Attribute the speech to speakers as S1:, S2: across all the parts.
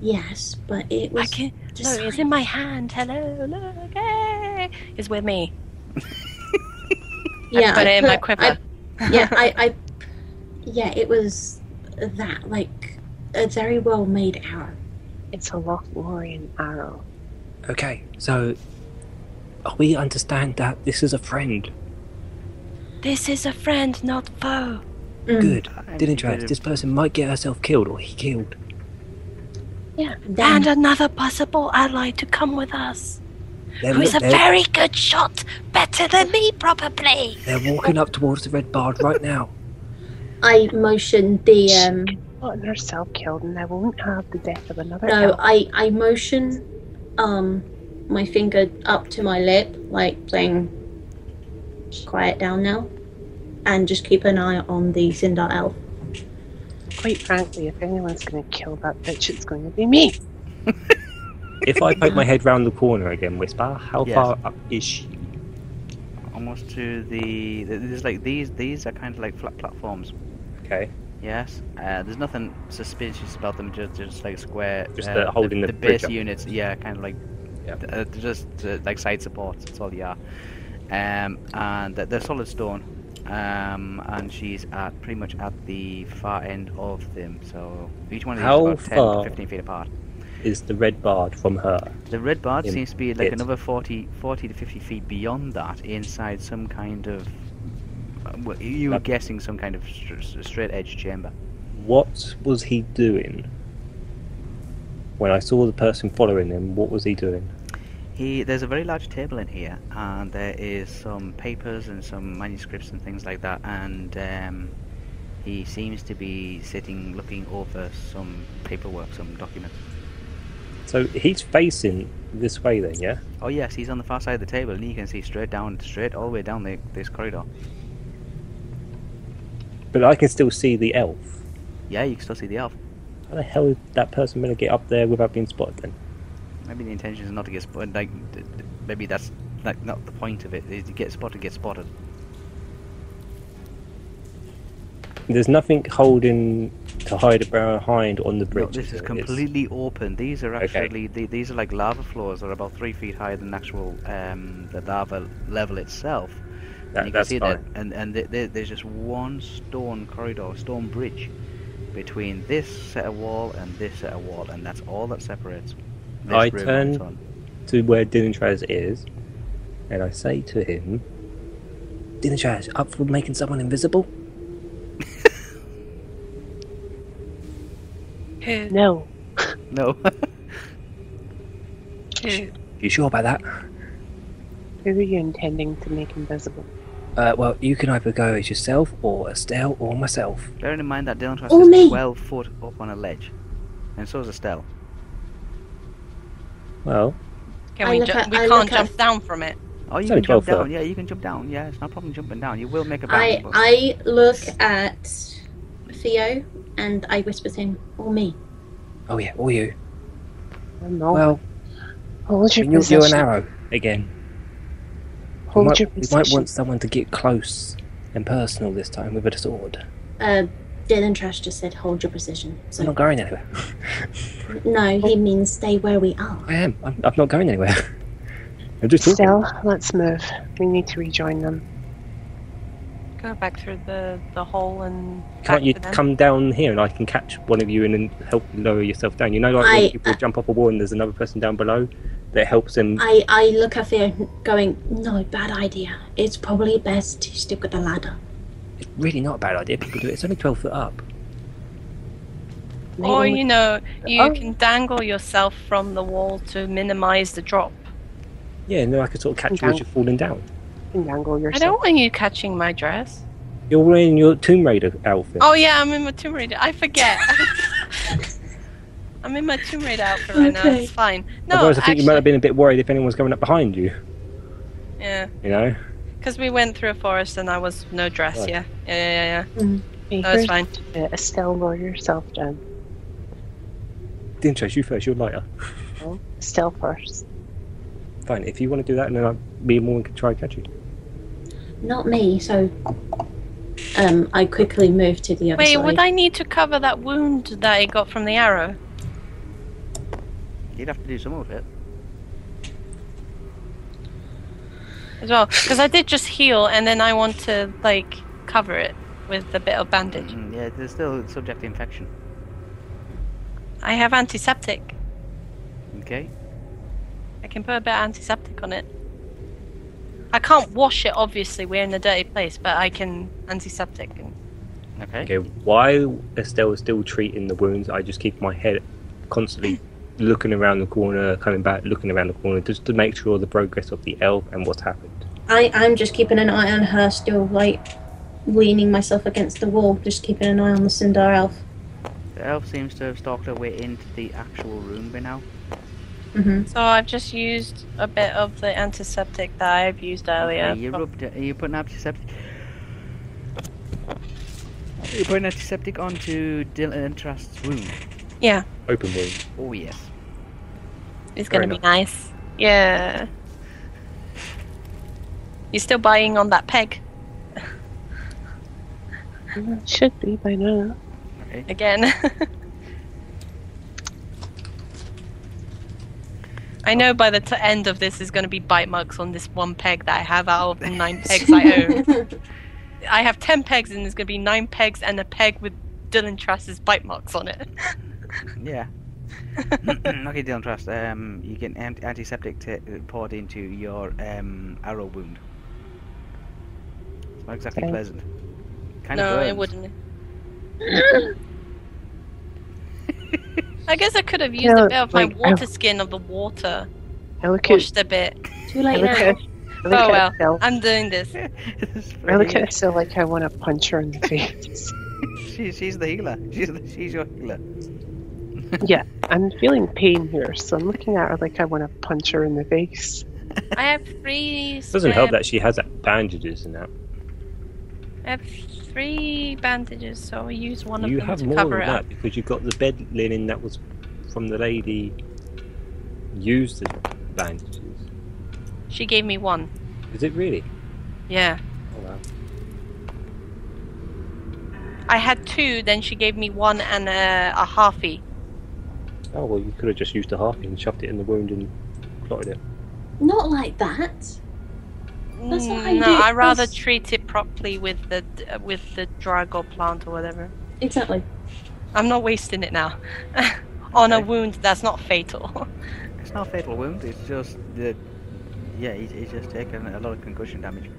S1: Yes, but it
S2: I
S1: was.
S2: can
S1: just
S2: No, it's
S1: fine.
S2: in my hand. Hello, look, hey, it's with me. I put it in my
S1: put-
S2: quiver.
S1: I- yeah, I, I. Yeah, it was that like a very well made arrow.
S2: It's a Lothlorien arrow.
S3: Okay, so oh, we understand that this is a friend.
S2: This is a friend, not foe.
S1: Mm,
S3: Good.
S4: I
S3: Didn't realize
S4: didn't-
S3: this person might get herself killed or he killed.
S1: Then,
S2: And another possible ally to come with us,
S3: They're,
S2: who is a
S3: they're-
S2: very good shot, better than me probably.
S3: they're walking up towards the red bard right now.
S1: I motioned the um.
S5: gotten herself killed, and I won't have the death of another.
S1: No,
S5: elf.
S1: I I motion um my finger up to my lip, like saying quiet down now. And just keep an eye on the Sindar elf.
S5: Quite frankly, if anyone's going to kill that bitch, it's going to be me.
S6: If I poke my head round the corner again, Whisper, how
S4: Yes.
S6: far up is she?
S4: Almost to the. There's like these. These are kind of like flat platforms.
S6: Okay.
S4: Yes. Uh, there's nothing suspicious about them. Just, just like square.
S6: Just
S4: uh,
S6: the- holding the
S4: the,
S6: bridge
S4: base
S6: up.
S4: units. Yeah, kind of like.
S6: Yeah.
S4: th- Uh, they're just uh, like side supports. That's all they are. Um, and they're, they're solid stone. Um, and she's at pretty much at the far end of them. So each one of these
S6: How
S4: is about 10 to
S6: far?
S4: 15 feet apart.
S6: Is the red bard from her?
S4: The red bard
S6: in
S4: seems to be like
S6: it.
S4: another 40, 40 to 50 feet beyond that, inside some kind of. uh, Well, you were
S6: Yep.
S4: guessing some kind of str- straight edge chamber.
S6: What was he doing? When I saw the person following him, what was he doing?
S4: He, there's a very large table in here, and there is some papers and some manuscripts and things like that. And um, he seems to be sitting, looking over some paperwork, some documents.
S6: So he's facing this way then, yeah?
S4: Oh yes, he's on the far side of the table, and you can see straight down, straight all the way down the, this corridor.
S6: But I can still see the elf.
S4: Yeah, you can still see the elf.
S6: How the hell is that person going to get up there without being spotted then?
S4: Maybe the intention is not to get spotted. Like, d- d- maybe that's like not the point of it. Is to get spotted, get spotted.
S6: There's nothing holding to hide behind on the
S4: No,
S6: bridge.
S4: this is
S6: there? It's-
S4: completely open. These are
S6: Okay.
S4: actually the- these are like lava floors. They're about three feet higher than actual um, the lava level itself.
S6: That-
S4: and you can
S6: that's
S4: see
S6: fine.
S4: that. And and th- th- there's just one stone corridor, stone bridge, between this set of wall and this set of wall, and that's all that separates. This
S6: I
S4: room on
S6: turn-
S4: its own.
S6: to where Dinatraz is, and I say to him, Dinatraz, up for making someone invisible?
S2: Who?
S5: No,
S4: No.
S2: Who?
S6: You sure about that?
S5: who are you intending to make invisible?
S3: Uh, well, you can either go as yourself or Estelle or myself.
S4: Bearing in mind that Dylan Trust
S1: Oh,
S4: is
S1: me.
S4: 12 foot up on a ledge, and so is Estelle.
S6: Well,
S2: Can
S1: I
S2: we?
S1: look
S2: Ju-
S1: at-
S2: we
S1: I
S2: can't
S1: look at-
S2: jump down from it.
S4: Oh, you can
S6: only 12
S4: jump
S6: foot.
S4: down. Yeah, you can jump down. Yeah, it's no problem jumping down. You will make a bounce.
S1: I
S4: but-
S1: I look at Theo and I whisper to him, or me.
S3: Oh, yeah, or you.
S5: Oh, no.
S3: Well,
S5: hold
S3: I
S5: your
S3: mean, you're, you're an
S5: position.
S3: arrow again. You
S5: Hold
S3: might,
S5: your
S3: you might
S5: position.
S3: want someone to get close and personal this time with a sword.
S1: Uh Dylan Trash just said hold your position.
S3: I'm
S1: So
S3: not going anywhere.
S1: no, he means stay where we are.
S3: I am. I'm, I'm not going anywhere. I'm just talking.
S5: Still, let's move. We need to rejoin them.
S2: Go back through the the hole and. back
S6: can't you
S2: to them?
S6: come down here and I can catch one of you and then help lower yourself down? You know, like
S1: I-
S6: when
S2: uh,
S6: people jump off a wall and there's another person down below that helps them.
S1: I, I look at Theo going, No, bad idea. It's probably best to stick with the ladder.
S3: It's really not a bad idea. People do it. It's only 12 foot up.
S5: Maybe
S2: Or
S5: we-
S2: you know, you
S5: Oh.
S2: can dangle yourself from the wall to minimize the drop.
S6: Yeah, and then I can sort of catch you as
S5: Down.
S6: you're falling
S5: you
S6: down.
S5: can dangle
S2: I
S5: yourself.
S2: don't want you catching my dress.
S6: You're wearing your Tomb Raider outfit.
S2: Oh yeah, I'm in my Tomb Raider. I forget. I'm in my Tomb Raider outfit right now.
S1: Okay.
S2: It's fine. No,
S6: Otherwise, I think
S2: actually,
S6: you might have been a bit worried if anyone was coming up behind you,
S2: yeah,
S6: you know?
S2: because we went through a forest and I was no dress.
S6: Right.
S2: Yeah, yeah, yeah, yeah.
S5: Hey,
S2: yeah. No, it's
S5: here's-
S2: fine.
S5: uh, Estelle, lower yourself down.
S6: Dinatraz, you first, you're lighter.
S5: Estelle first.
S6: Fine, if you want to do that, and then I, me and Morgan can try and catch you.
S1: Not me, so um I quickly move to the other
S2: Wait,
S1: side.
S2: would I need to cover that wound that I got from the arrow?
S4: You'd have to do some of it.
S2: as well because I did just heal and then I want to like cover it with a bit of bandage.
S4: Mm, yeah, they're still subject to infection.
S2: I have antiseptic.
S4: Okay.
S2: I can put a bit of antiseptic on it. I can't wash it, obviously. We're in a dirty place, but I can antiseptic. And...
S4: Okay.
S6: Okay, while Estelle is still treating the wounds, I just keep my head constantly looking around the corner, coming back, looking around the corner, just to make sure the progress of the elf and what's happened.
S1: I, I'm just keeping an eye on her still, like leaning myself against the wall, just keeping an eye on the Sindar elf.
S4: The elf seems to have stalked her way into the actual room by now.
S1: Mm-hmm.
S2: So I've just used a bit of the antiseptic that I've used
S1: Oh,
S2: earlier.
S4: Okay, you rubbed it. You put an antiseptic. You put an antiseptic onto Dylan Trust's wound.
S2: Yeah,
S6: Open wound.
S4: Oh yes.
S2: it's
S6: Fair
S2: gonna be nice. Yeah. You're still buying on that peg
S5: Well, it should be by now.
S2: again. I know by the t- end of this is going to be bite marks on this one peg that I have out of the nine pegs I own. I have ten pegs, and there's gonna be nine pegs and a peg with Dylan Trass's bite marks on it.
S4: Yeah. okay, Dylan Trust. Um, you get an antiseptic t- poured into your um arrow wound. It's not exactly
S5: Okay.
S4: pleasant. Kind of
S2: no,
S4: burns.
S2: it wouldn't. I guess I could have used
S5: Yeah,
S2: a bit of my
S5: like,
S2: water skin of the water,
S5: I look at,
S2: washed a bit.
S1: Too
S5: I
S1: late
S5: look
S1: now.
S5: at, I look
S2: Oh,
S5: at
S2: well.
S5: Estelle.
S2: I'm doing this.
S4: It's
S5: I look
S4: pretty-
S5: at Estelle like I want to punch her in the face.
S4: she, she's the healer. She's the, she's your healer.
S5: I'm feeling pain here, so I'm looking at her like I want to punch her in the face.
S2: I have three.
S6: It doesn't help
S2: spare-
S6: that she has that bandages and that.
S2: I have three bandages, so I use one of
S6: you
S2: them
S6: have
S2: to
S6: more
S2: cover
S6: than
S2: it
S6: that
S2: up.
S6: because you've got the bed linen that was from the lady used as bandages.
S2: She gave me one.
S6: Is it really?
S2: Yeah,
S6: Oh, wow.
S2: I had two. Then she gave me one and a, a halfie.
S6: Oh well, you could have just used the half and shoved it in the wound and clotted it.
S1: Not like that. That's not how
S2: Mm,
S1: you
S2: no,
S1: do it.
S2: I rather
S1: That's-
S2: treat it properly with the with the drug or plant or whatever.
S1: Exactly.
S2: I'm not wasting it now on a
S4: Okay.
S2: wound that's not fatal.
S4: It's not a fatal wound. It's just the yeah. He's, he's just taken a lot of concussion damage.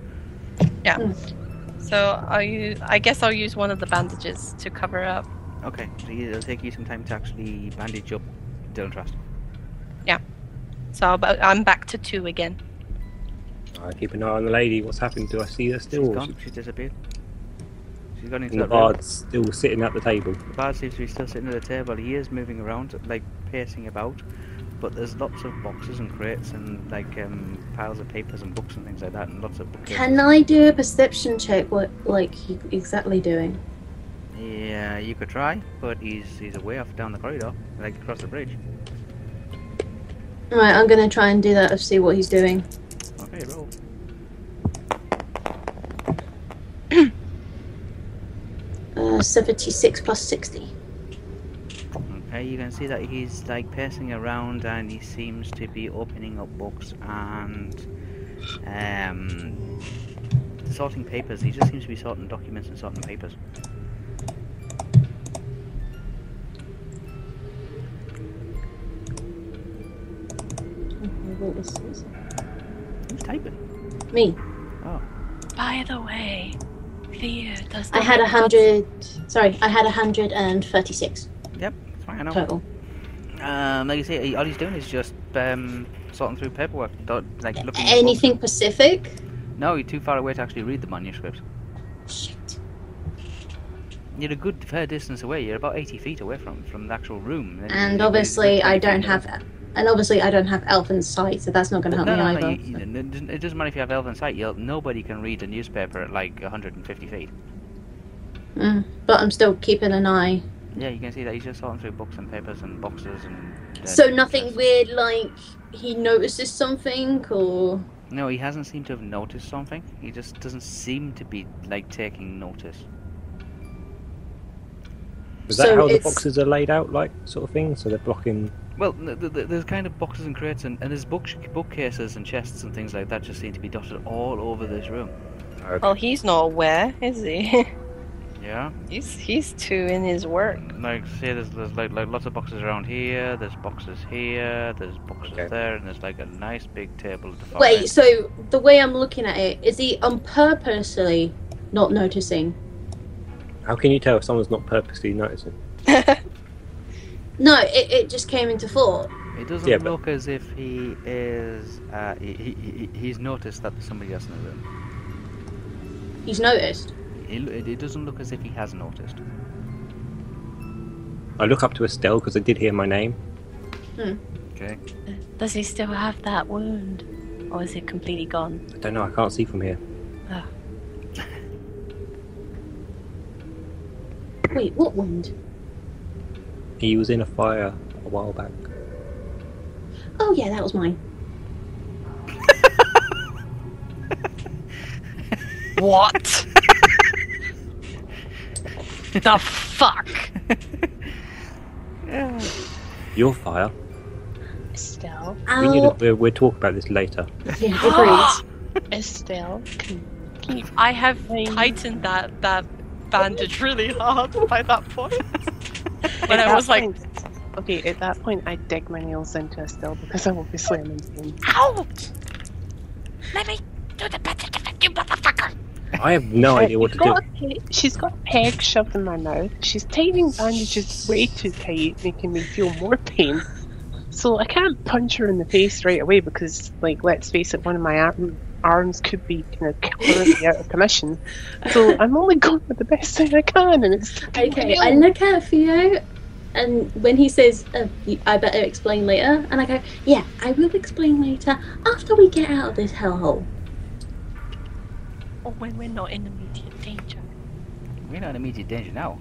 S2: so I'll use, I guess I'll use one of the bandages to cover up.
S4: Okay, so you- it'll take you some time to actually bandage up Dylan Trust.
S2: So I'll, ba- I'm back to two again.
S6: I keep an eye on the lady. What's happened? Do I see her
S4: She's
S6: still?
S4: gone. She's disappeared. She's gone into
S6: And the
S4: that room.
S6: bard's still sitting at the table.
S4: The bard seems to be still sitting at the table. He is moving around, like pacing about, but there's lots of boxes and crates and like um, piles of papers and books and things like that, and lots of bookcases.
S1: Can I do a perception check? What like he exactly doing?
S4: Yeah, you could try, but he's he's away off down the corridor, like across the bridge.
S1: Right, I'm gonna try and do that and see what he's doing.
S4: Okay, roll.
S1: Uh, Seventy-six plus sixty.
S4: Okay, you can see that he's like pacing around and he seems to be opening up books and um, sorting papers. He just seems to be sorting documents and sorting papers.
S1: What was this?
S4: Mm-hmm. He's typing.
S1: Me.
S2: By the way, Thea does.
S1: I
S2: the
S1: had a
S2: whole god-
S1: hundred. Sorry, I had a hundred and thirty-six
S4: It's fine, I know.
S1: total.
S4: Um, like you say, he- all he's doing is just um, sorting through paperwork, do- like looking. at books.
S1: Anything Pacific?
S4: No, you're too far away to actually read the manuscript.
S1: Shit.
S4: You're a good fair distance away. You're about 80 feet away from from the actual room. you- you-
S1: And
S4: you-
S1: obviously,
S4: you-
S1: I
S4: you-
S1: don't have. And obviously, I don't have elfin sight, so that's not going to help
S4: No,
S1: me
S4: no, no,
S1: either.
S4: you, you, it doesn't- it doesn't matter if you have elven sight. You'll, nobody can read a newspaper at like 150 feet.
S1: Mm, but I'm still keeping an eye.
S4: Yeah, you can see that he's just sorting through books and papers and boxes and. uh,
S1: so nothing
S4: dresses.
S1: weird, like he notices something, or
S4: No, he hasn't seemed to have noticed something. He just doesn't seem to be like taking notice.
S6: Is that
S1: So
S6: how the
S1: it's-
S6: boxes are laid out, like sort of thing? So they're blocking.
S4: Well, th- th- th- there's kind of boxes and crates, and, and there's book- bookcases and chests and things like that just seem to be dotted all over this room.
S2: Well, he's not aware, is he?
S4: Yeah.
S2: he's he's too in his work.
S4: Like, see, there's, there's like, like lots of boxes around here, there's boxes here, there's boxes
S6: Okay.
S4: there, and there's like a nice big table at the far
S1: Wait,
S4: end.
S1: so the way I'm looking at it is he um purposely not noticing?
S6: How can you tell if someone's not purposely noticing?
S1: No, it, it just came into thought.
S4: It doesn't
S6: Yeah, but-
S4: look as if he is. Uh, he, he, he- he's noticed that there's somebody else in the room.
S1: He's noticed.
S4: It, lo- it, it doesn't look as if he has noticed.
S6: I look up to Estelle because I did hear my name.
S4: Okay.
S2: Does he still have that wound, or is it completely gone?
S6: I don't know. I can't see from here.
S1: Wait, what wound?
S6: He was in a fire a while back.
S1: Oh yeah, that was mine.
S2: What? the fuck?
S6: Your fire.
S5: Estelle,
S6: We need
S1: Oh,
S6: to, we'll, we'll talk about this later.
S1: yeah, agreed.
S5: Estelle, can,
S2: I have tightened that that bandage really hard by that point. when
S5: at
S2: I
S5: that
S2: was like,
S5: point- okay, at that point, I dig my nails into Estelle because I won't be slamming in.
S2: "Ow! Let me do the better than you motherfucker!"
S6: I have no idea what to
S5: She's
S6: do.
S5: got a pe- she's got a peg shoved in my mouth. She's tightening bandages way too tight, making me feel more pain. So I can't punch her in the face right away because, like, let's face it, one of my arm, arms could be kind of currently out of commission. So I'm only going with the best thing I can, and it's
S1: Okay, I look at Theo, and when he says, uh, you- "I better explain later," and I go, "Yeah, I will explain later after we get out of this hellhole."
S2: Or when we're not in immediate danger,
S4: We're not in immediate danger now.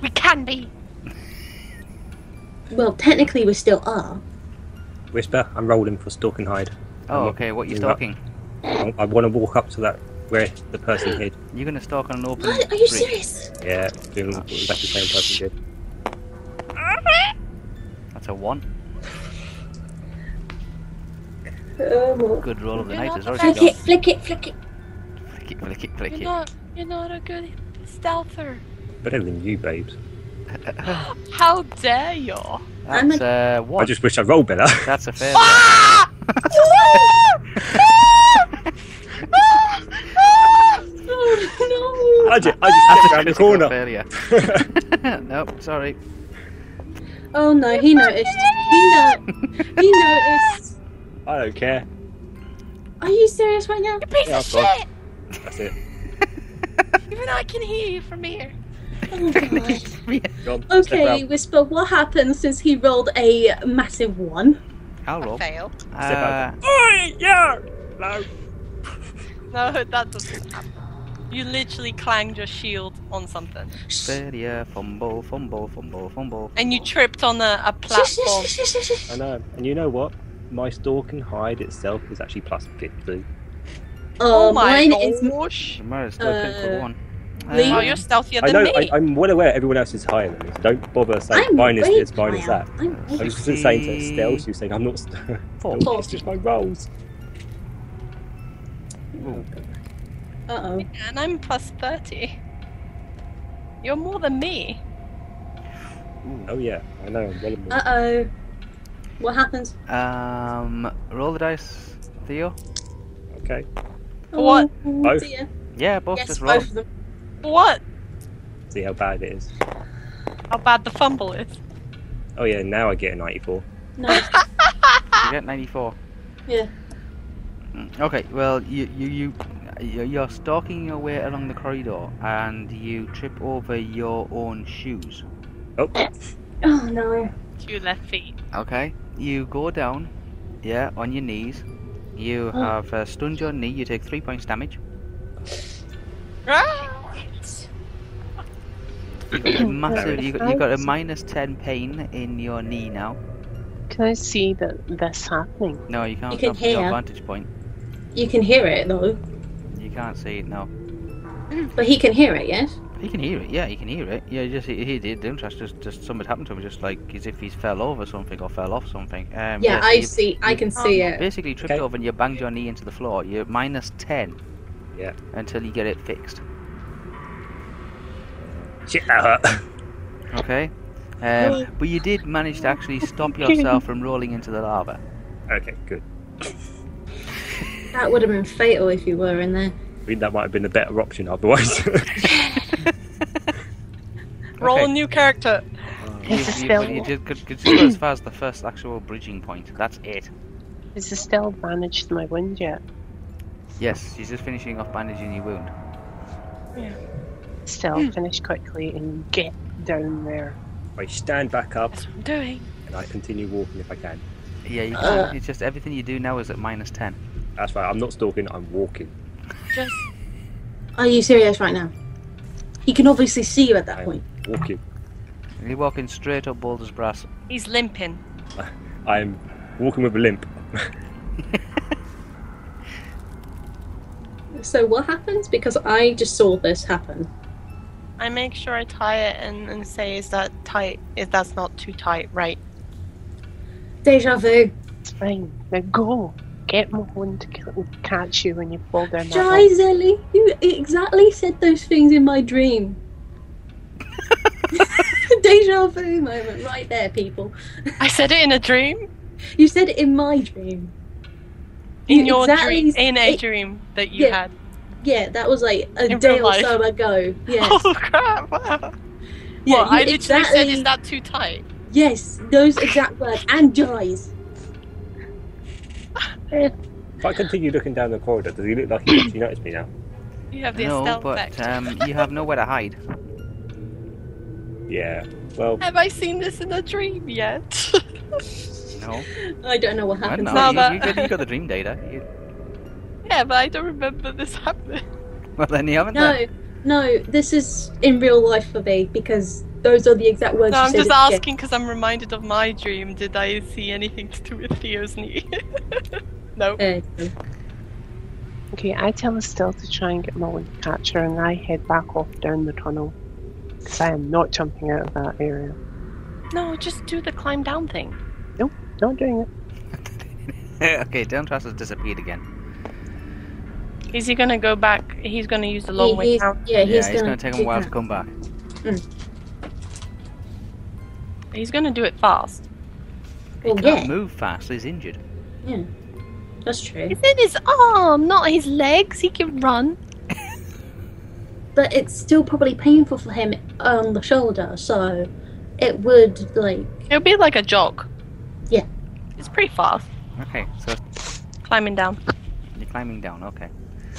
S2: we can be.
S1: Well, technically, we still are.
S6: Whisper, I'm rolling for stalk and hide.
S4: Oh,
S6: not
S4: okay. What you
S6: doing
S4: stalking?
S6: I, I want to walk up to that where the person hid.
S4: You're gonna stalk on an open.
S1: What? Are you
S4: street.
S1: serious?
S6: Yeah, doing what exactly the same person did.
S4: That's a one.
S1: Um,
S4: Good roll of the
S2: You're
S4: night
S2: not
S4: is
S2: the
S4: already
S1: flick
S4: gone.
S1: it, flick it, flick it.
S4: Flick it, flick it, flick
S2: You're
S4: it.
S2: not. You're not a good stealther.
S6: Better than you, babes.
S2: How dare you?
S1: I'm
S4: That's a
S6: I
S4: one.
S6: just wish I rolled better.
S4: That's a fail.
S2: Ah!
S1: Oh
S6: I just, I just stepped around the corner.
S4: failure. nope, sorry.
S1: no! Oh no! He noticed. He no- He noticed.
S6: I don't care.
S1: Are you serious right now?
S2: Piece
S6: Yeah,
S2: of
S6: I've got-
S2: shit!
S6: That's it.
S2: Even I can hear you from here.
S1: Oh, God.
S6: Gone. Step
S1: Okay,
S6: out.
S1: Whisper, what happened since he rolled a massive one?
S4: I'll roll.
S2: Fail.
S4: Uh,
S2: No, that doesn't happen. You literally clanged your shield on something,
S4: failure, fumble, fumble, fumble, fumble.
S2: and you tripped on a, a platform.
S6: I know. And you know what? My stalk and hide itself is actually plus 50.
S1: Oh, mine
S2: gosh!
S1: is.
S4: Tomorrow's still uh,
S1: Uh,
S4: one.
S1: Lee?
S2: Oh,
S4: Uh,
S2: you're stealthier
S6: I
S2: than
S6: know,
S2: me.
S6: I, I'm well aware everyone else is higher than me, so don't bother saying
S1: I'm
S6: mine is
S1: way
S6: this, mine is
S1: higher.
S6: that.
S1: I'm way-
S6: I was just saying to Estelle, she was saying, I'm not. St-
S4: Four.
S1: Four.
S6: it's just my rolls.
S4: Ooh,
S1: Uh-oh.
S2: and I'm plus thirty. You're more than me.
S4: ooh.
S6: Oh, yeah, I know. I'm well aware.
S1: Uh. Uh-oh. What happens?
S4: Um, roll the dice, Theo.
S6: Okay.
S2: What?
S1: Oh,
S6: Both.
S1: dear.
S4: Yeah, both
S1: Yes,
S4: just roll.
S1: both of them.
S2: What?
S6: See how bad it is.
S2: How bad the fumble is.
S6: Oh, yeah, now I get a 94.
S1: No.
S4: You get 94.
S1: Ah. Yeah.
S4: Mm, Okay, well, you, you, you, you- you're stalking your way along the corridor and you trip over your own shoes.
S1: Oh, no.
S2: Two left feet.
S4: Okay, you go down, yeah, on your knees. You
S1: Oh.
S4: have uh, stunned your knee, you take three points damage. You've got a massive, you, got- you got a minus 10 pain in your knee now.
S5: Can I see that this happening?
S4: No, you can't
S1: You can
S4: stop your
S1: hear.
S4: vantage point.
S1: You can hear it, though.
S4: You can't see it, no.
S1: But he can hear it, yes?
S4: He can hear it. Yeah, he can hear it. Yeah, he just he, he did. Didn't trust. Just just something happened to him. Just like as if he's fell over something or fell off something. Um,
S1: Yeah, I
S4: you
S1: see. I can see it.
S4: Basically, tripped
S6: Okay.
S4: over and you banged your knee into the floor. You're minus ten.
S6: Yeah.
S4: Until you get it fixed.
S6: Shit, that hurt.
S4: Okay. Um, but you did manage to actually stop yourself from rolling into the lava.
S6: okay, good.
S1: That would have been fatal if you were in there.
S6: I think that might have been a better option otherwise.
S2: Roll
S4: Okay.
S2: new character.
S4: You,
S5: It's a
S4: you,
S5: spell.
S4: but you did could, could just go as far as the first actual bridging point. That's it.
S5: Has Estelle managed my wound yet?
S4: Yes, she's just finishing off bandaging your wound.
S2: Hmm.
S5: Estelle, finish quickly and get down there.
S6: I stand back up
S2: That's what I'm doing.
S6: and I continue walking if I can.
S4: Yeah, you can,
S1: Uh.
S4: it's just everything you do now is at minus ten.
S6: That's right, I'm not stalking, I'm walking.
S2: Just
S1: Are you serious right now? He can obviously see you at that
S6: I'm
S1: point.
S6: Walking.
S4: You're walking straight up Baldur's Brass.
S2: he's limping.
S6: I'm walking with a limp.
S1: So what happens? Because I just saw this happen.
S2: I make sure I tie it and, and say, is that tight? If that's not too tight, right?
S1: Deja vu.
S5: It's fine. Now go. Get my wound to kill- catch you when you fall down that hole.
S1: Jai Zelly, you exactly said those things in my dream. Deja vu moment right there, people.
S2: I said it in a dream.
S1: You said it in my dream.
S2: In
S1: You
S2: your
S1: exactly
S2: dream, in a
S1: it-
S2: dream that you
S1: Yeah.
S2: had.
S1: Yeah, that was like a
S2: In
S1: day
S2: real
S1: or
S2: life.
S1: so ago. Yes.
S2: Oh crap! Wow.
S1: yeah,
S2: well,
S1: you
S2: I literally
S1: exactly,
S2: said, is that too tight?
S1: Yes, those exact words. And Jai's.
S6: If I continue looking down the corridor, does he look like he actually noticed me now?
S2: You have the
S4: No,
S2: Estelle
S4: but
S2: effect.
S4: um, you have nowhere to hide.
S6: Yeah. Well,
S2: Have I seen this in a dream yet?
S4: No,
S1: I don't know what
S4: I
S1: happened.
S4: don't know.
S2: Now
S4: you,
S2: that-
S4: you, got, you got the dream data. You,
S2: yeah, but I don't remember this happening.
S4: well, then you haven't. then.
S1: No, no, this is in real life for me because those are the exact words
S2: No,
S1: you
S2: I'm
S1: said.
S2: just
S1: at the
S2: asking because I'm reminded of my dream. Did I see anything to do with Theo's knee? no.
S1: beginning. Uh,
S5: Okay, I tell Estelle to try and get my wound to catch her, and I head back off down the tunnel. Because I am not jumping out of that area.
S2: No, just do the climb down thing.
S5: Not doing it.
S4: okay, Deltras has disappeared again.
S2: Is he gonna go back? He's gonna use the long
S1: he-
S2: way
S1: he's-
S2: down.
S1: yeah,
S4: yeah,
S1: he's
S4: it's
S1: gonna
S4: going to take him
S1: do
S4: a while to
S1: that.
S4: come back.
S2: He's gonna do it fast.
S4: He
S1: Well,
S4: can't
S1: yeah,
S4: move fast. He's injured.
S1: that's true.
S2: It's in his arm, not his legs. He can run.
S1: But it's still probably painful for him on the shoulder, so it would like
S2: It'll be like a jog.
S1: Yeah.
S2: It's pretty fast.
S4: Okay, so
S2: Climbing down.
S4: you're climbing down. Okay.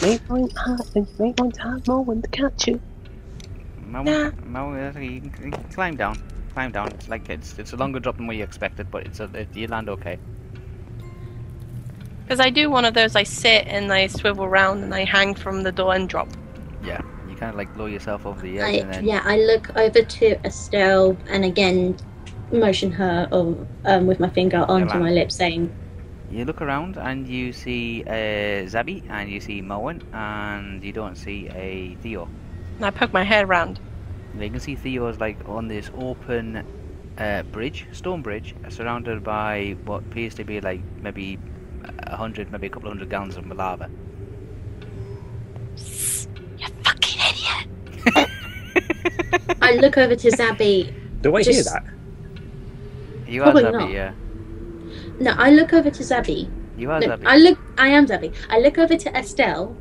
S5: Might want to have, might want to have my wound to catch you.
S4: Mau-
S2: Nah.
S4: Mau- uh, you can you can climb down. Climb down. It's like it's it's a longer drop than what you expected, but it's a, it, you land okay.
S2: Because I do one of those. I sit and I swivel round and I hang from the door and drop.
S4: Yeah, you kind of like blow yourself over the edge,
S1: I,
S4: and then
S1: yeah, I look over to Estelle and again motion her of, um, with my finger onto
S4: man.
S1: my lip, saying,
S4: You look around and you see uh, Zabi and you see Moen and you don't see a Theo.
S2: And I poke my head round.
S4: And You can see Theo is like on this open uh, bridge, stone bridge, surrounded by what appears to be like maybe a hundred, maybe a couple of hundred gallons of lava.
S2: You fucking idiot!
S1: I look over to Zabi.
S6: do I hear
S1: Just-
S6: that?
S4: You are
S1: Probably
S4: Zabi,
S1: not.
S4: yeah.
S1: No, I look over to Zabi.
S4: You are
S1: No,
S4: Zabi.
S1: I look. I am Debbie. I look over to Estelle,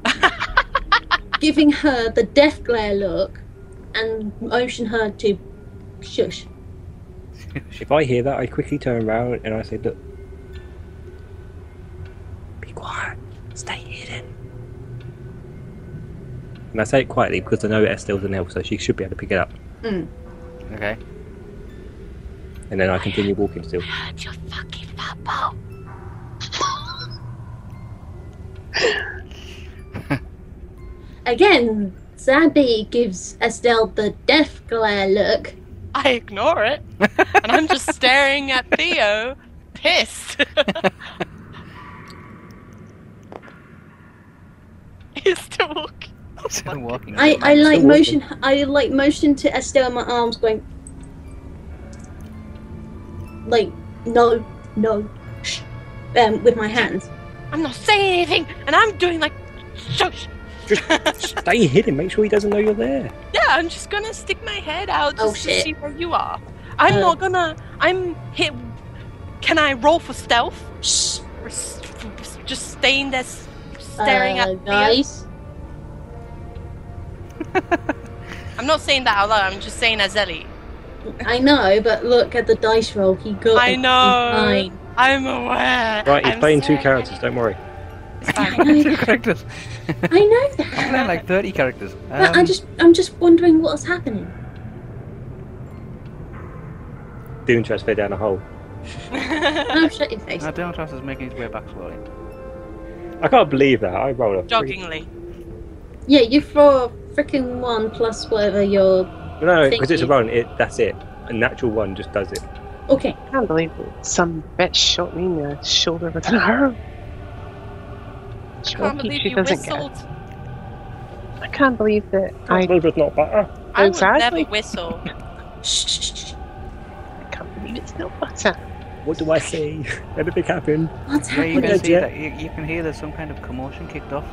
S1: giving her the death glare look, and motion her to shush.
S6: If I hear that, I quickly turn around and I say, look. Be quiet. Stay hidden. And I say it quietly because I know Estelle's an elf, so she should be able to pick it up.
S4: Okay.
S6: And then I continue walking still.
S2: Hurt your fucking bubble.
S1: Again, Zabi gives Estelle the death glare look.
S2: I ignore it, and I'm just staring at Theo, pissed. He's still walking.
S4: Still walking.
S1: I, I
S6: Still
S1: like
S6: walking.
S1: motion. I like motion to Estelle in my arms, going like no, no, shh, um, with my hands.
S2: I'm not saying anything, and I'm doing like, shush.
S6: Stay hidden. Make sure he doesn't know you're there.
S2: Yeah, I'm just gonna stick my head out just
S1: Oh,
S2: to
S1: shit.
S2: see where you are. I'm
S1: Oh.
S2: not gonna. I'm hit. Can I roll for stealth?
S1: Shh,
S2: Or s- Just staying there, s- staring
S1: uh,
S2: at Theo?
S1: guys.
S2: I'm not saying that out loud. I'm just saying as Ellie.
S1: I know, but look at the dice roll. He got.
S2: I
S1: a
S2: know.
S1: nine.
S2: I'm aware.
S6: Right, he's
S2: I'm
S6: playing two
S2: sorry.
S6: characters. Don't worry.
S2: It's fine.
S4: Two characters.
S1: I know that.
S4: I'm playing like 30 characters.
S1: But I
S4: Um,
S1: just, I'm just wondering what's happening.
S6: Doom tries to fade down a hole.
S1: Oh, shut your face.
S4: No, Dylan Trust is making his way back slowly.
S6: I can't believe that. I rolled a freaking-
S2: Joggingly.
S1: Yeah, you throw a freaking one plus whatever your.
S6: No,
S1: Thank
S6: because it's a
S1: you.
S6: run. It that's it. A natural one just does it.
S1: Okay,
S5: I can't believe it. Some bitch shot me in the shoulder with an arrow.
S2: Can't
S5: Joking,
S2: believe
S5: she
S2: you
S5: doesn't get it.
S2: whistled.
S5: I can't believe that I
S6: That's it's not better.
S2: I would
S5: Exactly.
S2: never whistle.
S1: shh, shh, shh, shh.
S5: I can't believe it's no butter.
S6: What do I see? Anything happen?
S1: What's
S4: Yeah,
S1: happening?
S4: you can
S6: Good
S4: see
S6: idea.
S4: that. You, you can hear there's some kind of commotion kicked off.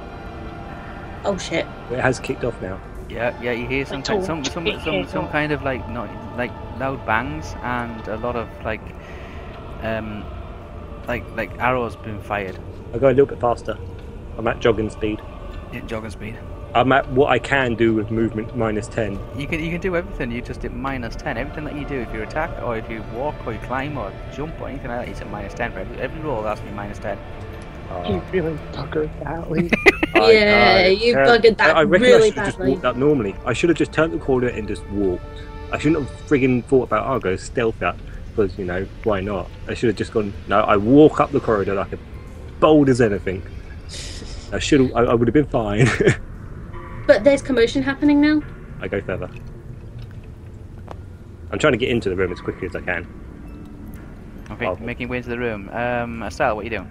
S1: Oh shit!
S6: It has kicked off now.
S4: Yeah, yeah. You hear some
S5: Like
S4: kind, some some
S5: torch.
S4: some some kind of like not like loud bangs and a lot of like um like like arrows being fired
S6: I go a little bit faster. I'm at jogging speed.
S4: at jogging speed.
S6: I'm at what I can do with movement minus ten.
S4: You can you can do everything. You just at minus ten. Everything that you do, if you attack or if you walk or you climb or jump or anything like that, it's at minus ten for every, every roll. That's me minus ten.
S5: You
S6: Uh,
S5: really buggered that way.
S6: I-
S1: yeah,
S6: I-
S1: you
S6: uh,
S1: buggered
S6: I,
S1: that
S6: I reckon I
S1: really
S6: should have just
S1: badly.
S6: walked up normally. I should have just turned the corner and just walked. I shouldn't have friggin' thought about oh, I'll go stealth that because you know why not? I should have just gone. No, I walk up the corridor like a bold as anything. I should. have I, I would have been fine.
S1: But there's commotion happening now.
S6: I go further. I'm trying to get into the room as quickly as I can.
S4: Okay,
S6: Oh.
S4: making way into the room. Um, Estelle, what are you doing?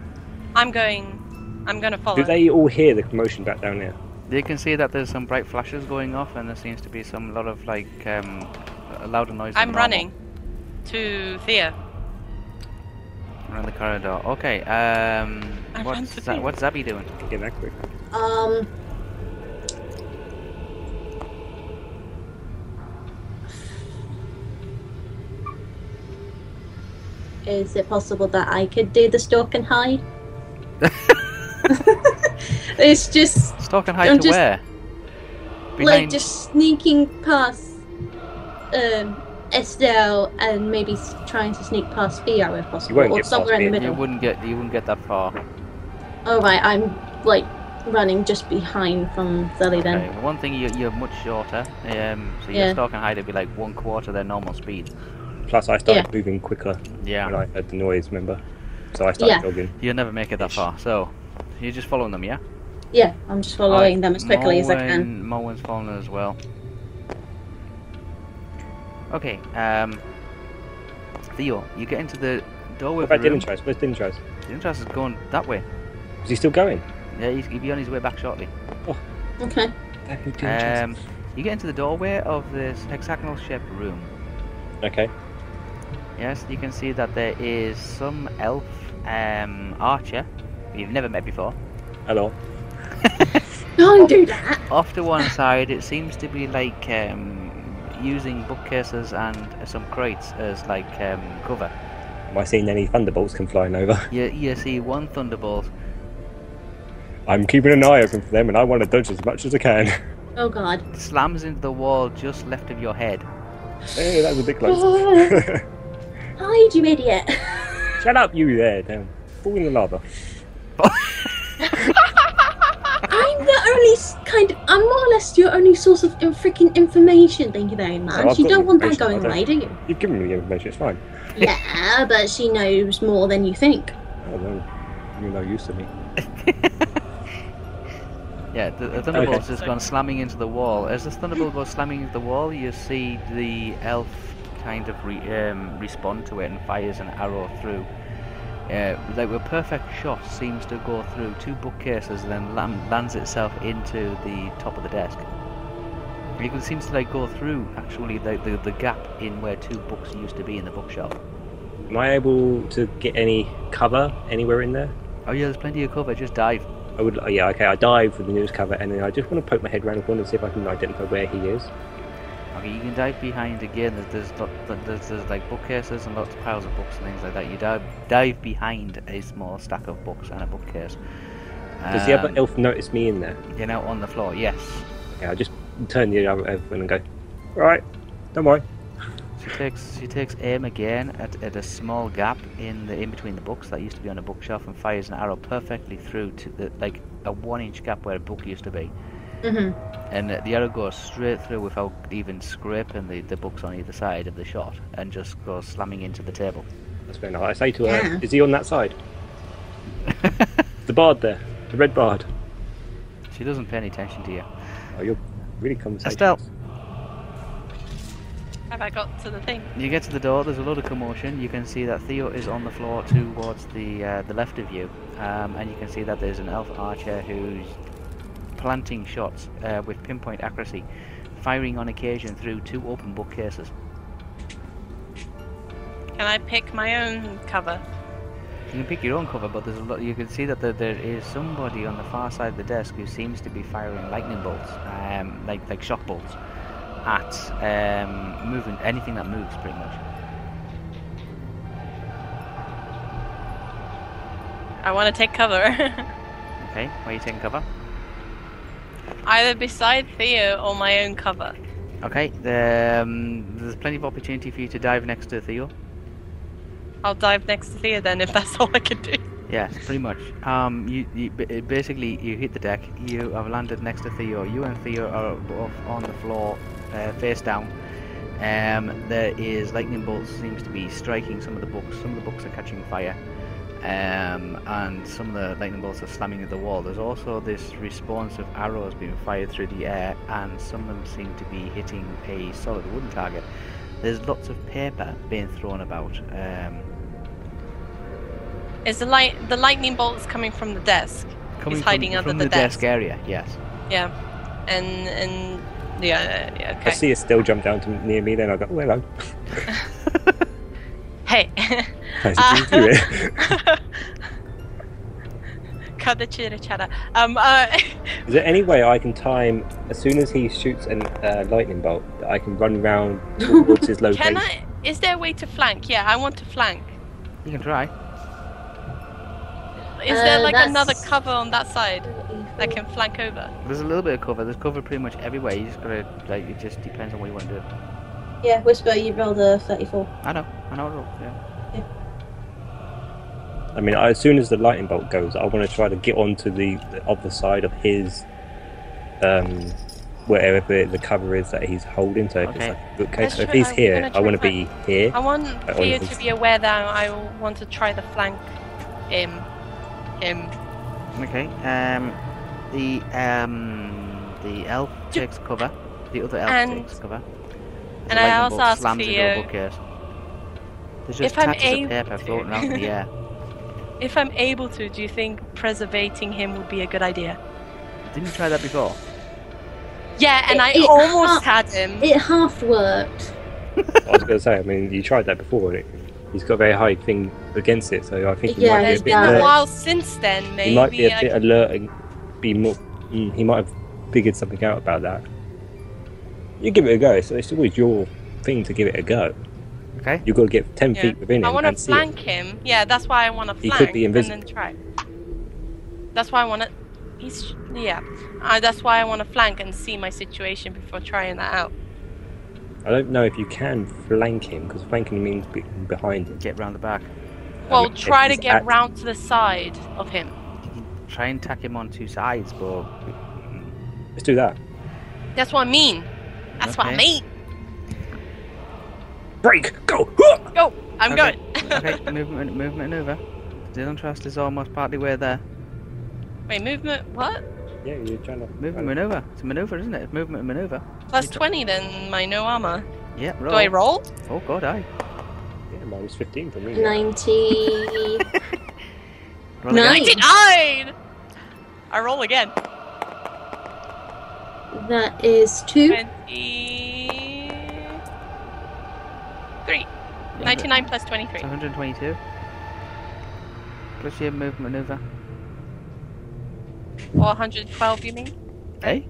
S2: I'm going. I'm gonna follow.
S6: Do they all hear the commotion back down there?
S4: You can see that there's some bright flashes going off, and there seems to be some lot of like um, a louder noise. than
S2: I'm
S4: normal
S2: running to Thea.
S4: around the corridor. Okay. Um,
S2: I ran
S4: what's
S2: to
S4: Za-
S2: Theo.
S4: what's Zabby doing?
S6: Get that quick.
S1: Um. Is it possible that I could do the stalk and hide? it's just
S4: Stalk and hide
S1: I'm
S4: to
S1: just-
S4: where?
S1: like just sneaking past um, Estelle and maybe s- trying to sneak past Theo if possible,
S6: won't
S1: or
S6: get past
S1: somewhere in the
S6: Theo.
S4: You
S1: middle.
S4: wouldn't get you wouldn't get that far.
S1: All right, I'm like running just behind from Zelly then.
S4: Okay, One thing you, you're much shorter, um, so your
S1: Yeah.
S4: stalk and hide would be like one quarter their normal speed.
S6: Plus, I started moving quicker
S4: Yeah.
S6: when I heard the noise. Remember? So I started
S1: Yeah.
S6: jogging.
S4: You'll never make it that far. So you're just following them, yeah?
S1: Yeah, I'm just following them as quickly as I can.
S4: Moen's following as well. Okay. Um, Theo, you get into the doorway.
S6: What
S4: of the
S6: about
S4: room.
S6: Dylan Trice? Where's Dylan Trice?
S4: Dylan Trask is going that way.
S6: Is he still going?
S4: Yeah, he's, he'll be on his way back shortly.
S1: Okay.
S4: Um, you get into the doorway of this hexagonal shaped room.
S6: Okay.
S4: Yes, you can see that there is some elf um, archer you've never met before.
S6: Hello.
S1: Don't do that.
S4: Off to one side, it seems to be like um, using bookcases and some crates as like um, cover.
S6: Am I seeing any thunderbolts come flying over?
S4: You, you see one thunderbolt.
S6: I'm keeping an eye open for them, and I want to dodge as much as I can.
S1: Oh god.
S4: slams into the wall just left of your head.
S6: hey, that was a bit close.
S1: Hide, you idiot.
S6: Shut up, you there! Down. Fall in the lava.
S1: I'm the only s- kind of. I'm more or less your only source of in- freaking information. Thank you very much.
S6: I've
S1: you
S6: got
S1: don't want that
S6: information,
S1: going away, do you?
S6: You've given me the information. It's fine.
S1: yeah, but she knows more than you think.
S6: Oh no, you're no use to me.
S4: Yeah, the, the thunderbolt's just gone slamming into the wall. As this thunderbolt goes slamming into the wall, you see the elf kind of re, um, respond to it and fires an arrow through. uh, like with perfect shot seems to go through two bookcases and then lam- lands itself into the top of the desk. It even seems to like go through actually the, the, the gap in where two books used to be in the bookshelf.
S6: Am I able to get any cover anywhere in there?
S4: Oh yeah, there's plenty of cover. Just dive.
S6: I would, oh, yeah, okay, I dive for the nearest cover and then I just want to poke my head around the corner and see if I can identify where he is.
S4: Okay, you can dive behind again. There's there's, lot, there's there's like bookcases and lots of piles of books and things like that. You dive dive behind a small stack of books and a bookcase.
S6: Does the other
S4: Um,
S6: elf notice me in there?
S4: You're now on the floor. Yes.
S6: Okay, I just turn the other elf and go, Alright, don't worry.
S4: She takes she takes aim again at, at a small gap in the in between the books that used to be on a bookshelf and fires an arrow perfectly through to the like a one inch gap where a book used to be.
S1: Mhm.
S4: And uh, the arrow goes straight through without even scraping the, the books on either side of the shot and just goes slamming into the table.
S6: That's fair enough. I say to her,
S1: Yeah.
S6: Is he on that side? The bard there, the red bard.
S4: she doesn't pay any attention to you.
S6: Oh, you're really conversational.
S4: Estelle.
S2: Have I got to the thing?
S4: You get to the door. There's a lot of commotion. You can see that Theo is on the floor towards the uh, the left of you, um, and you can see that there's an elf archer who's planting shots uh, with pinpoint accuracy, firing on occasion through two open bookcases.
S2: Can I pick my own cover?
S4: You can pick your own cover, but there's a lot. You can see that there, there is somebody on the far side of the desk who seems to be firing lightning bolts, um, like like shock bolts, at um, moving anything that moves, pretty much.
S2: I want to take cover.
S4: Okay, where are you taking cover?
S2: Either beside Theo or my own cover.
S4: Okay, um, there's plenty of opportunity for you to dive next to Theo.
S2: I'll dive next to Theo then if that's all I can do.
S4: Yes, pretty much. Um, you, you ba- basically you hit the deck. You have landed next to Theo. You and Theo are both on the floor, uh, face down. Um, there is lightning bolts seems to be striking some of the books. Some of the books are catching fire, um, and some of the lightning bolts are slamming at the wall. There's also this response of arrows being fired through the air, and some of them seem to be hitting a solid wooden target. There's lots of paper being thrown about. Um,
S2: Is the light the lightning bolts coming from the desk?
S4: coming
S2: hiding
S4: from,
S2: under
S4: from
S2: the
S4: desk
S2: desk.
S4: area. Yes.
S2: Yeah. And and yeah, yeah
S6: I
S2: okay.
S6: see Estelle jump down to near me, then I go, Oh, hello.
S2: Hey.
S6: Nice to see you here.
S2: Cut the chitter chatter. Um uh
S6: Is there any way I can time as soon as he shoots an uh, lightning bolt that I can run round towards his location?
S2: can I is there a way to flank? Yeah, I want to flank.
S4: You can try.
S2: Is
S1: Uh,
S2: there like
S1: that's-
S2: another cover on that side that can flank over?
S4: There's a little bit of cover. There's cover pretty much everywhere. You just gotta like. It just depends on what you want to do.
S1: Yeah, Whisper, you rolled a 34.
S4: I know. I know. Yeah.
S6: I mean, I, as soon as the lightning bolt goes, I want to try to get onto the, the other side of his, um, wherever the cover is that he's holding. So if
S4: Okay.
S6: it's like a bookcase,
S2: Let's
S6: so if
S2: try-
S6: he's
S2: I'm
S6: here,
S2: gonna
S6: I want to
S2: try
S6: be here.
S2: I want
S6: I
S2: Theo
S6: honestly-
S2: to be aware that I want to try the flank him. Him.
S4: Okay. Um, the um, the elf
S2: Ju-
S4: takes cover. The other elf
S2: And-
S4: takes cover.
S2: and
S4: The
S2: I
S4: lightning
S2: also
S4: bolt
S2: ask
S4: slams into a
S2: Theo-
S4: bookcase. There's just
S2: If I'm
S4: patches of
S2: able
S4: paper
S2: to-
S4: floating around in the air.
S2: If I'm able to, do you think preservating him would be a good idea?
S4: Didn't you try that before?
S2: Yeah, and
S1: It-
S2: I
S1: it
S2: almost
S1: can't-
S2: had him.
S1: It half worked.
S6: I was going to say, I mean, you tried that before. And it, he's got a very high thing against it, so I think he
S1: Yeah,
S6: might
S1: there's
S2: It's
S6: be a bit
S2: been
S1: that.
S2: a
S6: alert.
S2: while since then, maybe.
S6: He might be a
S2: I-
S6: bit alert and be more. Mm, he might have figured something out about that. You give it a go. So it's always your thing to give it a go.
S4: Okay.
S6: You've got to get ten
S2: Yeah.
S6: feet within him
S2: I want to
S6: and see. it.
S2: flank him. Yeah, that's why I want to
S6: He
S2: flank.
S6: could be invisible.
S2: And then try. That's why I want to. He's yeah. I, that's why I want to flank and see my situation before trying that out.
S6: I don't know if you can flank him because flanking means be- behind him.
S4: Get round the back.
S2: Well,
S6: if
S2: try to
S6: he's
S2: get
S6: act-
S2: round to the side of him.
S4: You can try and tack him on two sides, but
S6: Let's do that.
S2: That's what I mean. That's what I
S4: Okay.
S2: mean.
S6: Break. Go. Huh!
S2: Go. I'm
S4: Okay.
S2: going.
S4: okay. Movement, movement, maneuver. Dylan Trust is almost partly where there.
S2: Wait, movement. What?
S6: Yeah, you're trying to
S4: Movement maneuver. It's a maneuver, isn't it? It's movement and maneuver.
S2: Plus
S4: You tr-
S2: twenty then my no armor.
S4: Yeah, roll.
S2: Do I roll?
S4: Oh god, I.
S6: Yeah, minus 15 for me.
S1: 90.
S4: Roll again.
S1: Nice.
S2: 99! I roll again.
S1: that is 2.
S2: 23. 99 plus 23.
S4: It's 122. Plus your move maneuver.
S2: Or 112, you mean?
S4: Eh?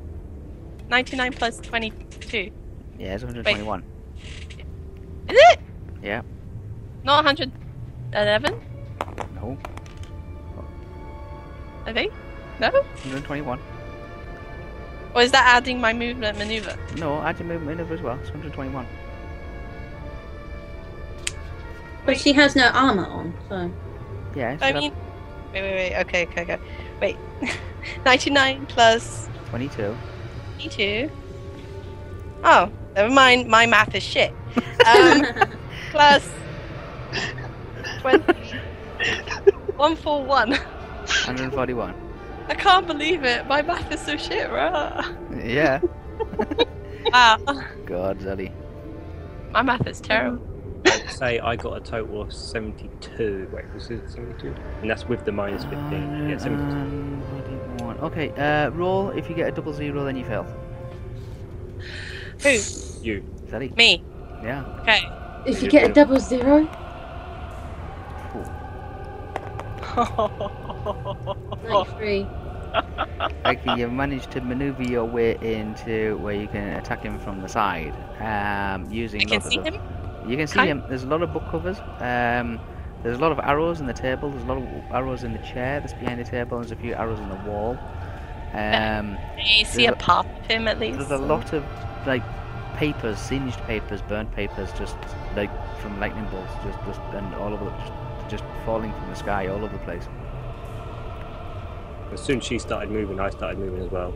S2: 99 plus 22. Is
S4: Yeah, it's 121.
S2: it?
S4: Yeah.
S2: Not 111,
S4: No,
S2: I think? No?
S4: 121.
S2: Or is that adding my movement maneuver?
S4: No, add your move maneuver as well. It's 121.
S1: But she has no armor on, so.
S4: Yeah, so
S2: I
S4: that's
S2: mean. Wait, wait, wait. Okay, okay, okay. Wait. 99 plus
S4: 22.
S2: 22. Oh, never mind. My math is shit. Um, plus 20. 141.
S4: 141.
S2: I can't believe it. My math is so shit, bruh.
S4: yeah.
S2: Wow.
S4: God, Zelly.
S2: My math is terrible.
S6: I'd say I got a total of 72. Wait, was it 72? And that's with the minus 15. Yeah, 72.
S4: 141. Okay, uh, roll. If you get a double zero, then you fail.
S2: Who?
S6: You.
S4: Zelly.
S2: Me.
S4: Yeah.
S2: Okay.
S1: If you get a double zero,
S2: oh,
S1: 93.
S4: Becky, you managed to maneuver your way into where you can attack him from the side. Um, using
S2: I can
S4: lots
S2: see
S4: of
S2: him.
S4: You can see
S2: Can-
S4: him. There's a lot of book covers. Um, there's a lot of arrows in the table. There's a lot of arrows in the chair that's behind the table. There's a few arrows in the wall. Um,
S2: I see a path of him at least.
S4: there's a lot of like papers, singed papers, burnt papers, just like from lightning bolts, just just and all over, the- just, just falling from the sky all over the place.
S6: As soon as she started moving, I started moving as well.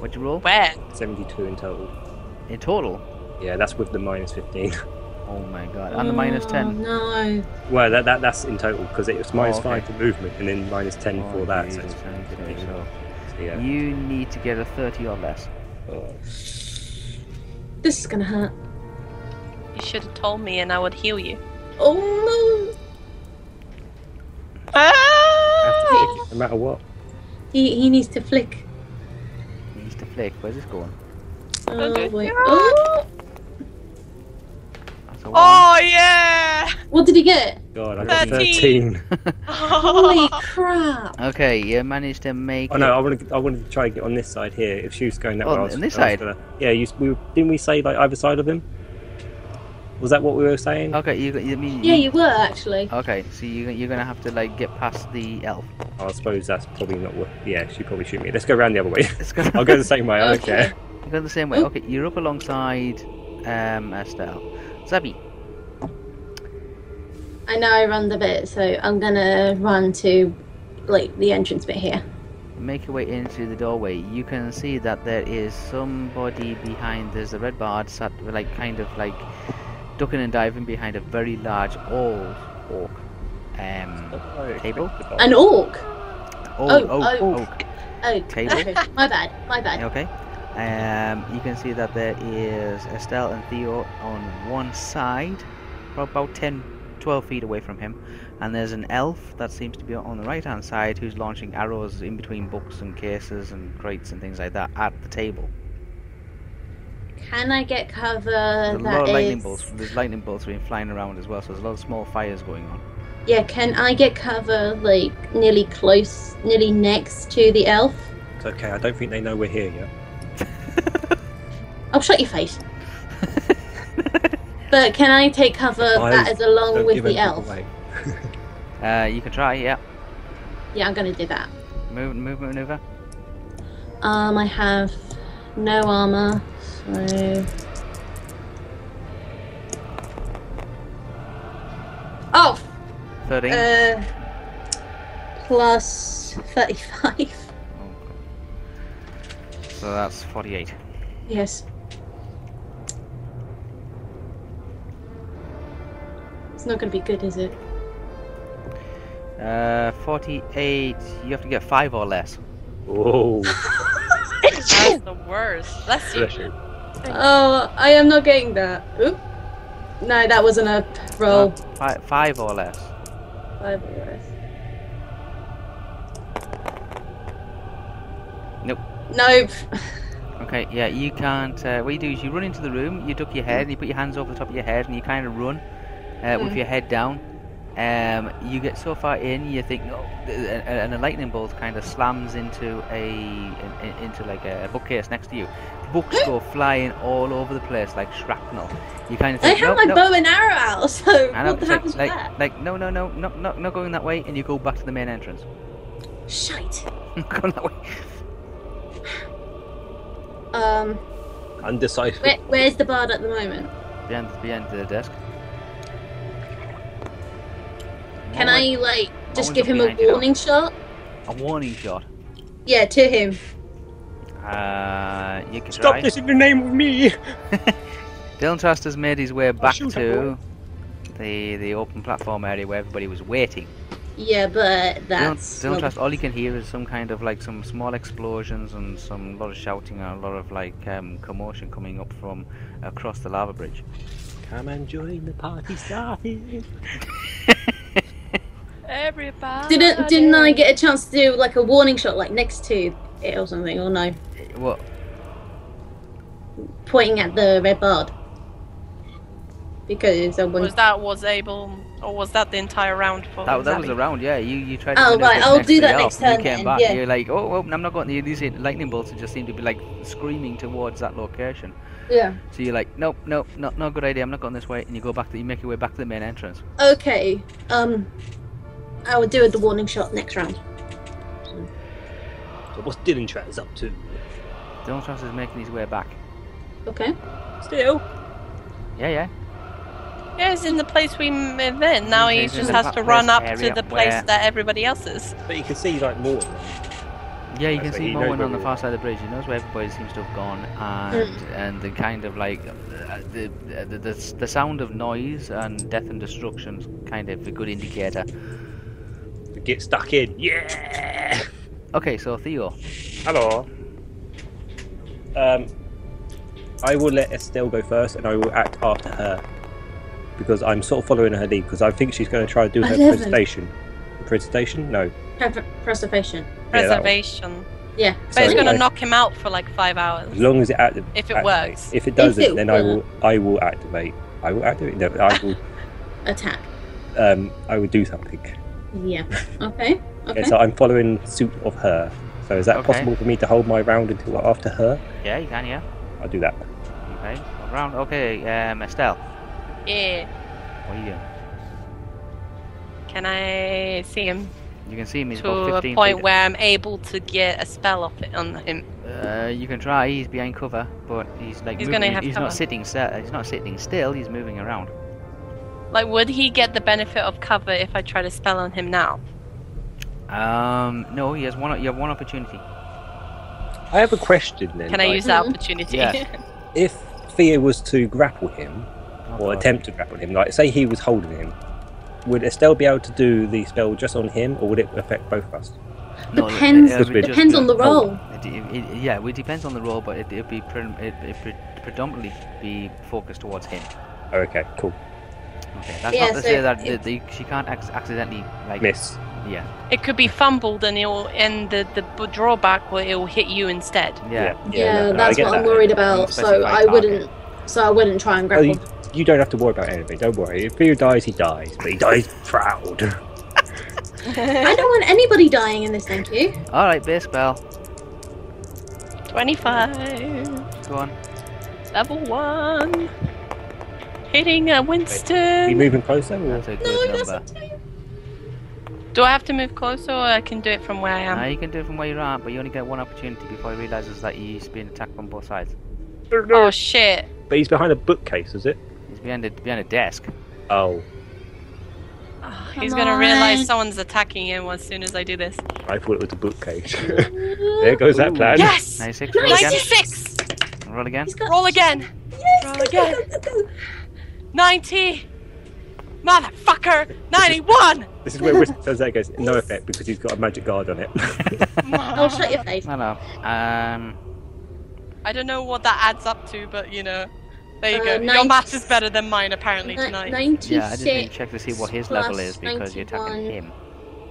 S4: What'd you roll?
S2: Where?
S6: 72 in total.
S4: In total.
S6: Yeah, that's with the minus 15.
S4: Oh my god. And the minus ten.
S1: Oh, No.
S6: well, that, that that's in total because it was minus
S4: Oh, okay.
S6: 5 for movement and then minus 10 for
S4: Oh,
S6: that. So
S4: Jesus,
S6: it's
S4: okay,
S6: 15.
S4: so
S6: So, yeah. Oh,
S4: You need to get a thirty or less.
S1: This is gonna hurt.
S2: You should have told me and I would heal you.
S1: Oh
S2: Ah!
S6: No matter what.
S1: no! He, he needs to flick.
S4: You need to flick. Where's this going?
S1: Oh,
S2: Ah! Okay.
S1: wait. Oh!
S4: That's a one.
S2: Oh, yeah!
S1: What did he get?
S6: God, I got
S2: 13.
S6: 13.
S1: Holy crap!
S4: Okay, you managed to make.
S6: Oh no,
S4: it-
S6: I want to. I wanted to try and get on this side here. If she was going that
S4: On-
S6: way, I was,
S4: on this
S6: I was
S4: side?
S6: Gonna, yeah, you, we didn't we say like either side of him? Was that what we were saying?
S4: Okay, you. I mean.
S1: Yeah, you were actually.
S4: Okay, so you you're gonna have to like get past the elf.
S6: Oh, I suppose that's probably not what. Yeah, she probably shoot me. Let's go round the other way.
S4: It's go.
S6: I'll go the same way. I don't
S1: Okay.
S6: care.
S4: You go the same way.
S1: Oh.
S4: Okay, you're up alongside um Estelle. Zabi.
S1: I know I run the bit, so I'm gonna run to like the entrance bit here.
S4: Make your way into the doorway. You can see that there is somebody behind. There's a red bard sat, like, kind of like ducking and diving behind a very large old orc. Um, Table?
S1: An orc.
S4: old
S1: Oh,
S4: oak,
S1: oh.
S4: oak
S1: Oh,
S4: table.
S1: okay. my bad. My bad.
S4: Okay. Um, you can see that there is Estelle and Theo on one side, prob- about 10, 12 feet away from him, and there's an elf that seems to be on the right hand side who's launching arrows in between books and cases and crates and things like that at the table.
S1: Can I get cover?
S4: There's a lot
S1: that
S4: of lightning
S1: is-
S4: bolts. There's lightning bolts being flying around as well, so there's a lot of small fires going on.
S1: Yeah, can I get cover like nearly close, nearly next to the elf?
S6: It's okay. I don't think they know we're here yet.
S1: I'll shut your face. But can I take cover
S6: Eyes
S1: that is along
S6: Don't
S1: with
S6: give
S1: the
S6: anything
S1: elf?
S6: away.
S4: uh, you can try, yeah.
S1: Yeah, I'm gonna do that.
S4: Move, move, maneuver.
S1: Um, I have no armor, so. Oh,
S4: 13.
S1: uh, plus 35.
S4: So that's 48.
S1: Yes. It's not gonna be good, is it?
S4: Uh, 48. You have to get 5 or less.
S6: Whoa.
S2: That's the worst. Bless you.
S6: Bless you.
S1: Oh, I am not getting that. Oop. No, that wasn't a
S4: Uh,
S1: roll.
S4: Five, five or less.
S1: Five or worse.
S4: Nope.
S1: Nope.
S4: Okay, yeah, you can't. Uh, what you do is you run into the room, you duck your head, and you put your hands over the top of your head, and you kind of run uh, with
S1: Mm.
S4: your head down. Um, you get so far in, you think, oh, th- th- and a lightning bolt kind of slams into a in- in- into like a bookcase next to you. Books go flying all over the place like shrapnel. You kind of
S1: I
S4: think,
S1: have
S4: "Nope,
S1: my
S4: nope,
S1: bow and arrow out, so
S4: I know,
S1: what the
S4: it's like-
S1: heck was
S4: like,
S1: that?
S4: like, no, no, no, no, no, not going that way, and you go back to the main entrance.
S1: Shite.
S4: going that way.
S1: Um,
S6: Undecided.
S1: where, where's the bard at the moment?
S4: Behind, behind the desk.
S1: Can
S4: More
S1: I like just
S4: one's
S1: give
S4: up
S1: him a
S4: behind you now.
S1: warning shot?
S4: like A warning shot.
S1: Yeah, to him.
S4: Uh, you can
S6: Stop
S4: try.
S6: this in the name of me!
S4: Dylan Trust has made his way back
S5: shoot,
S4: to the the open platform area where everybody was waiting.
S1: Yeah, but
S4: Dylan,
S1: that's
S4: Dylan
S1: not-
S4: Trust, all you can hear is some kind of like some small explosions and some lot of shouting and a lot of like um, commotion coming up from across the lava bridge.
S3: Come and join the party started.
S2: Everybody.
S1: didn't didn't I get a chance to do like a warning shot like next to it or something or no?
S4: Well,
S1: Pointing at the red bard. Because I
S2: Was
S1: wouldn't
S2: that was able, or was that the entire round for?
S4: that, that was
S2: Zami?
S4: a round, yeah. You you tried.
S1: Oh,
S4: to finish
S1: right,
S4: this
S1: I'll do
S4: day
S1: that
S4: off
S1: next
S4: and
S1: turn
S4: You came
S1: then,
S4: back.
S1: yeah.
S4: You're like, oh, well, I'm not going to these lightning bolts. It just seem to be like screaming towards that location.
S1: Yeah.
S4: So you're like, nope, nope, not not a good idea. I'm not going this way. And you go back. To, you make your way back to the main entrance.
S1: Okay. Um I will do the warning shot next round.
S6: So what's Dylan Tratters up to?
S4: Dylan Trust is making his way back.
S1: Okay.
S6: Still.
S4: Yeah, yeah.
S2: Yeah, he's in the place we met then. Now he
S4: He's in
S2: just
S4: the
S2: has
S4: pa-
S2: to run
S4: place
S2: up to
S4: area
S2: the place
S4: where-
S2: that everybody else is.
S6: But you can see like more. of them.
S4: Yeah, you
S6: That's
S4: can
S6: what
S4: see
S6: he knows
S4: Moen
S6: where
S4: on the
S6: we
S4: far
S6: are.
S4: side of the bridge. He knows where everybody seems to have gone, and
S1: Hmm.
S4: and the kind of like uh, the, the the the sound of noise and death and destruction's kind of a good indicator.
S6: Get stuck in. Yeah!
S4: Okay, so Theo,
S6: Hello. Um, I will let Estelle go first, and I will act after her because I'm sort of following her lead because I think she's going to try and do her
S1: Eleven.
S6: presentation. Presentation? No.
S1: Pre- preservation.
S6: Yeah, that one.
S2: Preservation.
S1: Yeah.
S2: but
S6: So
S2: it's gonna
S6: anyway,
S2: knock him out for like five
S6: As
S2: hours
S6: long as it act-
S2: if it
S6: act-
S2: works.
S6: If it doesn't,
S1: it
S6: then I
S1: will.
S6: will. I will activate. I will activate. No, I will.
S1: Attack.
S2: Ah.
S6: um, I will do something.
S1: Yeah. Okay. Okay.
S6: Okay, so I'm following suit of her. So is that
S4: Okay.
S6: possible for me to hold my round until after her?
S4: yeah, you can, yeah.
S6: I'll do that.
S4: Okay, round. Okay, um, Estelle,
S2: Yeah.
S4: what are you doing?
S2: Can I see him
S4: You can see him. He's
S2: to
S4: about
S2: a
S4: 15
S2: point
S4: feet.
S2: where I'm able to get a spell off it on him?
S4: Uh, you can try. He's behind cover, but he's like
S2: He's
S4: moving.
S2: gonna have
S4: he's
S2: cover.
S4: not sitting. St- he's not sitting still. He's moving around.
S2: Like, would he get the benefit of cover if I try to spell on him now?
S4: Um, no, he has one. You have one opportunity.
S6: I have a question then.
S2: Can I
S6: like,
S2: use that
S1: Mhm.
S2: opportunity?
S4: Yeah.
S6: if Thea was to grapple him?
S4: Oh,
S6: or
S4: God.
S6: attempt to grapple him. Like, say he was holding him, would Estelle be able to do the spell just on him, or would it affect both of us?
S4: it-
S1: Depends-
S4: it would
S6: Depends
S4: just
S1: Depends
S4: be-
S1: on the
S4: oh,
S1: roll.
S4: it- it- it- yeah, it depends on the role, but it, it'd be pre- it, it pre- predominantly be focused towards him.
S6: Oh, okay, cool.
S4: Okay, that's
S1: Yeah,
S4: not to
S1: so
S4: say that
S1: it-
S4: the, the, she can't ac- accidentally like
S6: Miss.
S4: Yeah,
S2: It could be fumbled and it'll and the, the b- drawback will it'll hit you instead.
S4: yeah.
S1: yeah,
S6: no, I
S1: that's
S6: get
S1: what I'm
S6: that.
S1: worried about. So
S4: Unspecified
S1: I
S4: target.
S1: wouldn't. So I wouldn't try and
S6: Well,
S1: grapple.
S6: you, you don't have to worry about anything. Don't worry. If Theo dies, he dies, but he dies proud.
S1: I don't want anybody dying in this. Thank you.
S4: All right, base spell.
S2: Twenty five,
S4: Go on.
S2: level one, hitting a
S6: Are you
S2: Winston.
S6: moving closer? Or?
S4: That's a
S1: No,
S4: good
S1: it
S4: number.
S1: doesn't. do.
S2: Do I have to move closer, or I can do it from where I
S4: Now
S2: am?
S4: you can do it from where you're at, but you only get one opportunity before he realizes that he's being attacked from both sides.
S2: Oh shit!
S6: But he's behind a bookcase, is it?
S4: He's behind a behind a desk.
S6: Oh,
S2: Ah, he's
S1: Come
S2: gonna realize
S1: on.
S2: someone's attacking him as soon as I do this.
S6: I thought it was a bookcase. there goes that
S4: Ooh.
S6: plan.
S2: Yes,
S4: Ninety-six. Roll again.
S2: ninety six.
S4: Roll again.
S1: He's got
S2: Roll again.
S1: Yes,
S2: Roll
S1: go,
S2: again.
S1: go, go, go, go.
S2: Ninety. Motherfucker. Ninety-one.
S6: This is where Whisper turns out and goes, no effect because he's got a magic guard on it.
S1: Oh, shut your face.
S4: No, no. Um,
S2: I don't know what that adds up to, but you know. There you
S1: Uh,
S2: go. Your
S1: nine-
S2: math is better than mine apparently tonight.
S1: Ninety-six.
S4: Yeah, I just didn't check to see what his level
S1: plus
S4: is because you're attacking
S1: 91.
S4: him.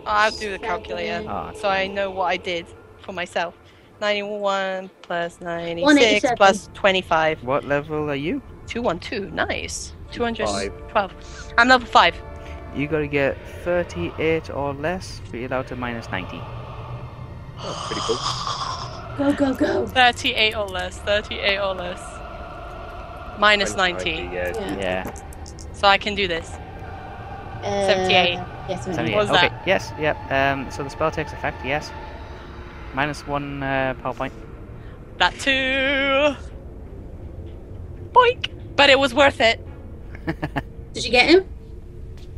S2: I'll do the calculator
S4: Ah,
S2: so I know what I did for myself. 91 plus 96
S1: 187.
S2: plus 25.
S4: What level are you?
S2: 212. Nice. 212.
S6: Five.
S2: I'm level 5.
S4: You gotta get 38 or less, but you're allowed to minus 90.
S6: Pretty cool.
S1: Go go go.
S2: 38 or less. 38 or less. Minus 90.
S6: Yeah.
S1: Yeah.
S4: Yeah.
S2: So I can do this.
S1: Uh,
S2: 78.
S1: Yes,
S4: So
S1: seventy-eight.
S4: yeah,
S2: was
S4: okay.
S2: that?
S4: Yes. Yep. Um. So the spell takes effect. Yes. Minus one uh, power point.
S2: That too. Boink. But it was worth it.
S1: Did you get him?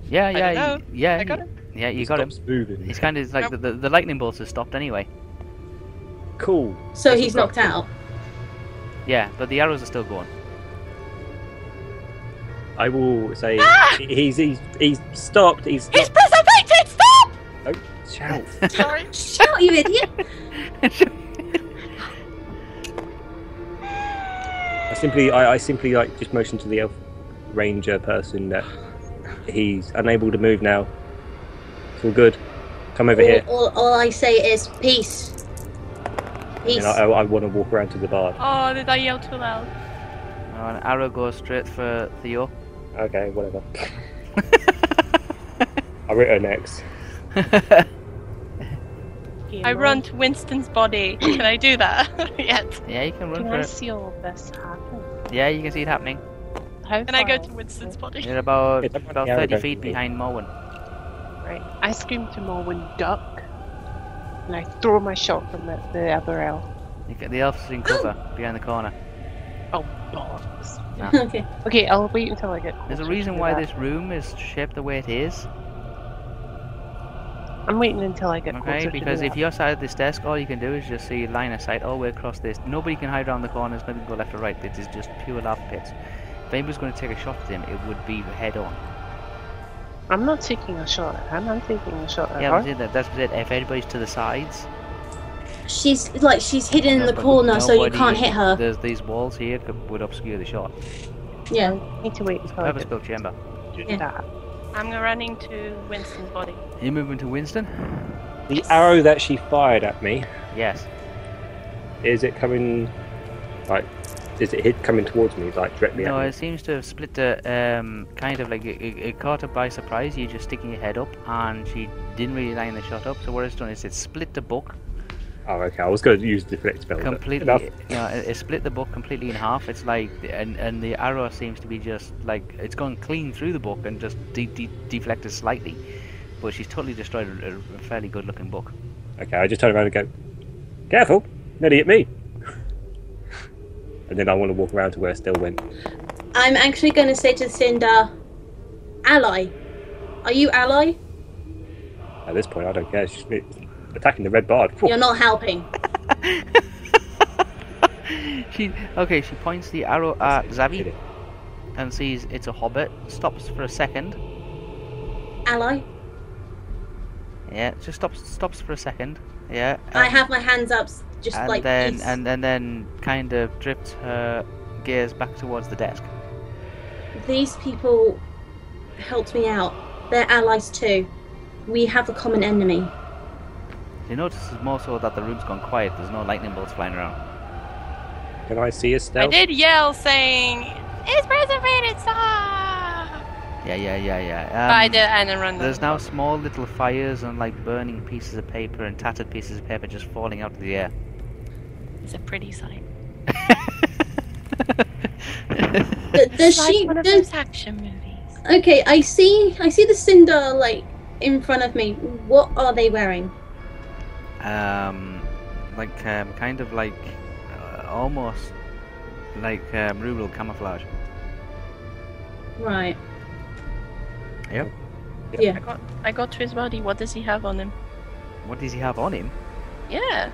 S4: Yeah. Yeah.
S2: don't know.
S4: y- Yeah.
S2: I got
S4: y-
S2: it.
S4: Yeah. You got him.
S6: Stops moving.
S4: It's kind of like the, the the lightning bolts have stopped anyway.
S6: Cool.
S1: So
S6: That's
S1: he's
S6: what
S1: knocked out.
S4: Yeah, but the arrows are still going.
S6: I will say he's he's he's stopped. He's
S2: Ah! He's
S6: stopped.
S2: preservated! Stop!
S6: Shout.
S2: Sorry.
S1: Shout, you idiot!
S6: I simply I, I simply like just motioned to the elf ranger person that he's unable to move now. It's all good. Come over here.
S1: All, all, all I say is peace. Peace.
S6: And I, I, want to walk around to the bard.
S2: Oh, did I yell too loud?
S4: Oh, an arrow goes straight for Theo.
S6: Okay, whatever. I wrote her next.
S2: I run to Winston's body. Can I do that yet?
S4: yeah, you can run
S5: Can
S4: for
S5: I
S4: it.
S5: see all this happen?
S4: Yeah, you can see it happening.
S5: How
S2: Can I go
S5: far?
S2: to Winston's body?
S4: You're about
S6: It's
S4: about
S6: the arrow
S4: 30
S6: goes
S4: feet
S6: to me.
S4: behind Morwen.
S5: Right. I scream to Morwen, duck, and I throw my shot from the, the other elf.
S4: You get the elf's in cover behind the corner.
S5: Oh, bollocks.
S1: okay.
S5: Okay, I'll wait until I get
S4: There's a
S5: closer
S4: reason
S5: to
S4: why
S5: that.
S4: this room is shaped the way it is.
S5: I'm waiting until I get
S4: Okay,
S5: closer
S4: because
S5: to
S4: if
S5: that.
S4: you're side of this desk, all you can do is just see line of sight all the way across this. Nobody can hide around the corners, nothing can go left or right. It is just pure lava pits. If anybody's going to take a shot at him, it would be head on.
S5: I'm not taking a shot at him, I'm taking a shot at
S4: Yeah, I'm
S5: her.
S4: saying that, that's what I said. If anybody's to the sides,
S1: She's like she's hidden in the
S4: nobody-
S1: corner, so you
S4: nobody-
S1: can't hit her.
S4: There's these walls here could, would obscure the shot.
S1: Yeah.
S5: I need to wait until I
S4: Purpose
S5: get
S4: built chamber.
S5: closer
S1: Yeah.
S5: to that.
S2: I'm running to Winston's body.
S4: You moving to Winston?
S6: The arrow that she fired at me
S4: Yes.
S6: is it coming? Like, is it hit coming towards me? Like directly
S4: No,
S6: at me?
S4: it seems to have split the um, kind of like it, it, it caught her by surprise. You're just sticking your head up, and she didn't really line the shot up. So what it's done is it split the book
S6: Oh, okay. I was going to use deflect spell. but
S4: completely.
S6: enough.
S4: No, it, it split the book completely in half. It's like and and the arrow seems to be just like it's gone clean through the book and just de- de- deflected slightly. But she's totally destroyed a, a fairly good-looking book.
S6: Okay, I just turn around and go, careful, nearly hit me. And then I want to walk around to where Still went.
S1: I'm actually going to say to Cinder, ally. Are you ally?
S6: At this point, I don't care. She's attacking the red bard. Phew.
S1: You're not helping.
S4: she okay. She points the arrow at
S6: Hit
S4: Zavi
S6: it.
S4: and sees it's a hobbit. Stops for a second.
S1: Ally.
S4: Yeah, just stops stops for a second. Yeah.
S1: I
S4: um,
S1: have my hands up, s- just
S4: and
S1: like
S4: then
S1: peace.
S4: and, and then kind of drifts her gears back towards the desk.
S1: These people helped me out. They're allies too. We have a common enemy.
S4: She notices more so that the room's gone quiet. There's no lightning bolts flying around.
S6: Can I see
S2: I
S6: Estelle?
S2: did yell saying, It's preservated, stop!
S4: Yeah, yeah, yeah, yeah.
S2: but I
S4: um,
S2: did and then run.
S4: There's now small little fires and like burning pieces of paper and tattered pieces of paper just falling out of the air.
S2: It's a pretty sight.
S1: But does
S2: It's
S1: she?
S2: like one of
S1: Does,
S2: those action movies.
S1: okay, I see. I see the Cinder like in front of me. What are they wearing?
S4: um, like um, kind of like uh, almost like um, rural camouflage.
S1: Right.
S2: I got, I got to his body. What does he have on him?
S4: What does he have on him?
S2: Yeah.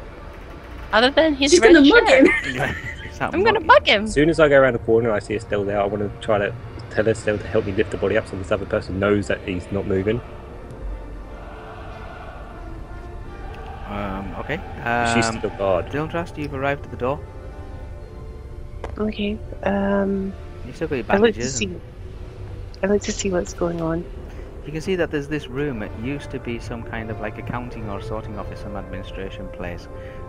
S2: Other than his
S1: She's
S2: red
S1: gonna mug
S2: shirt.
S1: him.
S4: Is that
S2: I'm gonna
S4: mutton?
S2: mug him.
S6: As soon as I go around the corner and I see Estelle there, I want to try to tell Estelle to help me lift the body up so this other person knows that he's not moving.
S4: Um, okay.
S6: She's
S4: Um,
S6: still a guard.
S4: Dylan Trust, you've arrived at the door.
S5: Okay, um,
S4: You still got your
S5: I like
S4: bandages.
S5: to
S4: and-
S5: see. I like to see what's going on.
S4: You can see that there's this room. It used to be some kind of like accounting or sorting office, some administration place.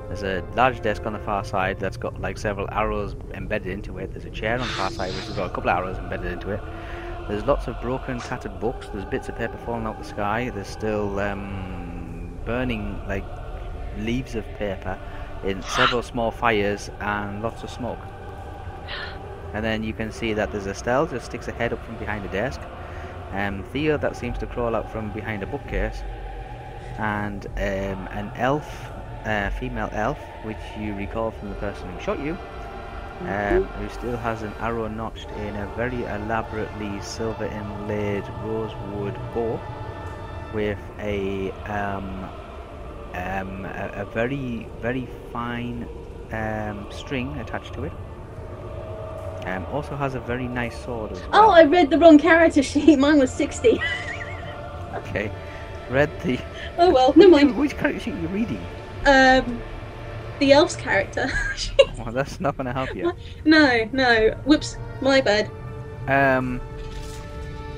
S4: There's a large desk on the far side that's got like several arrows embedded into it. There's a chair on the far side which has got a couple of arrows embedded into it. There's lots of broken, tattered books. There's bits of paper falling out the sky. There's still um, burning like leaves of paper in several small fires and lots of smoke. And then you can see that there's Estelle just sticks her head up from behind the desk. Um, Theo that seems to crawl out from behind a bookcase, and um, an elf, uh, female elf, which you recall from the person who shot you, um, who still has an arrow notched in a very elaborately silver inlaid rosewood bow, with a um, um, a, a very very fine um, string attached to it. Um, also has a very nice sword as
S1: Oh,
S4: well.
S1: I read the wrong character sheet. Mine was 60.
S4: Okay. Read the.
S1: Oh well, never mind.
S4: Which character sheet are you reading?
S1: Um, the elf's character.
S4: Well, that's not going to help you.
S1: no, no. Whoops, my bad.
S4: Um,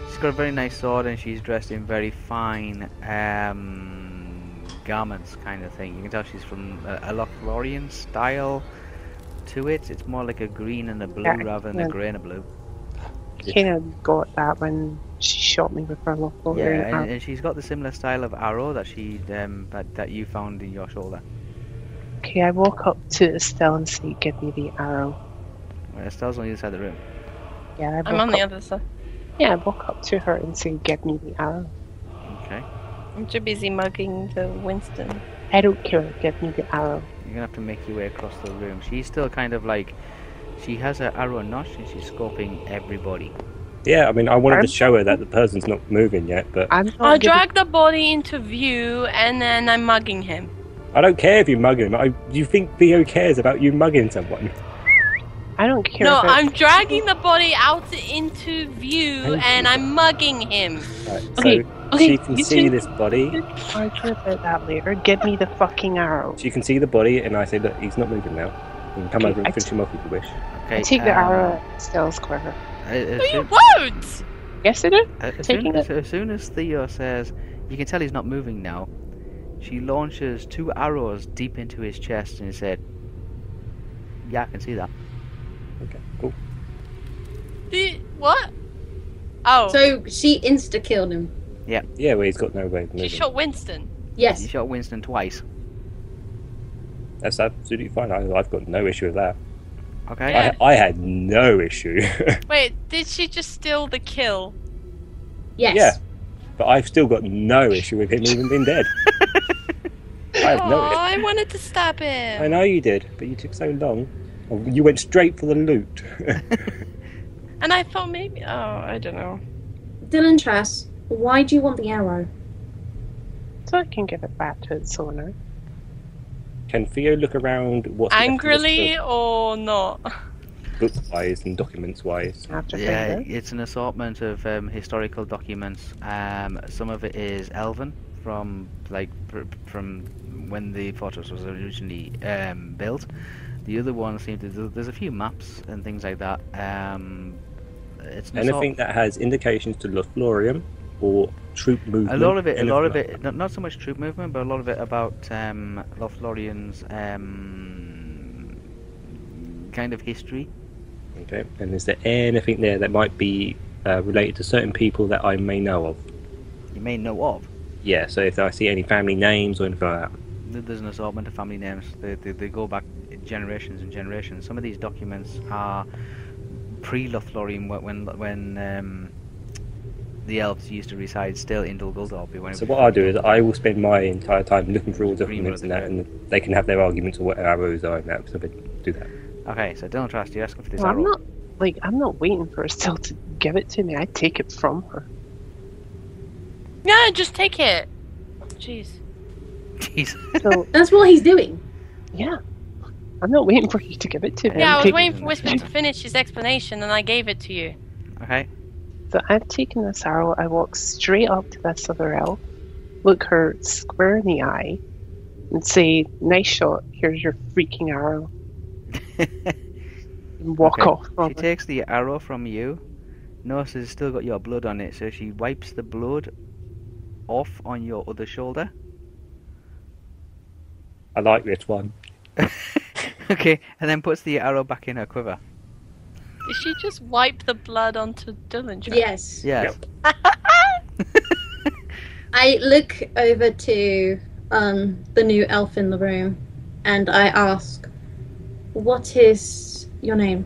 S4: she's got a very nice sword and she's dressed in very fine um, garments, kind of thing. You can tell she's from a, a Lothlorien style to it. It's more like a green and a blue
S5: Yeah,
S4: rather than a
S5: yeah.
S4: grey and a blue.
S5: Kind of got that when she shot me with her local
S4: Yeah, and, and she's got the similar style of arrow that she um, that, that you found in your shoulder.
S5: Okay, I walk up to Estelle and say, "Give me the arrow."
S4: Uh, Estelle's on the other side of the room.
S5: Yeah, I walk
S2: I'm on
S5: up,
S4: Oh.
S2: the other side.
S5: Yeah, I walk up to her and say, "Give me the arrow."
S4: Okay.
S2: I'm too busy mugging the Winston.
S5: I don't care. Give me the arrow.
S4: You're gonna have to make your way across the room. She's still kind of like, she has her arrow notched and she's scoping everybody.
S6: Yeah, I mean, I wanted
S5: I'm-
S6: to show her that the person's not moving yet, but
S5: I'm not.
S2: I'll
S5: giving-
S2: drag the body into view and then I'm mugging him.
S6: I don't care if you mug him. I, you think Theo cares about you mugging someone?
S5: I don't care.
S2: no,
S5: about-
S2: I'm dragging the body out into view
S6: Thank
S2: and I'm mugging him.
S6: Right,
S5: Okay,
S6: so
S5: okay,
S6: she can
S5: you
S6: see
S5: two-
S6: this body.
S5: argue about that later. Give me the fucking arrow.
S6: She can see the body, and I say, look, he's not moving now. You can come
S5: Okay,
S6: over and
S5: I
S6: finish him off if you wish.
S4: Okay.
S5: I take the
S4: um,
S5: arrow at Estelle's quiver.
S4: a-
S2: No,
S4: As
S2: you
S4: soon,
S2: won't!
S5: Yes, I do.
S4: a- as,
S5: taking
S4: soon, as, as soon as Theo says, you can tell he's not moving now, she launches two arrows deep into his chest and he said, Yeah, I can see that.
S6: Okay, cool.
S2: The- what? Oh,
S1: So she insta killed him.
S6: Yeah, well, he's got no way of
S2: she
S6: moving.
S2: shot Winston.
S4: You
S1: Yes.
S4: shot Winston twice.
S6: That's absolutely fine. I, I've got no issue with that.
S4: Okay.
S2: Yeah.
S6: I, I had no issue,
S2: Wait, did she just steal the kill?
S1: Yes.
S6: Yeah. but I've still got no issue with him even being dead. I have
S2: Oh,
S6: no
S2: I wanted to stab him.
S6: I know you did, but you took so long. Oh, You went straight for the loot.
S2: And I thought maybe. Oh, I don't know.
S1: Dylan Trass, why do you want the arrow?
S5: So I can give it back to its owner.
S6: Can Theo look around what's left in this
S2: Angrily or not?
S6: book, book-wise and documents-wise?
S5: After
S4: Yeah,
S5: yeah.
S4: it's an assortment of um, historical documents. Um, some of it is elven from like pr- from when the fortress was originally um, built. The other ones seem to there's a few maps and things like that. Um, it's an
S6: Anything that has indications to Lothlorien or troop
S4: assort- a
S6: movement?
S4: lot of it, a
S6: anything
S4: lot of
S6: like
S4: it, not, not so much troop movement, but a lot of it about um, Lothlorien's um, kind of history.
S6: that. Okay. And is there anything there that might be uh, related to certain people that I may know of?
S4: You may know of.
S6: Yeah. So if I see any family names or anything like
S4: Th- There's an assortment of family names. They, they, they go back generations and generations. Some of these documents are pre-Lothlorien, wh- when when um, the elves used to reside still in Dol Guldur.
S6: that. So what I'll do is I will spend my entire time looking through all the
S4: Green
S6: documents and
S4: one,
S6: that, and they can have their arguments or what arrows are and that. So they do that.
S4: Okay, so Donald Trust, you're asking for this
S5: Well, I'm
S4: arrow.
S5: not like I'm not waiting for Estelle to give it to me. I take it from her.
S2: No, just take it. Jeez.
S4: Jeez.
S5: So
S1: That's what he's doing.
S5: yeah, I'm not waiting for you to give it to me.
S2: Yeah, I was
S4: Yeah,
S5: I'm taking-
S2: waiting for Whisper to finish his explanation and I gave it to you.
S4: Okay,
S5: So I've taken this arrow, I walk straight up to this other elf, look her square in the eye, and say, Nice shot, here's your freaking arrow. and walk
S4: Okay.
S5: off.
S4: She
S5: probably.
S4: takes the arrow from you. Notices it's still got your blood on it, so she wipes the blood off on your other shoulder.
S6: I like this one.
S4: okay, and then puts the arrow back in her quiver.
S2: Did she just wipe the blood onto Dylan?
S1: Yes.
S4: Yes.
S1: I look over to um, the new elf in the room and I ask, What is your name?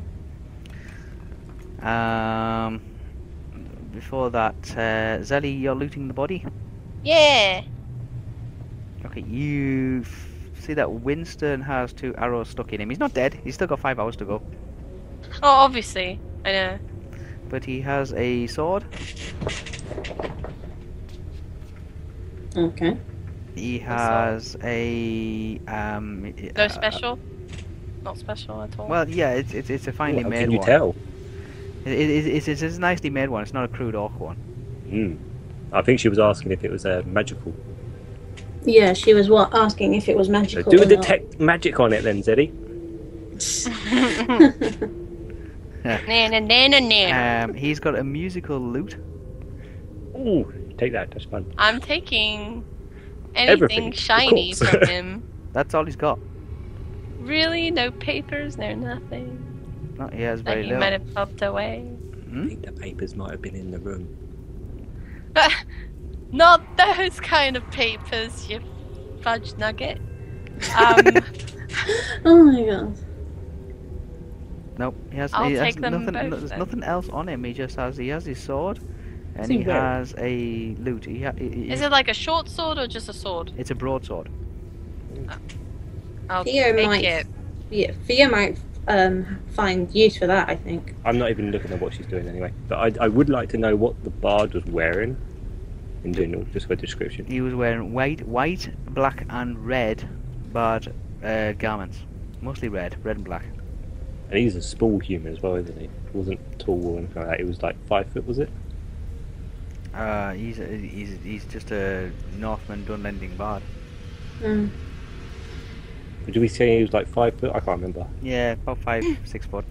S4: Um. Before that, uh, Zelly, you're looting the body.
S7: Yeah.
S4: Okay, you f- see that Winston has two arrows stuck in him. He's not dead. He's still got five hours to go,
S2: Oh, obviously. I know.
S4: but he has a sword.
S1: Okay.
S4: He
S2: That's
S4: has a um. y-
S2: No
S4: uh,
S2: special. Not special at all.
S4: Well, yeah, it's it's, it's a finely
S6: Well,
S4: made
S6: can you
S4: one.
S6: tell?
S4: It, it, it's, it's, it's a nicely made one. It's not a crude orc one.
S6: Mm. I think she was asking if it was uh, magical.
S1: Yeah, she was what asking if it was
S6: So
S1: magical.
S6: do
S1: or
S6: a detect magic on it then, Zeddy.
S1: not.
S7: Na na na na na.
S6: uh,
S4: Um, he's got a musical lute.
S6: Ooh, take that. That's fun.
S2: I'm taking
S6: Everything,
S2: anything
S6: of
S2: shiny
S6: course.
S2: from him.
S4: That's all he's got.
S2: Really? No papers? No nothing?
S4: No, he has
S2: That
S4: very
S2: he
S4: little.
S2: might have popped away?
S4: I
S6: think the papers might have been in the room.
S2: Not those kind of papers, you fudge nugget. Um,
S1: oh my god.
S4: Nope, he has.
S2: I'll
S4: he has
S2: take them
S4: nothing,
S2: both
S4: no- there's
S2: then.
S4: nothing else on him. He just has. He has his sword, and
S6: he
S4: he
S6: wearing?
S4: has a lute. He ha- he- he-
S2: is it like a short sword or just a sword?
S4: It's a broadsword.
S2: I'll
S1: Theo
S2: take
S1: might-
S2: it.
S1: Yeah, Thea might um, find use for that, I think.
S6: I'm not even looking at what she's doing anyway. But I, I would like to know what the bard was wearing in general, just for description.
S4: He was wearing white, white, black, and red barred uh, garments, mostly red, red and black.
S6: And he's a small human as well, isn't he? He wasn't tall or anything like that. He was like five foot, was it?
S4: Uh, he's a, he's he's just a Northman Dunlending bard.
S1: Mm.
S6: Did we say he was like five foot? I can't remember.
S4: Yeah, about five, six foot.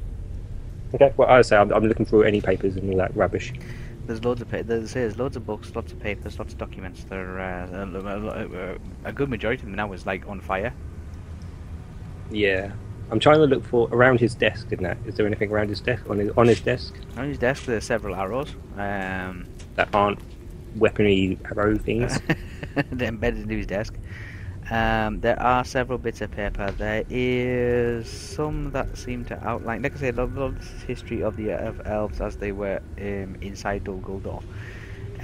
S6: Okay, well, I say I'm, I'm looking through any papers and all that rubbish.
S4: There's loads of pa- there's, there's loads of books, lots of papers, lots of documents. There, uh, a, a- a- a good majority of them now is like on fire.
S6: Yeah. I'm trying to look for around his desk, isn't that? Is there anything around his desk? On his, on his desk
S4: On his desk there's several arrows. Um,
S6: that aren't weaponry arrow things?
S4: they're embedded into his desk. Um, there are several bits of paper. There is some that seem to outline, like I said, the the history of the of elves as they were um, inside Dol Guldur.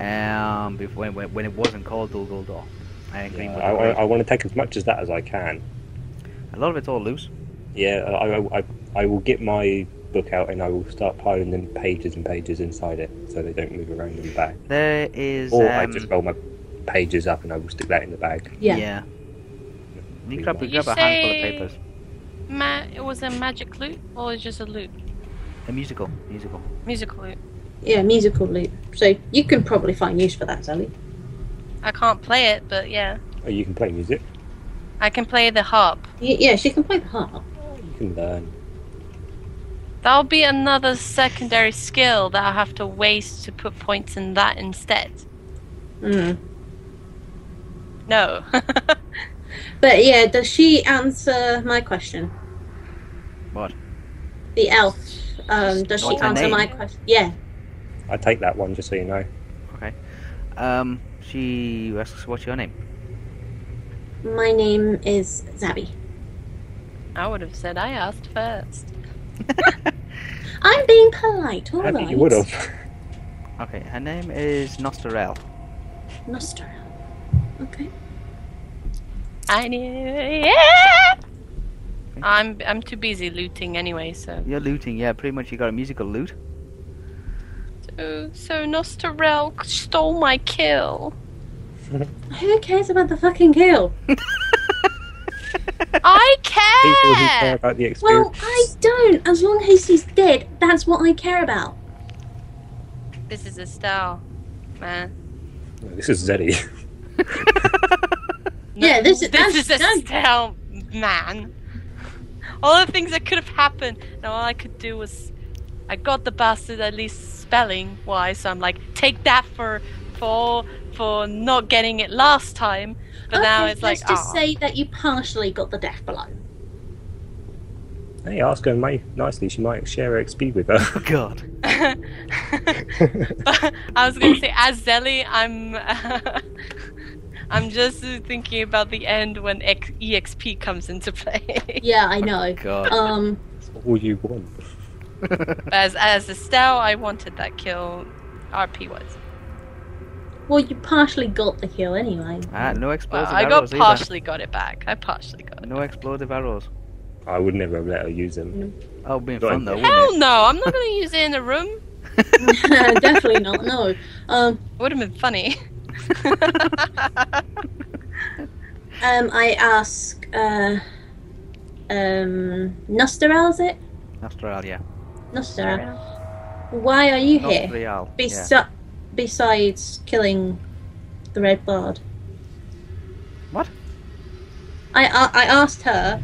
S4: Um, before, when, when it wasn't called Dol Guldur. Uh,
S6: Yeah,
S4: Greenwood
S6: I,
S4: Lodge.
S6: I, I want to take as much as that as I can.
S4: A lot of it's all loose.
S6: Yeah, I, I, I, I will get my book out and I will start piling them pages and pages inside it so they don't move around in the bag.
S4: There is.
S6: Or Oh, I
S4: um,
S6: just roll my pages up and I will stick that in the bag.
S1: Yeah.
S4: You grab,
S6: Did
S2: you
S4: grab a handful
S2: say-
S4: of papers.
S2: Ma- it was a magic loot or just a loot?
S4: A musical, musical.
S2: Musical loot.
S1: Yeah, musical loop. So you can probably find use for that, Sally.
S2: I can't play it, but yeah.
S6: Oh, you can play music.
S2: I can play the harp.
S1: Y- yeah, she can play the harp.
S6: You can learn.
S2: That'll be another secondary skill that I'll have to waste to put points in that instead.
S1: Mm.
S2: No.
S1: But yeah, does she answer my question?
S4: What?
S1: The elf. Um, does she
S4: What's her
S1: answer
S4: name?
S1: my question? Yeah.
S6: I take that one just so you know.
S4: Um, she asks, "What's your name?"
S1: My name is Zabby.
S2: I would have said I asked first.
S1: I'm being polite, all
S6: I
S1: right.
S6: think you would have.
S4: Okay, her name is Nostorel.
S1: Nostra. Okay.
S2: I knew it. I'm I'm too busy looting anyway, so
S4: You're looting, yeah. Pretty much, you got a musical loot.
S2: so, Oh, so Nostorel stole my kill.
S1: Who cares about the fucking kill?
S2: I
S6: People who care
S2: care.
S6: about the
S1: Well,
S6: experience.
S1: I don't. As long as he's dead, that's what I care about.
S2: This is a style, man.
S6: No, this is Zeddy.
S1: Yeah, this is-
S2: this
S1: that's-
S2: is a
S1: that's-
S2: style, man. all the things that could have happened. And all I could do was, I got the bastard at least spelling wise. So I'm like, take that for for for not getting it last time. But now
S1: Okay,
S2: it's
S1: let's
S2: like,
S1: just
S2: "Ah."
S1: say that you partially got the death blow.
S6: Hey, ask her May nicely. She might share her XP with her.
S4: Oh God.
S2: but I was gonna say, as Zelly, I'm I'm just thinking about the end when X- EXP comes into play.
S1: Yeah, I know.
S4: God.
S1: Um,
S6: All you want.
S2: as as Estelle, I wanted that kill, RP wise.
S1: well, you partially got the kill anyway.
S4: Ah, no
S2: Well,
S4: explosive
S2: I got
S4: arrows either.
S2: partially got it back. I partially got it.
S4: No explosive arrows.
S6: I would never have let her use them.
S1: Mm.
S4: That would be
S6: Go
S4: fun
S6: on.
S4: though, wouldn't
S2: Hell no! I'm not gonna use it in a room.
S1: Definitely not. No. Um,
S2: Would have been funny.
S1: um, I ask. Uh, um, Nusteral, is it?
S4: it? Australia.
S1: Nusteral. Why are you here?
S4: Australia. Yeah.
S1: Besi- Besides killing the Red Bard.
S4: What?
S1: I, I I asked her,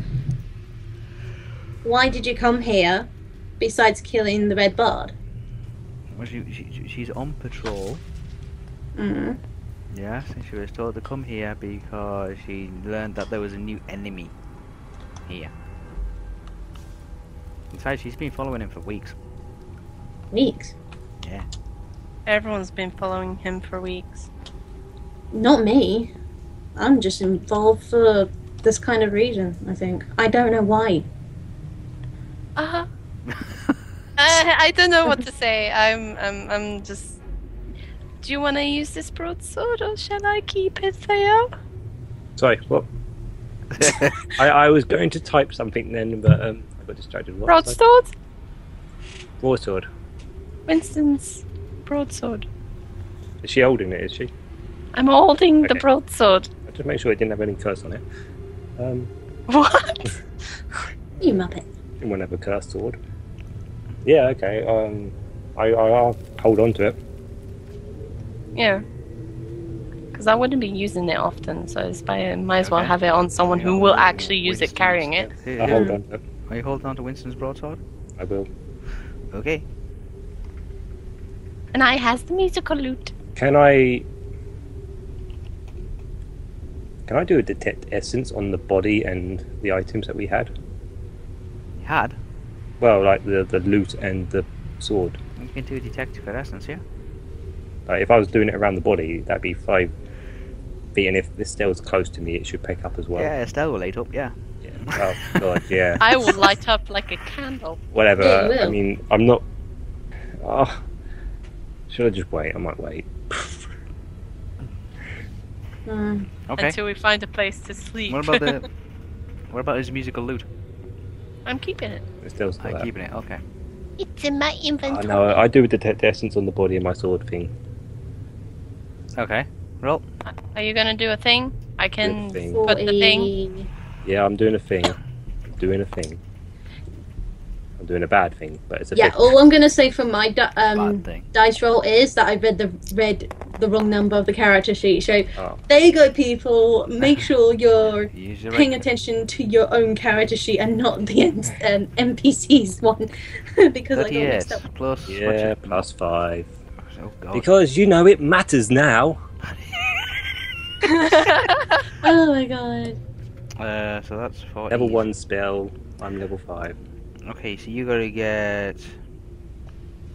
S1: why did you come here besides killing the Red Bard?
S4: Well, she, she, she- she's on patrol.
S1: Mm.
S4: Yes, and she was told to come here because she learned that there was a new enemy here. In fact, she's been following him for weeks.
S1: Weeks.
S2: Everyone's been following him for weeks.
S1: Not me. I'm just involved for this kind of reason, I think. I don't know why.
S2: Uh, I, I don't know what to say. I'm I'm I'm just. Do you want to use this broadsword or shall I keep it for you?
S6: Sorry, what? I, I was going to type something then, but um, I got distracted. What? was I-
S2: Broadsword,
S6: Broadsword.
S2: Winston's broadsword.
S6: Is she holding it? Is she?
S2: I'm holding the
S6: Okay.
S2: broadsword.
S6: I just make sure it didn't have any curse on it. Um,
S2: What?
S1: You muppet.
S6: didn't want to have a cursed sword. Yeah. Okay. Um, I, I I'll hold on to it.
S2: yeah. Because I wouldn't be using it often, so it's by, might as well
S4: Okay.
S2: have it on someone
S4: Hang
S2: who
S4: on,
S2: will
S4: wait,
S2: actually use it
S4: Winston's-
S2: carrying it.
S4: Here-
S6: I'll
S4: here.
S6: hold on to it.
S4: Are you holding on to Winston's broadsword?
S6: I will.
S4: Okay.
S2: And I has the musical lute.
S6: Can I? Can I do a detect essence on the body and the items that we had?
S4: You had.
S6: Well, like the the loot and the sword.
S4: You can do a detective for essence, yeah?
S6: Like if I was doing it around the body, that'd be five feet, and if this Estelle's close to me, it should pick up as well.
S4: Yeah, Estelle will light up, yeah.
S6: Oh god, yeah.
S2: I will light up like a candle.
S6: Whatever.
S1: Yeah, you will.
S6: I mean, I'm not. Oh, should I just wait? I might wait.
S1: Mm.
S4: Okay.
S2: until we find a place to sleep.
S4: What about the. What about his musical loot?
S2: I'm keeping it.
S6: Estelle's not
S4: I'm
S6: that.
S4: keeping it, okay.
S7: It's in my
S6: Oh,
S7: inventory.
S6: no, I do detect essence on the body and my sword thing.
S4: Okay.
S2: Are you gonna do a thing? I can.
S6: thing.
S2: But the thing-
S6: Yeah, I'm doing a thing. I'm doing a thing. I'm doing a bad thing, but it's a
S1: Yeah,
S6: thing.
S1: all I'm gonna say from my di-
S4: Bad
S1: um,
S4: thing.
S1: dice roll is that I read the read the wrong number of the character sheet. So
S6: Oh.
S1: there you go, people. Make sure you're
S4: Use your
S1: paying
S4: right-
S1: attention to your own character sheet and not the N- um, NPC's one because I got
S4: 30 years.
S1: mixed up.
S4: Plus. what's
S6: Yeah,
S4: it-
S6: plus five.
S4: Oh god.
S6: Because you know it matters now.
S1: Oh my god.
S4: Uh, so that's 40.
S6: Level one spell. I'm level five.
S4: Okay, so you gotta get.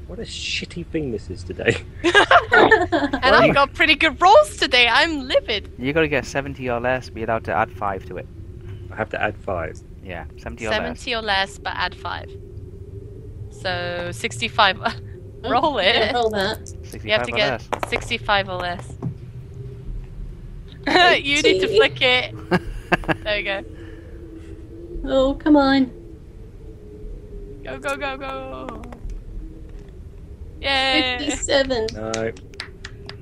S6: What a shitty thing this is today.
S2: and I got pretty good rolls today. I'm livid.
S4: You gotta get 70 or less, be allowed to add 5 to it.
S6: I have to add five.
S4: Yeah, 70 or less.
S2: Seventy or less, but add five. So sixty-five. roll
S1: Yeah,
S2: it.
S1: roll that.
S4: 65
S2: You have to
S4: or
S2: get
S4: less.
S2: sixty-five or less. you need to
S1: Eighty.
S2: flick it. There you go.
S1: Oh come on.
S2: Go go go go. Yay!
S1: Fifty-seven.
S6: No.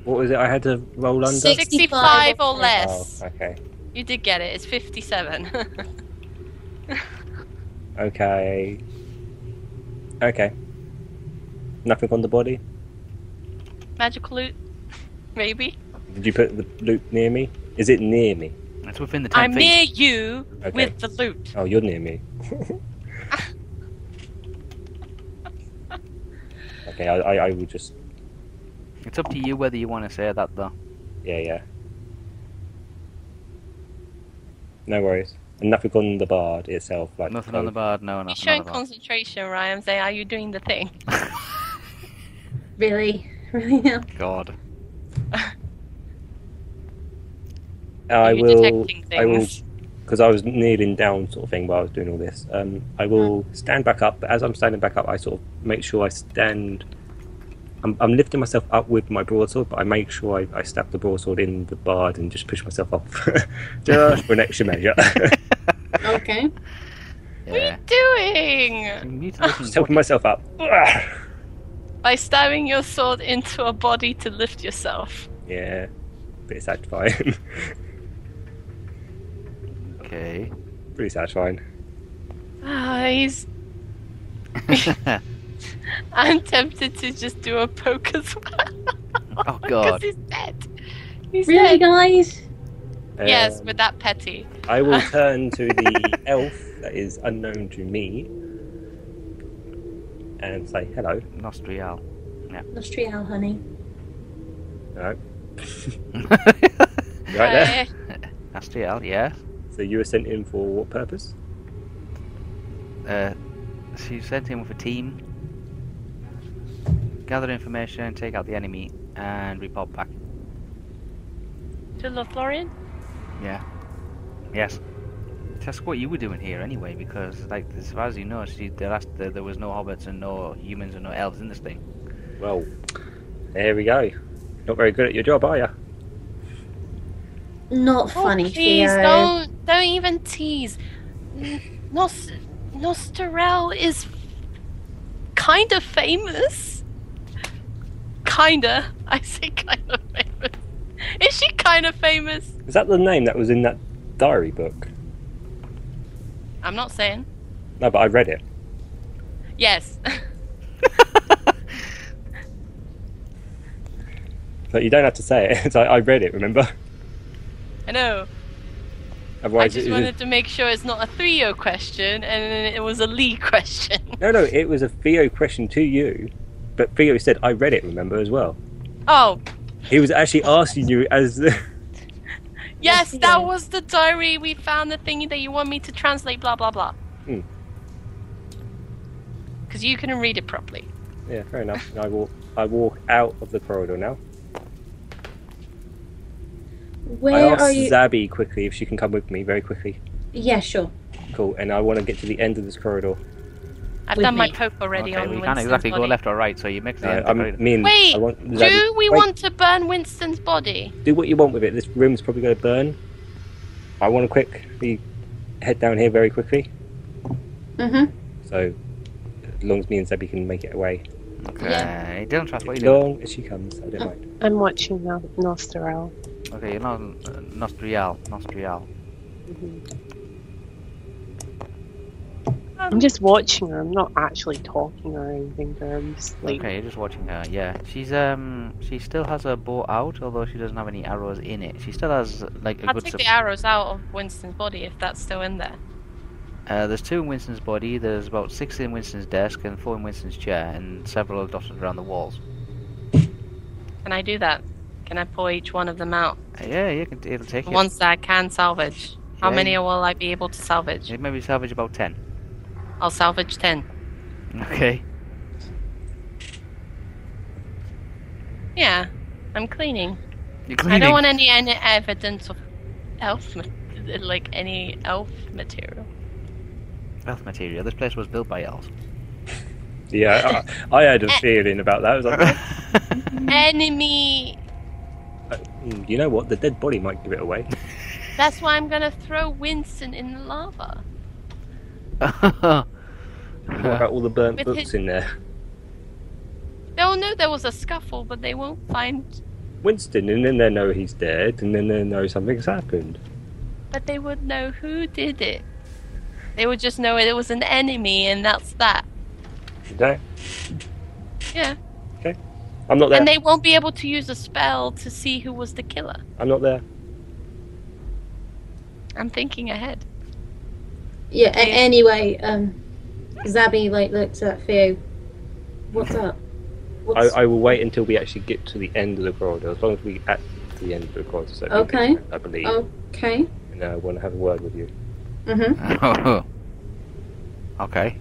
S6: What was it I had to roll under?
S1: Six.
S2: Sixty-five or
S6: Oh,
S2: less.
S6: okay.
S2: You did get it. It's fifty-seven.
S6: Okay. Okay. Nothing on the body?
S2: Magical loot, maybe.
S6: Did you put the loot near me? Is it near me?
S4: That's within the 10
S2: I'm
S4: feet.
S2: near you
S6: Okay.
S2: with the loot.
S6: Oh, you're near me. okay, I, I, I will just.
S4: It's up to you whether you want to say that though.
S6: Yeah, yeah. No worries. And nothing on the bard itself. Like
S4: Nothing on the bard, no,
S2: You're
S4: nothing
S2: showing
S4: on the bard.
S2: concentration, Ryan. Say, are you doing the thing?
S1: Really? Really now?
S4: God.
S6: I
S2: Are you
S6: will.
S2: detecting
S6: I will.
S2: things?
S6: Because I was kneeling down, sort of thing, while I was doing all this. Um, I will stand back up. But as I'm standing back up, I sort of make sure I stand. I'm, I'm lifting myself up with my broadsword, but I make sure I, I stab the broadsword in the bard and just push myself up just for an extra measure.
S1: Okay.
S2: What are
S4: Yeah.
S2: you doing?
S4: You need to listen
S6: just helping myself up.
S2: By stabbing your sword into a body to lift yourself.
S6: yeah, bit satisfying.
S4: Okay.
S6: Pretty satisfying.
S2: Ah, he's. Oh I'm tempted to just do a poke as well.
S4: oh
S2: Because
S4: god.
S2: he's dead. He's
S1: Really,
S2: dead.
S1: guys?
S2: Yes,
S6: Um,
S2: with that petty.
S6: I will turn to the elf that is unknown to me and say hello.
S4: Nostrial.
S1: Nostrial, honey.
S6: Right,
S4: Nostrial,
S6: you right there.
S2: Hi.
S4: yeah.
S6: So you were sent in for what purpose?
S4: Uh, so you sent him with a team. Gather information, take out the enemy, and report back.
S2: to Lothlorien?
S4: Yes. That's what you were doing here anyway, because like as far as you know, she, the last the, there was no hobbits and no humans and no elves in this thing.
S6: Well, there we go. Not very good at your job, are you?
S1: Not
S2: Oh,
S1: funny,
S2: please
S1: Theo.
S2: don't don't even tease. N- Nos Nostorel is kind of famous. Kinda, I say kind of famous. Is she kind of famous?
S6: Is that the name that was in that diary book?
S2: I'm not saying.
S6: No, but I read it.
S2: Yes.
S6: But you don't have to say it. It's like, I read it, remember?
S2: I know. I
S6: Otherwise,
S2: just
S6: it, was
S2: wanted to make sure it's not a three-year question and it was a Lee question.
S6: No, no, it was a Theo question to you. But Theo said, I read it, remember, as well.
S2: Oh,
S6: He was actually asking you as the.
S1: Yes,
S2: yes, that
S1: yes.
S2: was the diary. We found the thingy that you want me to translate. Blah blah blah.
S6: Hmm.
S2: Because you couldn't read it properly.
S6: Yeah, fair enough. And I walk, I walk out of the corridor now. I
S1: Where
S6: asked
S1: are you?
S6: Zabby quickly if she can come with me very quickly.
S1: Yeah, sure.
S6: Cool. And I want to get to the end of this corridor.
S2: I've
S1: With
S2: done my
S1: me.
S2: poke already
S4: okay,
S2: on
S4: we can't
S2: Winston's
S4: exactly
S2: body.
S4: go left or right, so you mix the
S6: Uh,
S4: end of
S6: I'm,
S4: the
S6: me and-
S7: Wait,
S6: I want Zabby-
S7: Do we
S6: Wait,
S7: want to burn Winston's body?
S6: do what you want with it. This room's probably going to burn. I want to quickly head down here very quickly.
S1: Mm-hmm.
S6: So, as long as me and Zabby can make it away,
S4: Okay. Don't trust what
S6: as
S4: Uh, you do.
S6: long as she comes, I don't mind.
S5: I'm watching now Nostril.
S4: Okay, you're not uh, Nostrial, Nostrial.
S5: I'm just watching her. I'm not actually talking or anything to her. I'm just like,
S4: Okay, you're just watching her. Yeah, she's um, she still has her bow out, although she doesn't have any arrows in it. She still has like a
S2: I'll
S4: good.
S2: take
S4: sup-
S2: the arrows out of Winston's body if that's still in there.
S4: Uh, there's two in Winston's body. There's about six in Winston's desk and four in Winston's chair, and several dotted around the walls.
S2: Can I do that? Can I pull each one of them out?
S4: Uh, yeah, you can. It'll take
S2: The
S4: you.
S2: ones that I can salvage. How
S4: Yeah,
S2: many
S4: you-
S2: will I be able to salvage?
S4: you maybe salvage about ten.
S2: I'll salvage ten.
S4: Okay.
S2: Yeah, I'm cleaning.
S4: You're
S2: I don't
S4: cleaning.
S2: want any, any evidence of elf, ma- like any elf material.
S4: Elf material. This place was built by elves.
S6: Yeah, I, I had a feeling about that. I was like,
S4: Mm.
S7: Enemy.
S6: "Hmm, you know what? The dead body might give it away.
S7: That's why I'm gonna throw Winston in the lava.
S6: What about all the burnt
S7: With
S6: books
S7: his-
S6: in there?
S7: They'll know there was a scuffle, but they won't find.
S6: Winston, and then they know he's dead, and then they know something's happened.
S7: But they would know who did it.
S2: They would just know it was an enemy, and that's that.
S6: Okay?
S2: Yeah.
S6: Okay. I'm not there.
S2: And they won't be able to use a spell to see who was the killer.
S6: I'm not there.
S7: I'm thinking ahead.
S1: Yeah. a- anyway, um, Zabby like looks at Theo. What's up? What's...
S6: I, I will wait until we actually get to the end of the corridor, as long as we get at the end of the corridor. So it'll be
S1: Okay.
S6: the end, I believe.
S1: Okay.
S6: And I want to have a word with you.
S1: Mhm.
S4: okay.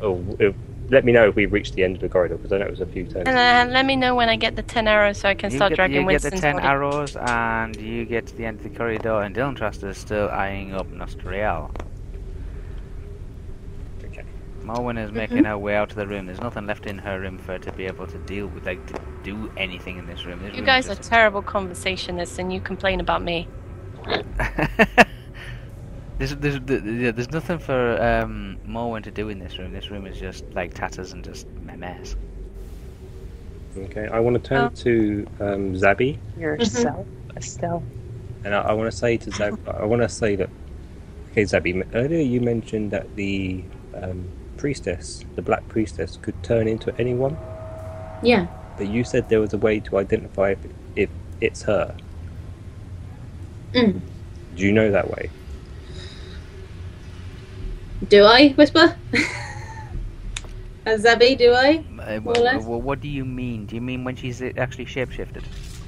S6: Oh, if, let me know if we reach the end of the corridor, because I know it was a few turns.
S7: And uh, let me know when I get the ten arrows so I can
S4: You
S7: start
S4: get,
S7: dragging
S4: you get the
S7: Winston's
S4: ten
S7: body.
S4: arrows, and you get to the end of the corridor, and Dylan Trust is still eyeing up Nostriel.
S6: Okay.
S4: Morwen is
S7: Mm-hmm.
S4: making her way out of the room. There's nothing left in her room for her to be able to deal with, like to do anything in this room. This
S7: You
S4: room
S7: guys are
S4: just...
S7: terrible conversationists, and you complain about me.
S4: there's, there's, th- yeah, there's nothing for um, Morwen to do in this room. This room is just like tatters and just a mess.
S6: Okay, I want to turn
S7: Oh.
S6: to um, Zabby,
S5: Yourself, Estelle.
S6: and I, I want to say to Zab, I want to say that. Okay, Zabby, m- earlier you mentioned that the um, priestess, the black priestess, could turn into anyone,
S1: Yeah.
S6: but you said there was a way to identify if, if it's her.
S1: Mm.
S6: Do you know that way?
S1: Do I whisper? Uh, Zabby, do I?
S4: Uh,
S1: More
S4: wh-
S1: or less.
S4: wh- what do you mean? Do you mean when she's uh, actually shapeshifted?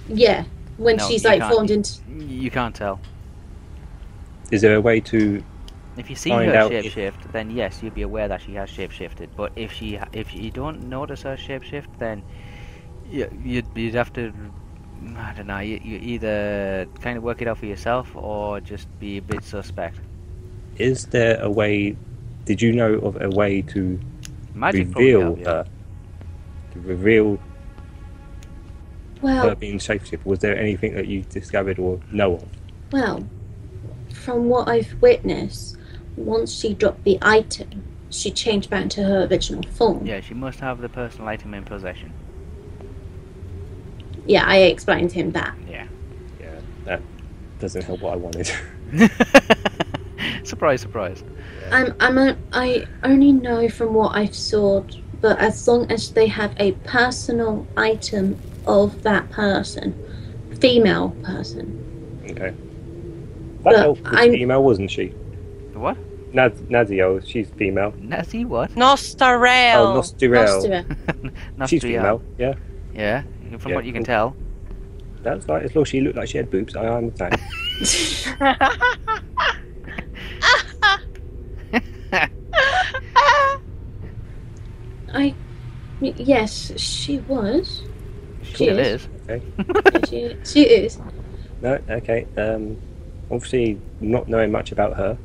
S1: Yeah. When
S4: No,
S1: she's
S4: you
S1: like
S4: can't.
S1: formed into.
S4: You can't tell.
S6: Is there a way to?
S4: If you see
S6: Find
S4: her
S6: out if-
S4: shapeshift, then yes, you'd be aware that she has shapeshifted. But if she ha- if you don't notice her shapeshift, then you, you'd you'd have to I don't know. You, you either kind of work it out for yourself or just be a bit suspect.
S6: Is there a way? Did you know of a way to
S4: Magic probably
S6: reveal
S4: help you.
S6: her? To reveal her
S1: Well,
S6: being shapeshifted. Was there anything that you discovered or know of?
S1: well. From what I've witnessed, once she dropped the item, she changed back to her original form.
S4: Yeah, she must have the personal item in possession.
S1: Yeah, I explained to him that.
S4: Yeah.
S6: Yeah, that doesn't help what I wanted.
S4: surprise, surprise.
S1: I'm, I'm a, I only know from what I've sought, but as long as they have a personal item of that person, female person.
S6: okay. That
S1: Look,
S6: elf was
S1: I'm-
S6: female, wasn't she?
S4: What?
S6: Naz- Naziel, she's female.
S4: Nazi what?
S2: Nostarel.
S6: Oh, Nostirel.
S1: Nostra.
S6: She's
S4: Nazi
S6: female. Yeah,
S4: uh, Yeah. From
S6: Yeah,
S4: what you can
S6: cool.
S4: tell.
S6: that's right. As long as she looked like she had boobs, I understand.
S1: I, yes, she was.
S4: She still
S1: is.
S4: is.
S1: she, she is.
S6: no, okay. Um, obviously, not knowing much about her,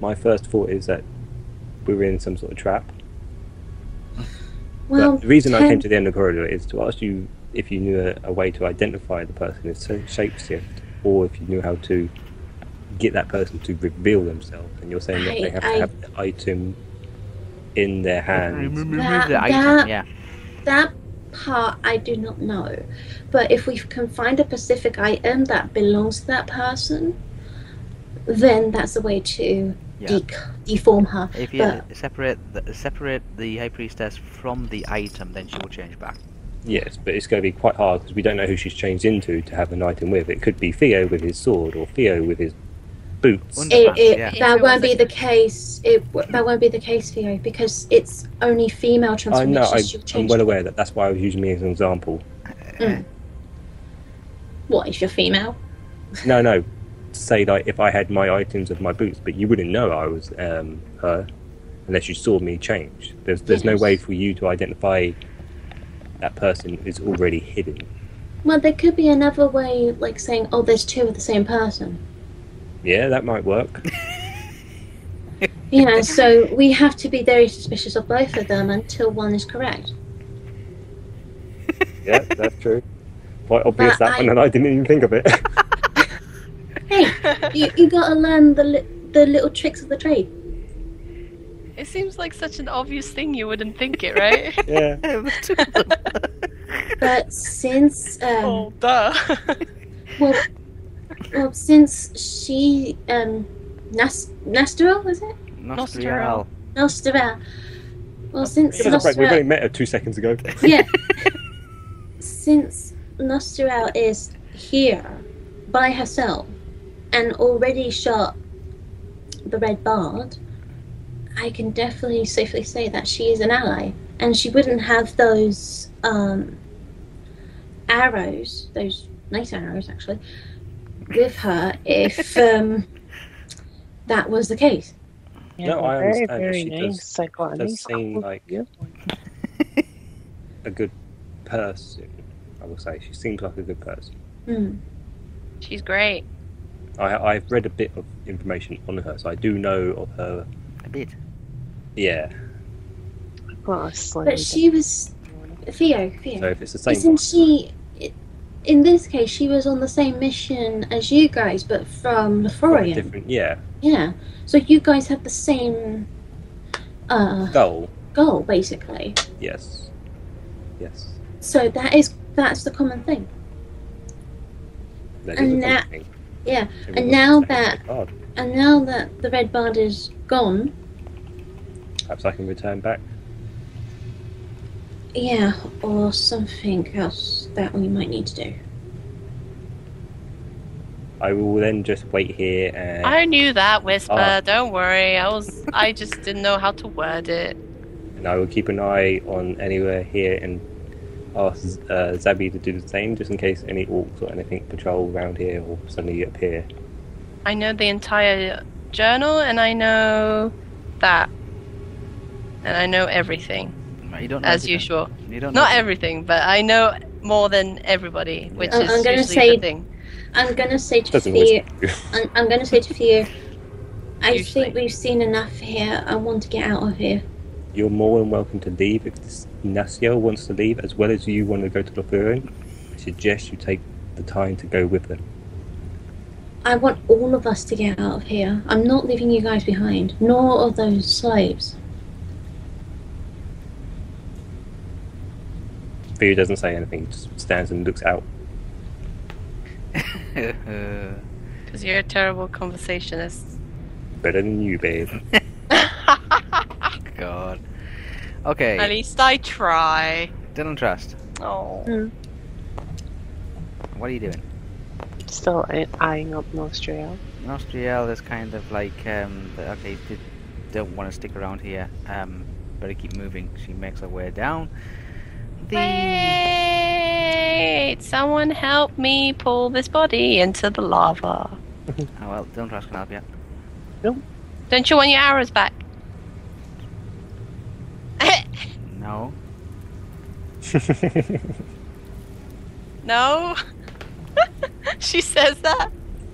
S6: my first thought is that we were in some sort of trap.
S1: Well,
S6: but the reason I came
S1: ten-
S6: to the end of the corridor is to ask you if you knew a, a way to identify the person as so- shapeshift, or if you knew how to get that person to reveal themselves. And you're saying that
S1: I-
S6: they have
S1: I-
S6: to have the item in their hand.
S4: Remove
S1: That-
S4: the item.
S1: that-
S4: Yeah.
S1: that part I do not know, but if we can find a specific item that belongs to that person, then that's the way to
S4: Yeah.
S1: de- deform her.
S4: If you
S2: Uh.
S1: But
S4: separate the, separate the high priestess from the item, then she will change back.
S6: Yes, but it's going to be quite hard because we don't know who she's changed into to have an item with. It could be Theo with his sword, or Theo with his boots.
S4: Wonder-
S1: it, it,
S4: Yeah.
S1: that
S7: If it
S1: won't
S7: was
S1: be
S7: a-
S1: the case. It w- that won't be the case for you because it's only female
S6: I know,
S1: transformations.
S6: I,
S1: she'll
S6: I'm
S1: change.
S6: well aware that that's why I was using me as an example.
S1: What if you're female?
S6: No, no. Say like if I had my items of my boots, but you wouldn't know I was um, her unless you saw me change. There's there's no
S1: Yes.
S6: way for you to identify that person is already hidden.
S1: Well, there could be another way, like saying, "Oh, there's two of the same person."
S6: Yeah, that might work.
S1: You know, so we have to be very suspicious of both of them until one is correct.
S6: Yeah, that's true. Quite obvious
S1: But
S6: that
S1: I-
S6: one, and I didn't even think of it.
S1: Hey, you, you gotta learn the li- the little tricks of the trade.
S7: It seems like such an obvious thing. You wouldn't think it, right?
S6: yeah.
S1: But since um,
S2: Oh, duh.
S1: well, well, since she um, Nas- Nastura was it?
S4: Nostrial.
S1: Nostra. Well, since
S6: Give us a break. We've
S1: Nostra,
S6: only met her two seconds ago.
S1: yeah, since Nostra is here by herself, and already shot the Red Bard, I can definitely safely say that she is an ally. And she wouldn't have those um, arrows, those nice arrows actually, with her if um, that was the case.
S5: Yeah,
S6: No, I
S5: very,
S6: understand that
S5: very
S6: she does-
S5: nice. I got a
S6: does
S5: nice
S6: seem
S5: couple of
S6: like-
S5: you.
S6: A good person, I will say. She seems like a good person.
S1: Mm.
S7: She's great.
S6: I, I've read a bit of information on her, so I do know of her.
S4: A bit.
S6: Yeah.
S5: Got a slightly
S1: But she was Theo. Theo.
S6: So if it's the same,
S1: Isn't she? In this case, she was on the same mission as you guys, but from
S6: different,
S1: Leforian.
S6: different, yeah,
S1: Yeah. So you guys had the same uh,
S6: goal.
S1: goal, basically.
S6: Yes. Yes.
S1: So that is that's the common thing.
S6: That
S1: And
S6: is a
S1: that-
S6: good thing.
S1: yeah,
S6: It
S1: and
S6: wasn't
S1: now
S6: the same
S1: that-
S6: with God.
S1: And now that the red bard is gone,
S6: perhaps I can return back.
S1: yeah, or something else that we might need to do.
S6: I will then just wait here and
S2: I knew that, Whisper.
S6: Ah.
S2: Don't worry. I was. I just didn't know how to word it.
S6: and I will keep an eye on anywhere here and ask uh, Zabby to do the same, just in case any orcs or anything patrol around here or suddenly appear.
S2: I know the entire journal, and I know that, and I know everything
S4: Right, You don't know
S2: as
S4: everything.
S2: usual.
S4: You don't know
S2: Not everything, but I know more than everybody, which
S1: I'm-
S2: is
S1: I'm gonna
S2: usually
S1: say-
S2: the thing.
S1: I'm gonna say to
S6: Doesn't always
S1: Theo, I'm, I'm gonna say to Theo, I
S2: Usually.
S1: think we've seen enough here. I want to get out of here.
S6: You're more than welcome to leave if this Nasio wants to leave, as well as you want to go to Lofurin. I suggest you take the time to go with them.
S1: I want all of us to get out of here. I'm not leaving you guys behind, nor are those slaves.
S6: Theo doesn't say anything; he just stands and looks out.
S2: Because you're a terrible conversationist.
S6: Better than you, babe.
S4: God. Okay.
S2: At least I try.
S4: Dylan Trust.
S2: Oh.
S4: What are you doing?
S5: still e- eyeing up Nostrail.
S4: Nostriel is kind of like um, the, okay, they don't want to stick around here. Um, better keep moving. She makes her way down. The
S2: Wait! Someone help me pull this body into the lava.
S4: oh well, Dylan Trust can help you.
S2: Don't you want your arrows back?
S4: No.
S2: No? she says that?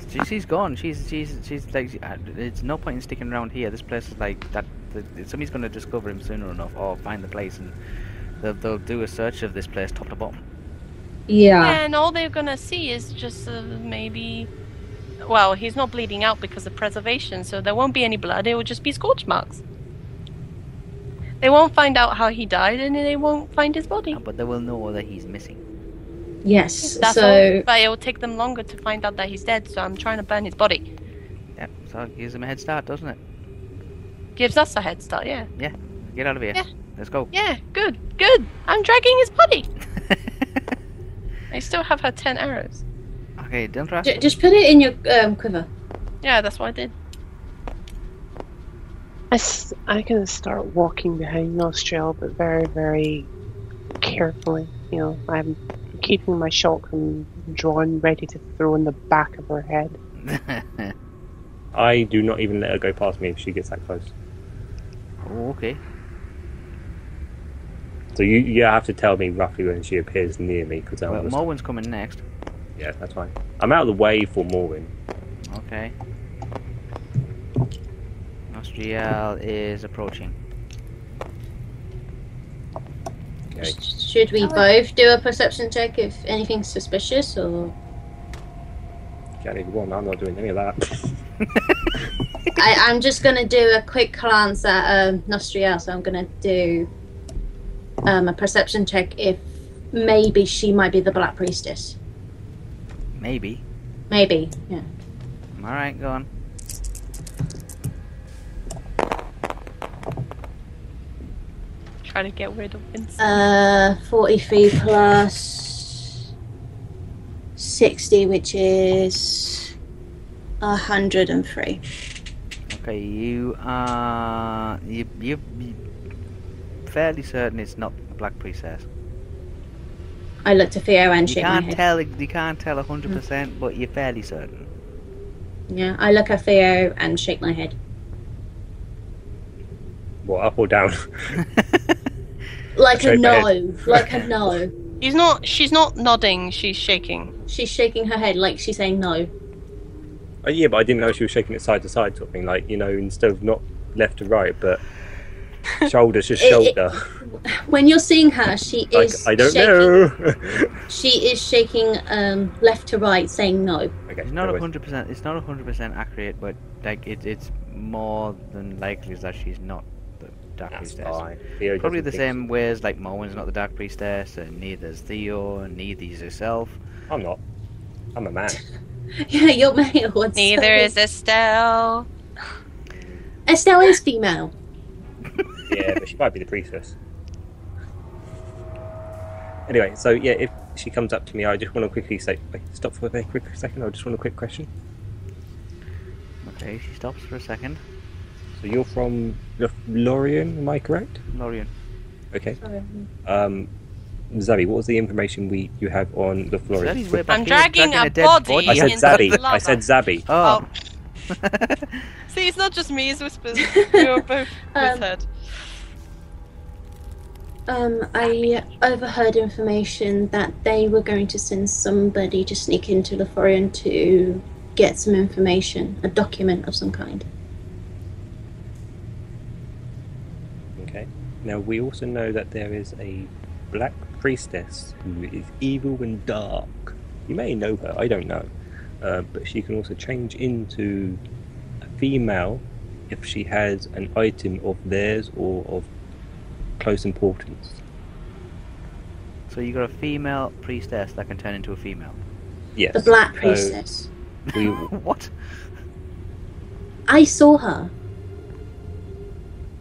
S4: She, she's gone. She's she's she's like uh, it's no point in sticking around here. This place is like that. that- Somebody's gonna discover him sooner enough, or find the place, and they'll, they'll do a search of this place top to bottom.
S1: Yeah.
S2: And all they're gonna see is just uh, maybe. Well, he's not bleeding out because of preservation, so there won't be any blood. It will just be scorch marks. They won't find out how he died, and they won't find his body.
S4: Uh, But they will know that he's missing.
S1: Yes.
S2: That's
S1: so
S2: all. But it will take them longer to find out that he's dead. So I'm trying to burn his body.
S4: Yep. So gives him a head start, doesn't it?
S2: Gives us a head start. Yeah.
S4: Get out of here.
S2: Yeah.
S4: Let's go.
S2: Yeah. Good. Good. I'm dragging his body. I still have her ten arrows.
S4: okay, Dylan Trust.
S1: J- just put it in your um, quiver.
S2: Yeah, that's what I did.
S5: I s- I'm gonna start walking behind Nostrail, but very, very carefully. You know, I'm keeping my shotgun drawn, ready to throw in the back of her head.
S6: I do not even let her go past me if she gets that close.
S4: oh, okay.
S6: So you you have to tell me roughly when she appears near me because I
S4: Well,
S6: want to.
S4: Morwen's coming next.
S6: Yeah, that's fine. I'm out of the way for Morwin.
S4: Okay. Nostriel is approaching.
S6: Okay.
S1: Should we both do a perception check if anything's suspicious or?
S6: Can't even one. I'm not doing any of that.
S1: I, I'm just gonna do a quick glance at um, Nostriel, so I'm gonna do um, a perception check if maybe she might be the Black Priestess.
S4: Maybe.
S1: Maybe, yeah.
S4: All right, go on.
S2: Trying to get rid of Vincent.
S1: Uh, 43 plus 60, which is A hundred and three.
S4: Okay, you are you you you fairly certain it's not a black priestess.
S1: I looked at Theo and
S4: you
S1: shake my
S4: can't
S1: head. Hmm.
S4: tell you can't tell hundred percent, but you're fairly certain.
S1: Yeah, I look at Theo and shake my head.
S6: What, up or down?
S1: Like a
S6: Shake my
S1: no,
S4: Oh,
S6: head.
S1: like a no.
S2: He's not. She's not nodding. She's shaking.
S1: She's shaking her head like she's saying no.
S6: Oh, yeah, but I didn't know she was shaking it side to side, sort of thing. Like, you know, instead of not left to right, but shoulder to
S1: It- it-
S6: shoulder.
S1: When you're seeing her, she
S6: like,
S1: is.
S6: I don't
S1: shaking,
S6: know.
S1: She is shaking um, left to right, saying no.
S6: okay,
S4: It's not
S6: no worries.
S4: hundred percent. It's not hundred percent accurate, but like it, it's more than likely that she's not the dark
S6: That's
S4: priestess.
S6: fine. Theo
S4: Probably
S6: doesn't
S4: the
S6: think
S4: same way as like Morwen's not the dark priestess, and neither is Theo, and neither is herself.
S6: so. I'm not. I'm a man.
S1: Yeah, you're male. and so
S2: Neither is Estelle.
S1: Estelle is female.
S6: yeah, but she might be the priestess. Anyway, so yeah, if she comes up to me, I just want to quickly say, like, stop for a very quick second. I just want a quick question.
S4: Okay, she stops for a second.
S6: So you're from L- Lorien, am I correct?
S4: Lorian,
S6: Okay.
S1: Um,
S6: Um, Zabby, what was the information we you have on the Florian?
S4: Zabby's way back
S2: I'm
S4: here,
S2: dragging a
S4: dead
S2: body
S6: I said
S2: in the
S6: Zabby.
S2: lava.
S6: I said Zabby.
S4: Oh.
S2: Oh. See, it's not just me. It's whispers. We were both
S1: Um,
S2: misheard.
S1: um, I overheard information that they were going to send somebody to sneak into Lothlorien to get some information, a document of some kind.
S6: Okay. Now we also know that there is a black priestess who is evil and dark. You may know her. I don't know, uh, but she can also change into a female if she has an item of theirs or of close importance.
S4: So you got a female priestess that can turn into a female.
S6: Yes. Oh.
S1: The Black
S6: So
S1: Priestess.
S6: we,
S4: what?
S1: I saw her.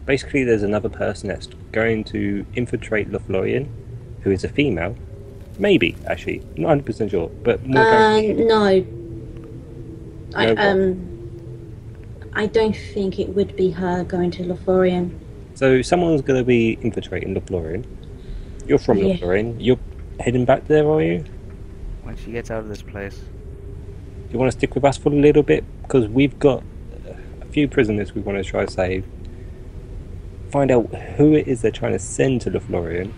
S6: basically, there's another person that's going to infiltrate Lothlorien, who is a female. Maybe actually, not 100 percent sure, but more.
S1: Uh,
S6: likely-
S1: no. I
S6: No what?
S1: um. I don't think it would be her going to Lothlorien.
S6: So someone's going to be infiltrating Lothlorien. You're from
S1: Yeah.
S6: Lothlorien. You're heading back there, are you?
S4: When she gets out of this place.
S6: You want to stick with us for a little bit because we've got a few prisoners we want to try to save. Find out who it is they're trying to send to Lothlorien,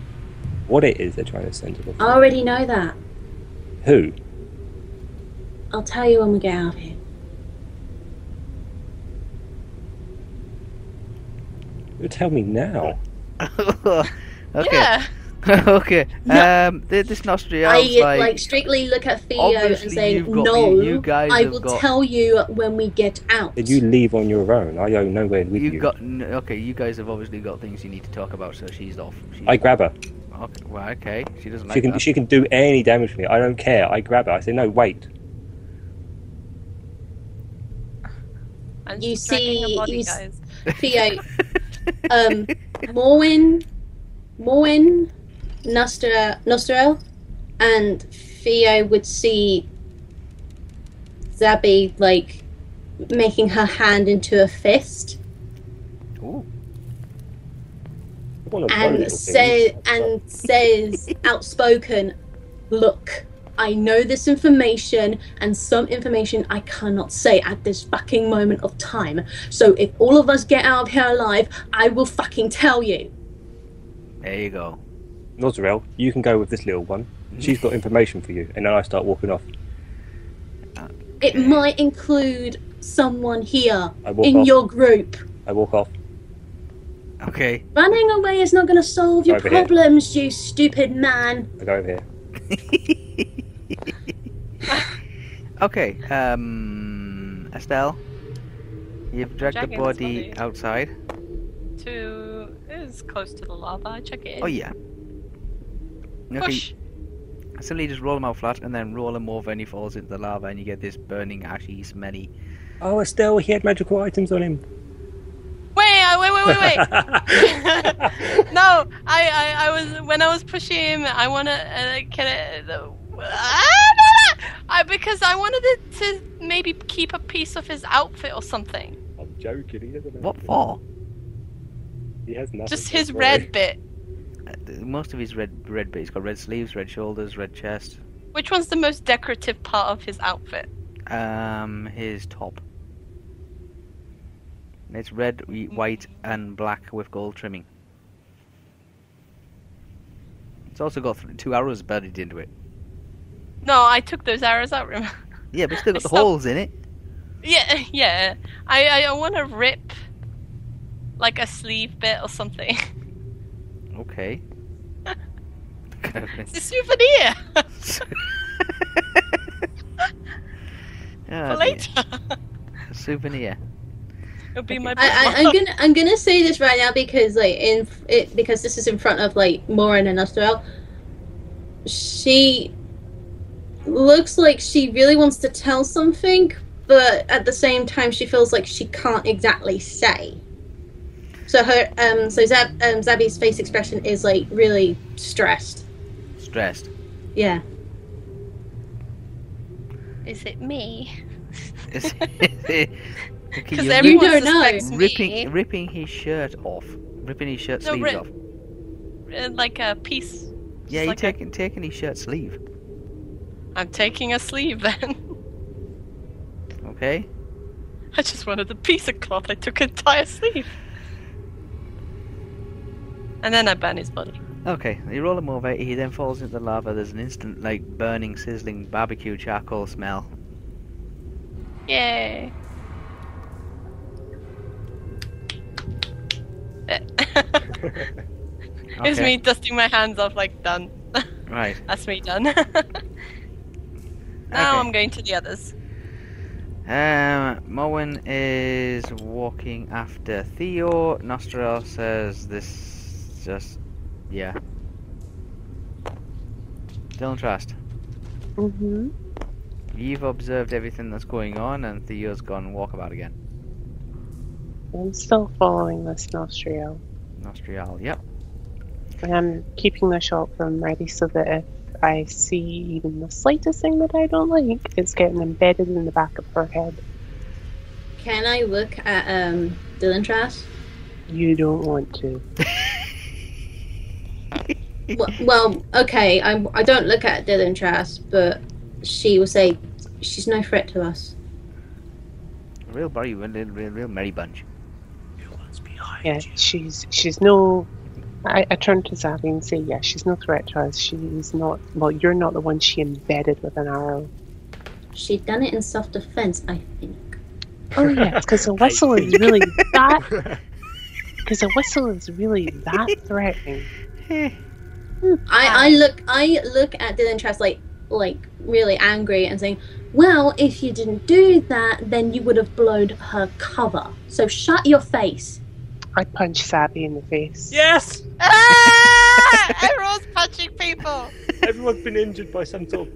S6: what it is they're trying to send to Lothlorien.
S1: I already know that.
S6: Who?
S1: I'll tell you when we get out of here.
S6: You tell me now.
S4: okay.
S2: Yeah.
S4: okay. Um, th- this Nostria
S1: I
S4: was
S1: like,
S4: like,
S1: strictly look at
S7: uh,
S1: Theo
S4: obviously
S1: and say,
S4: you've got-
S1: "No,
S4: you- you guys
S1: I
S4: have
S1: will
S4: got-
S1: tell you when we get out."
S6: Did you leave on your own? I go nowhere with you.
S4: you've got n- okay. You guys have obviously got things you need to talk about, so she's off. She's
S6: I grab her.
S4: okay. Well, okay. She doesn't
S6: she
S4: like
S6: can
S4: that.
S6: she can do any damage to me. I don't care. I grab her. I say no. Wait.
S2: I'm
S1: You
S2: just dragging her
S1: see-
S2: body,
S1: you s-
S2: guys.
S1: Theo, um, Morwin, Morwin, Nostra, Nostrel, and Theo would see Zabby like making her hand into a fist
S4: Ooh.
S6: I want to
S1: and say and says outspoken, "Look, I know this information and some information I cannot say at this fucking moment of time. So if all of us get out of here alive, I will fucking tell you."
S4: There you go.
S6: Nozarel, you can go with this little one. She's got information for you. And then I start walking off.
S1: It might include someone here
S6: I walk
S1: in
S6: off.
S1: your group.
S6: I walk off.
S4: Okay.
S1: Running away is not going to solve your
S6: Over here.
S1: problems, you stupid man.
S6: I go over here.
S4: Okay. Um, Estelle, you've dragged the
S2: dragging this
S4: body
S2: body.
S4: outside.
S2: To is close to the lava. I check it. In.
S4: Oh yeah. Okay.
S2: Push.
S4: Simply just roll him out flat, and then roll him over, and he falls into the lava, and you get this burning, ashy, smelly.
S6: Oh, Estelle, he had magical items on him.
S2: Wait, I- wait, wait, wait, wait. no, I, I, I was when I was pushing him. I wanna uh, can I, the, Ah, no, no! I, because I wanted it to maybe keep a piece of his outfit or something.
S6: I'm joking. He doesn't. have
S4: What
S6: anything.
S4: for?
S6: He has nothing.
S2: Just
S7: Oh,
S6: don't
S2: his
S6: worry.
S2: red bit.
S4: Uh, th- Most of his red red bit. He's got red sleeves, red shoulders, red chest.
S2: Which one's the most decorative part of his outfit?
S4: Um, his top. It's red, wh- white, and black with gold trimming. It's also got th- two arrows buried into it.
S2: No, I took those arrows out. Remember?
S4: Yeah, but it's still got the
S2: Stop.
S4: holes in it.
S2: Yeah, yeah. I I, I want to rip like a sleeve bit or something.
S4: Okay.
S2: It's a souvenir
S4: Ah,
S2: for
S4: dear.
S2: later.
S4: A souvenir.
S2: It'll be my.
S7: I, I, I'm gonna I'm gonna say this right now because like in it because this is in front of like Morin and Astral. She looks like she really wants to tell something, but at the same time she feels like she can't exactly say. So her um so Zab, um, Zabby's face expression is like really stressed.
S4: Stressed.
S7: Yeah.
S2: Is it me?
S4: Because
S2: Because
S7: You
S2: everyone
S7: don't know.
S2: suspects
S4: ripping
S2: me.
S4: ripping his shirt off, ripping his shirt
S2: No,
S4: sleeves
S2: rip-
S4: off.
S2: uh, Like a piece.
S4: Yeah,
S2: Just
S4: you
S2: like a-
S4: taking taking his shirt sleeve.
S2: I'm taking a sleeve then.
S4: Okay.
S2: I just wanted a piece of cloth. I took an entire sleeve. And then I burn his body.
S4: Okay. You roll him over. He then falls into the lava. There's an instant like burning, sizzling barbecue charcoal smell.
S2: Yay. It was me dusting my hands off, like, done.
S4: Right.
S2: That's me done. now I'm going to the others.
S4: Um, Moen is walking after Theo. Nostril says this just, yeah. Don't trust.
S5: Mm-hmm.
S4: You've observed everything that's going on, and Theo's gone walkabout again.
S5: I'm still following this nostril.
S4: Nostrial, yep.
S5: And I'm keeping the shotgun ready so that if I see even the slightest thing that I don't like, it's getting embedded in the back of her head.
S7: Can I look at um Dylan Trash?
S5: You don't want to.
S7: well, well, okay, I'm, I don't look at Dylan Trask, but she will say she's no threat to us.
S4: Real Barry, real, real, real merry bunch.
S5: Yeah, she's she's no. I, I turn to Zavi and say, "Yeah, she's no threat to us. She's not. Well, you're not the one she embedded with an arrow.
S7: She'd done it in self defense, I think.
S5: Oh yeah, because a whistle is really that. Because a whistle is really that threatening.
S7: I, I look I look at Dylan Trask like like really angry and saying, Well, if you didn't do that, then you would have blown her cover. So shut your face.
S5: I punch Zavi in the face.
S8: Yes!
S2: Ah! Everyone's punching people.
S6: Everyone's been injured by some sort of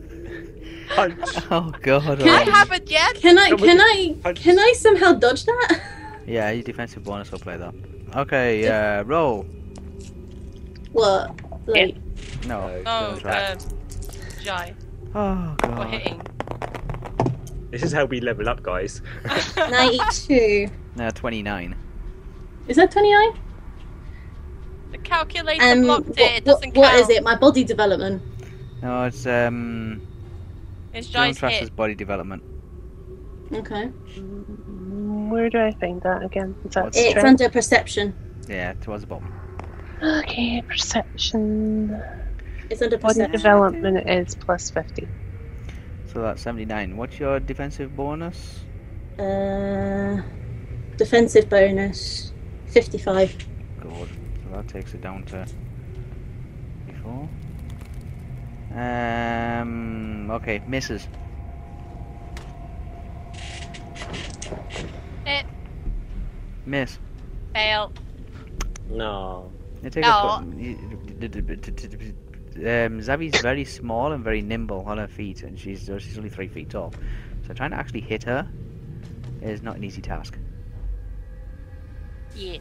S6: punch.
S4: Oh god.
S7: Can
S2: I
S4: alright.
S2: haven't yet.
S7: Can I
S6: No, but-
S7: can I
S6: punch-
S7: can I somehow dodge that?
S4: Yeah, your defensive bonus will play that. Okay, uh, roll.
S7: what? Like
S4: No.
S2: Oh,
S4: don't
S2: uh,
S4: try.
S2: Jai.
S4: Oh
S2: We're
S4: god.
S2: hitting.
S6: This is how we level up, guys.
S7: ninety two.
S4: Now 29.
S7: Is that twenty nine?
S2: the calculator
S7: Um,
S2: blocked it. It
S7: what- what-
S2: doesn't
S7: what
S2: count.
S7: is it? My body development.
S4: No, it's, um.
S2: It's
S4: John
S2: Jai's
S4: Traster's
S2: hit.
S4: body development.
S7: Okay.
S5: Mm, Where do I find that again? Is that
S4: What's
S7: It's
S5: strength?
S7: under perception.
S4: Yeah, towards the bottom.
S5: Okay, perception.
S7: It's under
S2: Oh,
S5: Body
S7: perception.
S5: development is plus fifty.
S4: So that's 79. What's your defensive bonus?
S7: Uh, defensive bonus, fifty-five.
S4: God. So that takes it down to 54. Um, okay, misses.
S2: Hit.
S4: Miss.
S2: Fail.
S6: No.
S4: You take a pu- you- d- d- d- d- d- d- um, Zabby's very small and very nimble on her feet, and she's uh, she's only three feet tall. So trying to actually hit her is not an easy task.
S2: Yeah.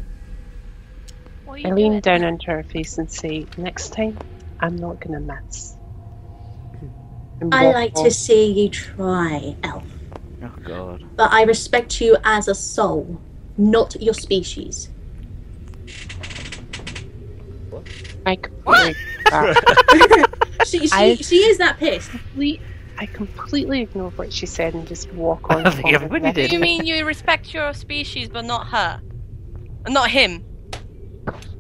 S2: What are
S5: I
S2: you
S5: lean
S2: doing?
S5: down into her face and say, "Next time, I'm not gonna miss." and
S7: I
S5: walk
S7: like
S5: off.
S7: to see you try, Elf.
S4: Oh god.
S7: But I respect you as a soul, not your species.
S5: I completely, that.
S7: She, she,
S5: I-
S7: she is that pissed.
S5: Ple- I completely ignore what she said and just walk on.
S4: I think
S5: forward.
S4: everybody did.
S2: You mean you respect your species, but not her, not him?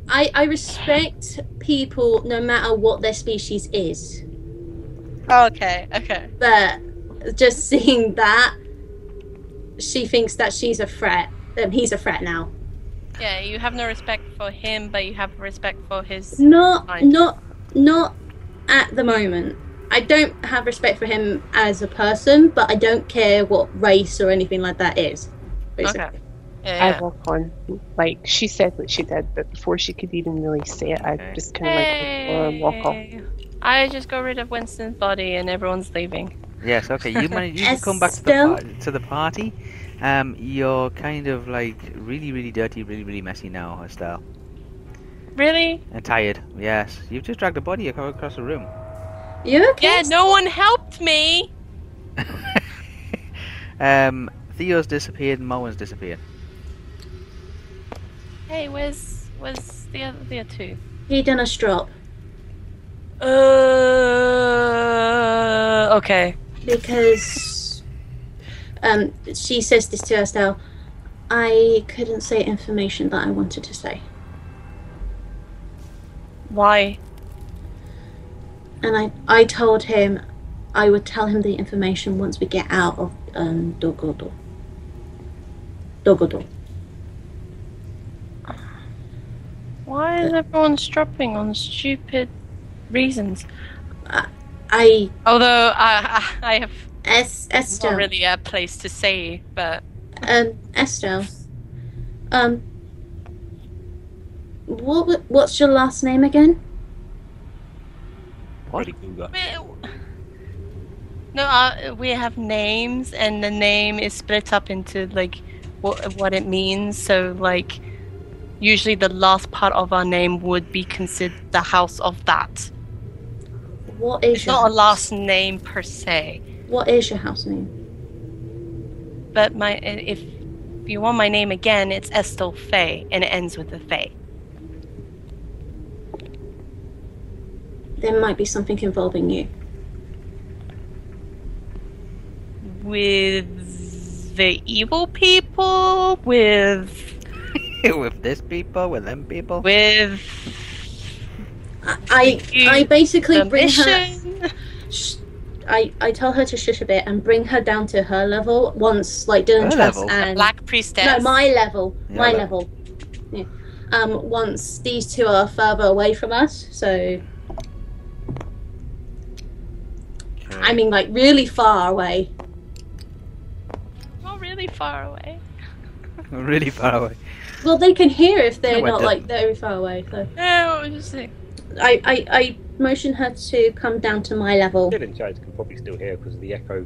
S7: I, I respect people no matter what their species is.
S2: Oh, Okay, okay.
S7: But just seeing that, she thinks that she's a threat. Um, he's a threat now.
S2: Yeah, you have no respect for him, but you have respect for his.
S7: Not,
S2: Fine.
S7: not, not at the moment. I don't have respect for him as a person, but I don't care what race or anything like that is. basically.
S2: Okay. Yeah,
S5: I
S2: yeah.
S5: walk on. Like she said what she did, but before she could even really say it, I
S4: Okay.
S5: just kind of like walk off.
S2: Hey. I just got rid of Winston's body and everyone's leaving.
S4: Yes, okay. You manage. You can come back to the
S7: Estelle?
S4: par- to the party. Um, you're kind of like really, really dirty, really, really messy now, Estelle,
S2: Really?
S4: and tired. Yes, you've just dragged a body ac- across the room.
S7: You okay?
S2: Yeah, no one helped me.
S4: um, Theo's disappeared. Moen's disappeared.
S2: Hey, where's where's the other the other two?
S7: He done a strop
S2: Uh, okay.
S7: because um, she says this to Estelle. I couldn't say information that I wanted to say,
S2: Why?
S7: and I I told him I would tell him the information once we get out of um, Dogodor. Dogodor.
S2: Why is everyone strapping on stupid reasons?
S7: I
S2: Although I I I have
S7: Es- Estelle.
S2: not really a place to say, but
S7: Um, Estelle. Um. What wa- what's your last name again?
S4: What?
S6: Freddy Krueger.
S2: no, uh, we have names, and the name is split up into like what what it means. So like, usually the last part of our name would be considered the house of that.
S7: What is
S2: It's
S7: your
S2: not a last name per se,
S7: What is your house name?
S2: but my if you want my name again, it's Estelle Fay, and it ends with a Fay.
S7: There might be something involving you.
S2: with the evil people with
S4: with this people, with them people.
S2: with
S7: I I,
S2: You-
S7: I basically
S2: the
S7: bring her.
S2: mission
S7: Sh- I I tell her to shush a bit and bring her down to her level once, like Dylan
S4: Her
S7: Truss
S4: level?
S7: and
S2: black priestess
S7: no my level,
S4: Your
S7: my
S4: level.
S7: level. Yeah. Um, once these two are further away from us, so I mean, like really far away.
S2: not really far away
S4: really far away.
S7: Well, they can hear if they're
S4: No, I
S7: not
S4: don't.
S7: like very far away. So
S2: no what was you saying?
S7: I, I, I motion her to come down to my level.
S6: Dylan Jones can probably still hear because of the echo.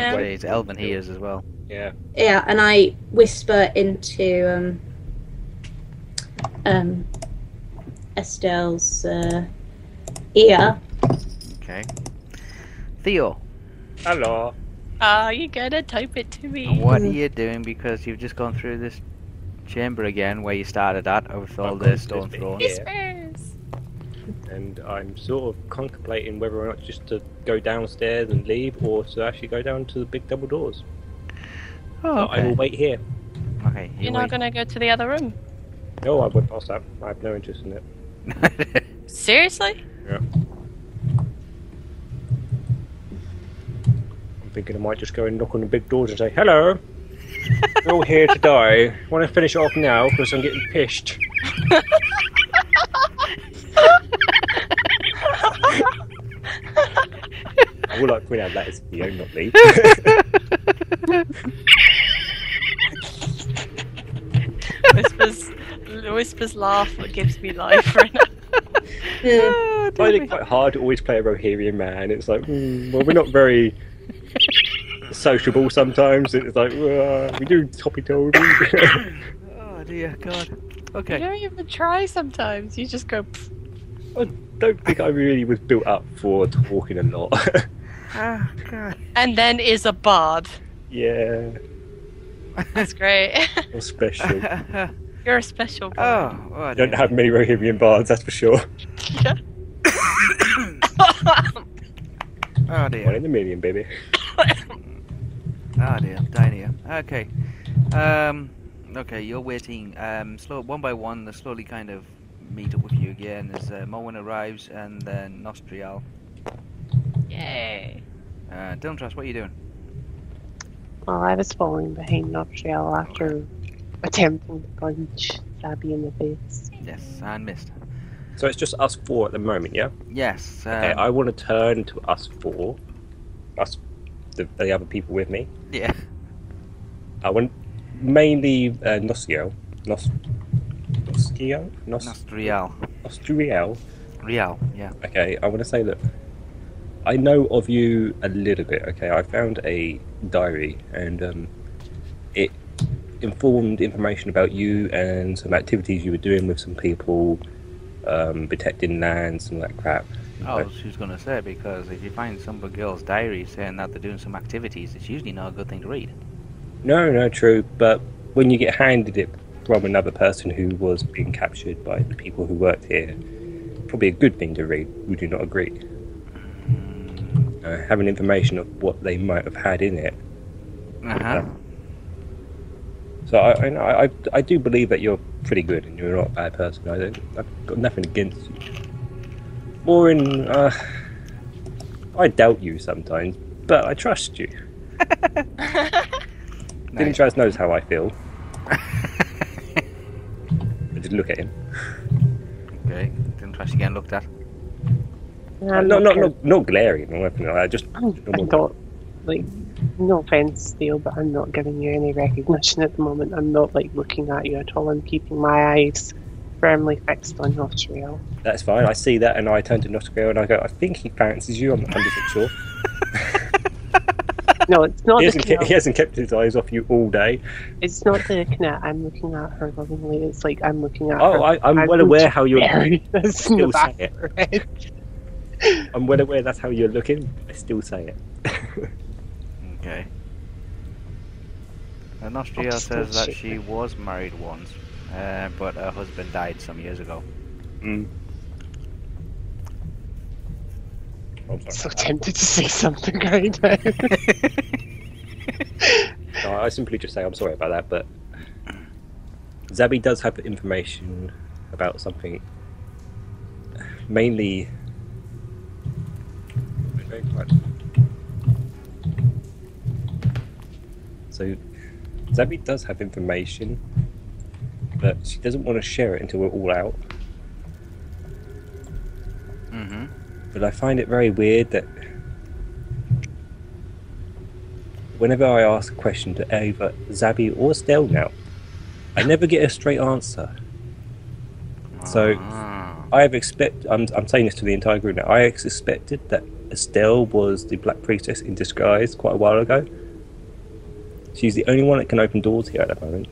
S2: Um,
S4: Wait, it's Elvin here as well.
S6: Yeah.
S7: Yeah, and I whisper into um, um, Estelle's uh, ear.
S4: Okay. Theo,
S6: Hello.
S2: are you gonna type it to me
S4: what are you doing? Because you've just gone through this chamber again where you started at with all
S6: I've
S4: the
S6: gone
S4: stone
S6: through this bit
S4: thrown.
S6: here.
S2: Whispers.
S6: and I'm sort of contemplating whether or not just to go downstairs and leave, or to actually go down to the big double doors.
S4: Oh,
S6: I will wait here.
S4: Okay.
S2: you're not gonna go to the other room
S6: No, I went past that. I have no interest in it.
S4: gonna.
S2: seriously
S6: I'm thinking I might just go and knock on the big doors and say, "Hello, you're all here to die. Want to finish it off now because I'm getting pissed." I will like to point out that is Theo, not me.
S2: whispers whispers laugh that gives me life right now
S7: Mm.
S4: Oh,
S6: I
S4: dear
S6: find it
S4: me.
S6: quite hard to always play a Bohemian man. It's like, hmm, well, we're not very sociable sometimes. It's like, uh, we do toppy turvy.
S4: Oh, dear God.
S2: you
S4: Okay.
S2: don't even try sometimes you just go "Pff."
S6: Don't think I really was built up for talking a lot.
S4: Oh god.
S2: and then is a bard.
S6: Yeah,
S2: That's great.
S6: I'm special.
S2: You're a special bard.
S4: oh, well,
S6: Don't have many Rohirrim bards, that's for sure.
S4: oh
S6: One
S4: dear.
S6: in a million, baby.
S4: Oh dear. Down here. Okay. Um. Okay, you're waiting. Um. Slow. One by one, they slowly kind of meet up with you again as uh, Moen arrives and then Nostrial.
S2: Yay.
S4: Uh, Dilmtras, what are you doing?
S5: Well, I was following behind Nostriel after attempting to punch Sabby in the face.
S4: Yes, and missed.
S6: So it's just us four at the moment, yeah?
S4: Yes. Um,
S6: Okay, I want to turn to us four, us, the, the other people with me.
S4: Yeah.
S6: I want mainly uh, Noscio, Nos, Noscio, Nos,
S4: Nostrial.
S6: Nostriel.
S4: Real. Yeah.
S6: Okay, I want to say, look, I know of you a little bit. Okay, I found a diary and um, it informed information about you and some activities you were doing with some people, um, protecting lands and all that crap.
S4: I
S6: Okay.
S4: was just gonna say because if you find some girl's diary saying that they're doing some activities, it's usually not a good thing to read.
S6: No, no, true. But when you get handed it from another person who was being captured by the people who worked here, probably a good thing to read. Would you not agree? Uh, having information of what they might have had in it.
S4: Uh huh.
S6: So I, I, know- I, I do believe that you're pretty good and you're not a bad person. I don't, I've got nothing against you. More in, uh, I doubt you sometimes, but I trust you. Nice.
S4: Nice.
S6: knows how I feel. I just look at him.
S4: Okay. Dilmtras again looked at.
S5: And
S6: Not,
S5: I'm
S6: Uh, not,
S5: gonna-
S6: not, not glaring or anything like that. Just
S5: I'm,
S6: no
S5: I'm
S6: more.
S5: not, like, no offense, Dale, but I'm not giving you any recognition at the moment. I'm not, like, looking at you at all. I'm keeping my eyes firmly fixed on Nostriel.
S6: That's fine. I see that, and I turn to Nottingham and I go, I think he fancies you. I'm not 100% sure.
S5: No, it's not the
S6: he, hasn't kept, he
S5: canal.
S6: hasn't kept his eyes off you all day.
S5: It's not the canal. I'm looking at her lovingly. It's like I'm looking at her.
S6: Oh, I, I'm
S5: I'm
S6: well aware how you're.
S5: Very- That's in the
S6: Still say
S5: back
S6: it.
S5: of her head.
S6: I'm well aware that's how you're looking. I still say it.
S4: Okay. And
S5: Oh,
S4: Nostria
S5: just
S4: says
S5: don't
S4: that
S5: shoot
S4: she was married once, uh, but her husband died some years ago.
S6: I'm
S5: So
S6: sorry.
S5: tempted to say something right now.
S6: No, I simply just say I'm sorry about that, but Zabby does have information about something. Mainly. So, Zabby does have information, but she doesn't want to share it until we're all out.
S4: Mm-hmm.
S6: But I find it very weird that whenever I ask a question to either Zabby or Stell now, I never get a straight answer.
S4: Ah,
S6: So- I have expect I'm, I'm saying this to the entire group now. I ex- expected that Estelle was the Black Priestess in disguise quite a while ago. She's the only one that can open doors here at the moment.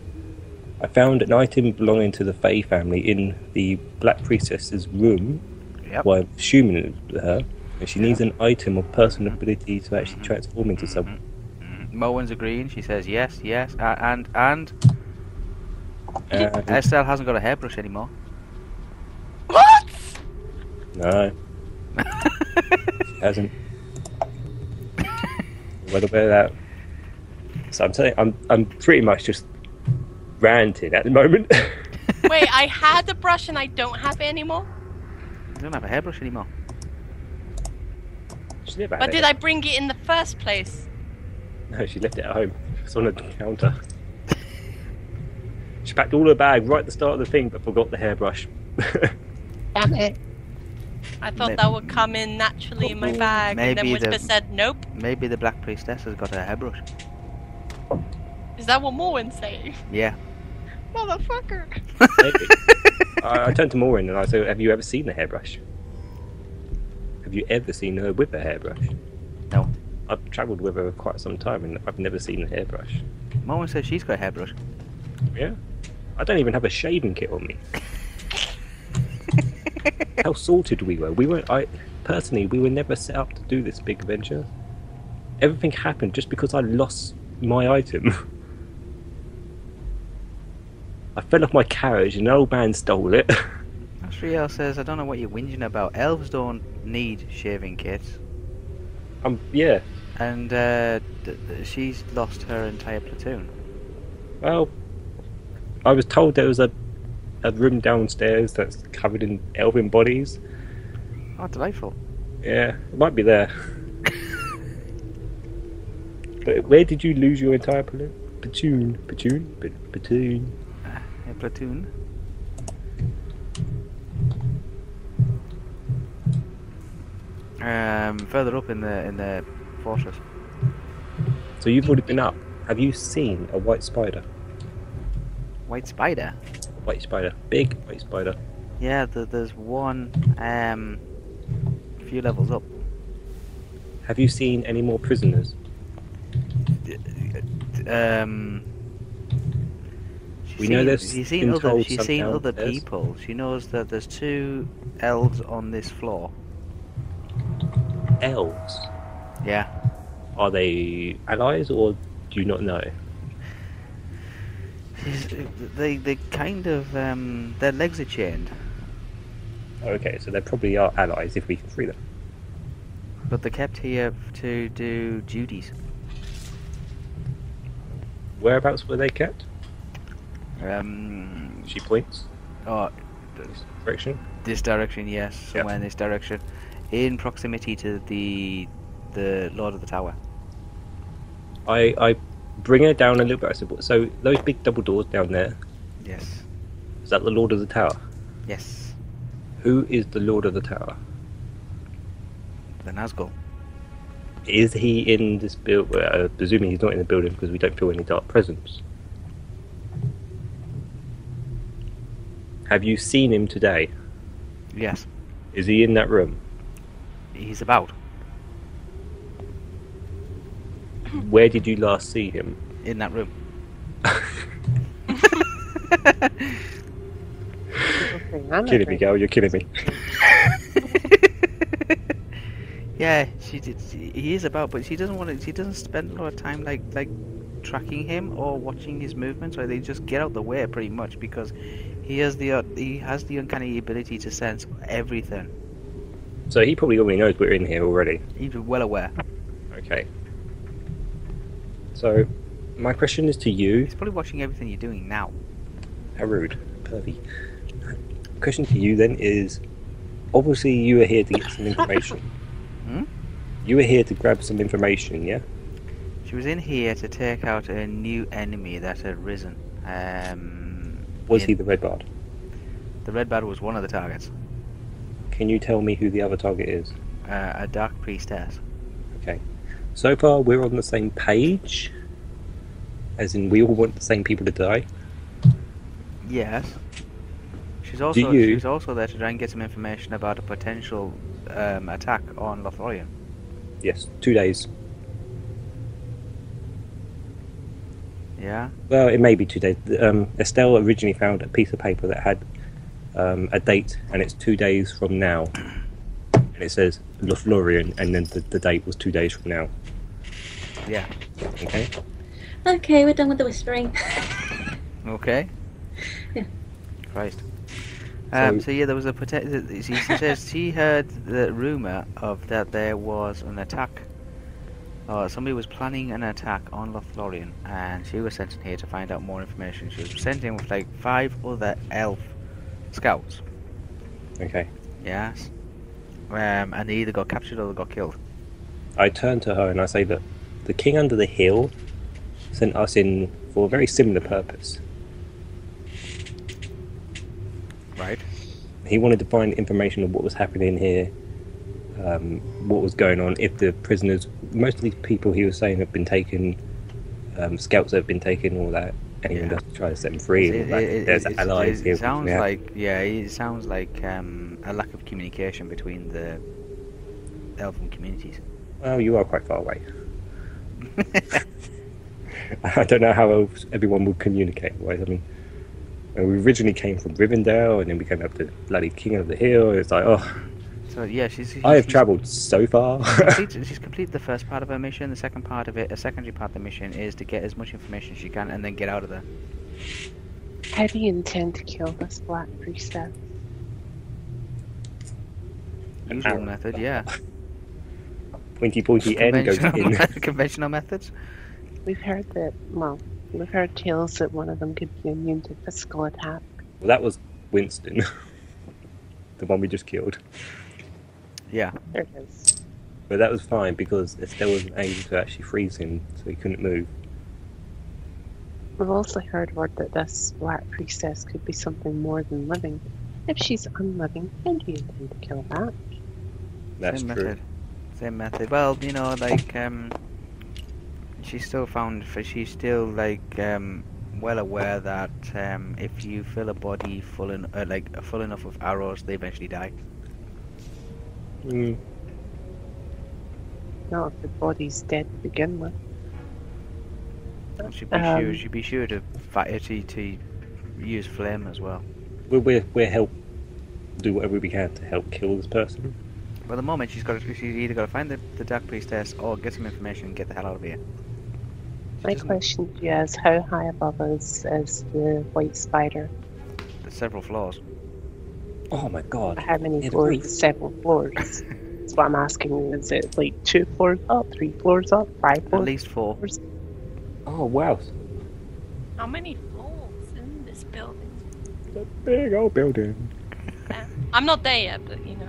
S6: I found an item belonging to the Fey family in the Black Priestess's room.
S4: Yep.
S6: Well, I'm assuming it was her. And she needs an item or personal ability to actually transform into someone.
S4: Mm, Moen's agreeing. She says yes, yes, a- and and
S6: Uh,
S4: Estelle hasn't got a hairbrush anymore.
S2: What?
S6: no, hasn't. What about that? So I'm saying I'm I'm pretty much just ranting at the moment.
S2: Wait, I had the brush and I don't have it anymore.
S4: I don't have a hairbrush anymore.
S6: she never
S2: But did I bring it in the first place?
S6: No, she left it at home. It's on the counter. She packed all her bag right at the start of the thing, but forgot the hairbrush.
S5: Damn it.
S2: I thought
S4: May-
S2: that would come in naturally in my bag, and then
S4: Maybe
S2: Whisper
S4: the-
S2: said, "Nope."
S4: Maybe the black priestess has got a hairbrush.
S2: Is that what Morwen's saying?
S4: Yeah.
S2: Motherfucker.
S6: Maybe. I, I turned to Maureen and I said, "Have you ever seen the hairbrush? Have you ever seen her with a hairbrush?"
S4: No.
S6: I've travelled with her quite some time, and I've never seen a hairbrush.
S4: Moen says she's got a hairbrush.
S6: Yeah. I don't even have a shaving kit on me. How sorted we were. We were I personally we were never set up to do this big adventure. everything happened just because I lost my item. I fell off my carriage and an old man stole it.
S4: Asriel says, I don't know what you're whinging about. Elves don't need shaving kits.
S6: um, yeah.
S4: And uh, th- th- she's lost her entire platoon.
S6: Well, I was told there was a a room downstairs that's covered in elven bodies.
S4: Oh, delightful.
S6: Yeah, it might be there. but where did you lose your entire pla- platoon? Platoon? Pla- Platoon?
S4: A platoon. Um, further up in the in the fortress.
S6: So you've already been up. Have you seen a white spider?
S4: White spider.
S6: White spider. Big white spider.
S4: Yeah, th- there's one. Um, a few levels up.
S6: Have you seen any more prisoners?
S4: Um, she's
S6: We know
S4: seen-
S6: there's
S4: She's seen
S6: been
S4: other.
S6: told
S4: She's
S6: something
S4: seen
S6: else
S4: other
S6: there's-
S4: people. She knows that there's two elves on this floor.
S6: Elves.
S4: Yeah.
S6: Are they allies or do you not know?
S4: She's, they they kind of um, their legs are chained,
S6: Okay, so they probably are allies if we can free them.
S4: but they're kept here to do duties.
S6: Whereabouts were they kept?
S4: Um,
S6: She points.
S4: oh,
S6: Direction.
S4: this direction, yes, somewhere in this direction, in proximity to the the Lord of the Tower.
S6: I, I bring her down a little bit. I said, so those big double doors down there,
S4: Yes.
S6: is that the Lord of the Tower?
S4: Yes.
S6: Who is the Lord of the Tower?
S4: The Nazgul.
S6: Is he in this build? Uh, presuming he's not in the building because we don't feel any dark presence. Have you seen him today?
S4: Yes.
S6: Is he in that room?
S4: He's about
S6: Where did you last see him?
S4: in that room.
S5: Okay, I'm not
S6: killing me,
S5: very-
S6: girl. You're killing me.
S4: yeah, she did. she- He is about, but she doesn't want to. She doesn't spend a lot of time like like tracking him or watching his movements. Or they just get out the way pretty much because he has the uh, he has the uncanny ability to sense everything.
S6: So he probably already knows we're in here already.
S4: He's well aware.
S6: Okay. So, my question is to you,
S4: He's probably watching everything you're doing now.
S6: How rude. Pervy. Question for you then is obviously you were here to get some information.
S4: Hmm?
S6: You were here to grab some information, yeah?
S4: She was in here to take out a new enemy that had risen. Um,
S6: Was
S4: in-
S6: he the red bard?
S4: The red bard was one of the targets.
S6: Can you tell me who the other target is?
S4: Uh, a dark priestess.
S6: Okay. So far we're on the same page. As in we all want the same people to die.
S4: Yes. She's also
S6: you-
S4: she's also there to try and get some information about a potential um, attack on Lothlorien.
S6: Yes, two days.
S4: Yeah.
S6: Well, it may be two days. Um, Estelle originally found a piece of paper that had um, a date, and it's two days from now. And it says Lothlorien, and then the, the date was two days from now.
S4: Yeah.
S6: Okay.
S1: Okay, we're done with the whispering.
S4: Okay.
S1: Yeah.
S4: Christ. Um,
S6: So-
S4: so yeah, there was a poten- th- She she says she heard the rumor of that there was an attack. Uh, somebody was planning an attack on Lothlorien, and she was sent in here to find out more information. She was sent in with like five other elf scouts.
S6: Okay.
S4: Yes. Um, and they either got captured or they got killed.
S6: I turn to her and I say, Look, the king under the hill sent us in for a very similar purpose.
S4: Right.
S6: He wanted to find information of what was happening here, um, what was going on, if the prisoners, most of these people he was saying have been taken, um, scouts have been taken, all that, and he
S4: Yeah.
S6: wanted to try to set them free. And all
S4: It-
S6: that.
S4: it- it-
S6: There's
S4: it-
S6: allies
S4: it
S6: here.
S4: sounds
S6: yeah.
S4: like yeah, it sounds like um, a lack of communication between the elven communities.
S6: Well, you are quite far away. I don't know how else everyone would communicate. Otherwise, I mean, uh, we originally came from Rivendell, and then we came up to bloody King of the Hill. It's like, oh,
S4: So yeah, she's. she's
S6: I have
S4: she's
S6: travelled so far.
S4: Completed, she's completed the first part of her mission. The second part of it, a secondary part of the mission, is to get as much information as she can and then get out of there.
S5: How do you intend to kill this black priestess?
S6: An
S4: Usual
S6: arrow.
S4: method, yeah.
S6: Pointy pointy end goes
S4: conventional,
S6: in.
S4: conventional methods.
S5: We've heard that, well, we've heard tales that one of them could be immune to physical attack.
S6: Well, that was Winston, the one we just killed.
S4: Yeah.
S5: There it is.
S6: But that was fine because Estelle wasn't able to actually freeze him, so he couldn't move.
S5: We've also heard word that this black priestess could be something more than living. If she's unliving, how do you intend to kill that?
S6: That's
S4: Same
S6: true.
S4: method. Same method. Well, you know, like um, she's still found. For, she's still like um, well aware that um, if you fill a body full en- uh, like full enough with arrows, they eventually die.
S6: Mm,
S5: Not if the body's dead to begin with.
S4: And she'd be
S5: Um,
S4: sure. She'd be sure to fight to, to use flame as well.
S6: we're, we're, we're help. Do whatever we can to help kill this person.
S4: But at the moment, she's got. To, she's either got to find the, the dark priestess or get some information and get the hell out of here. She
S5: My
S4: doesn't-
S5: question to you is how high above us is the white spider?
S4: There's several floors.
S6: Oh my god.
S5: How many
S6: It
S5: floors?
S6: breathes.
S5: Several floors. That's what I'm asking. you. Is it like two floors up, three floors up, five
S4: At
S5: floors?
S4: least four.
S6: Oh wow.
S7: How many floors in this building?
S6: Big old building.
S7: I'm not there yet, but you know,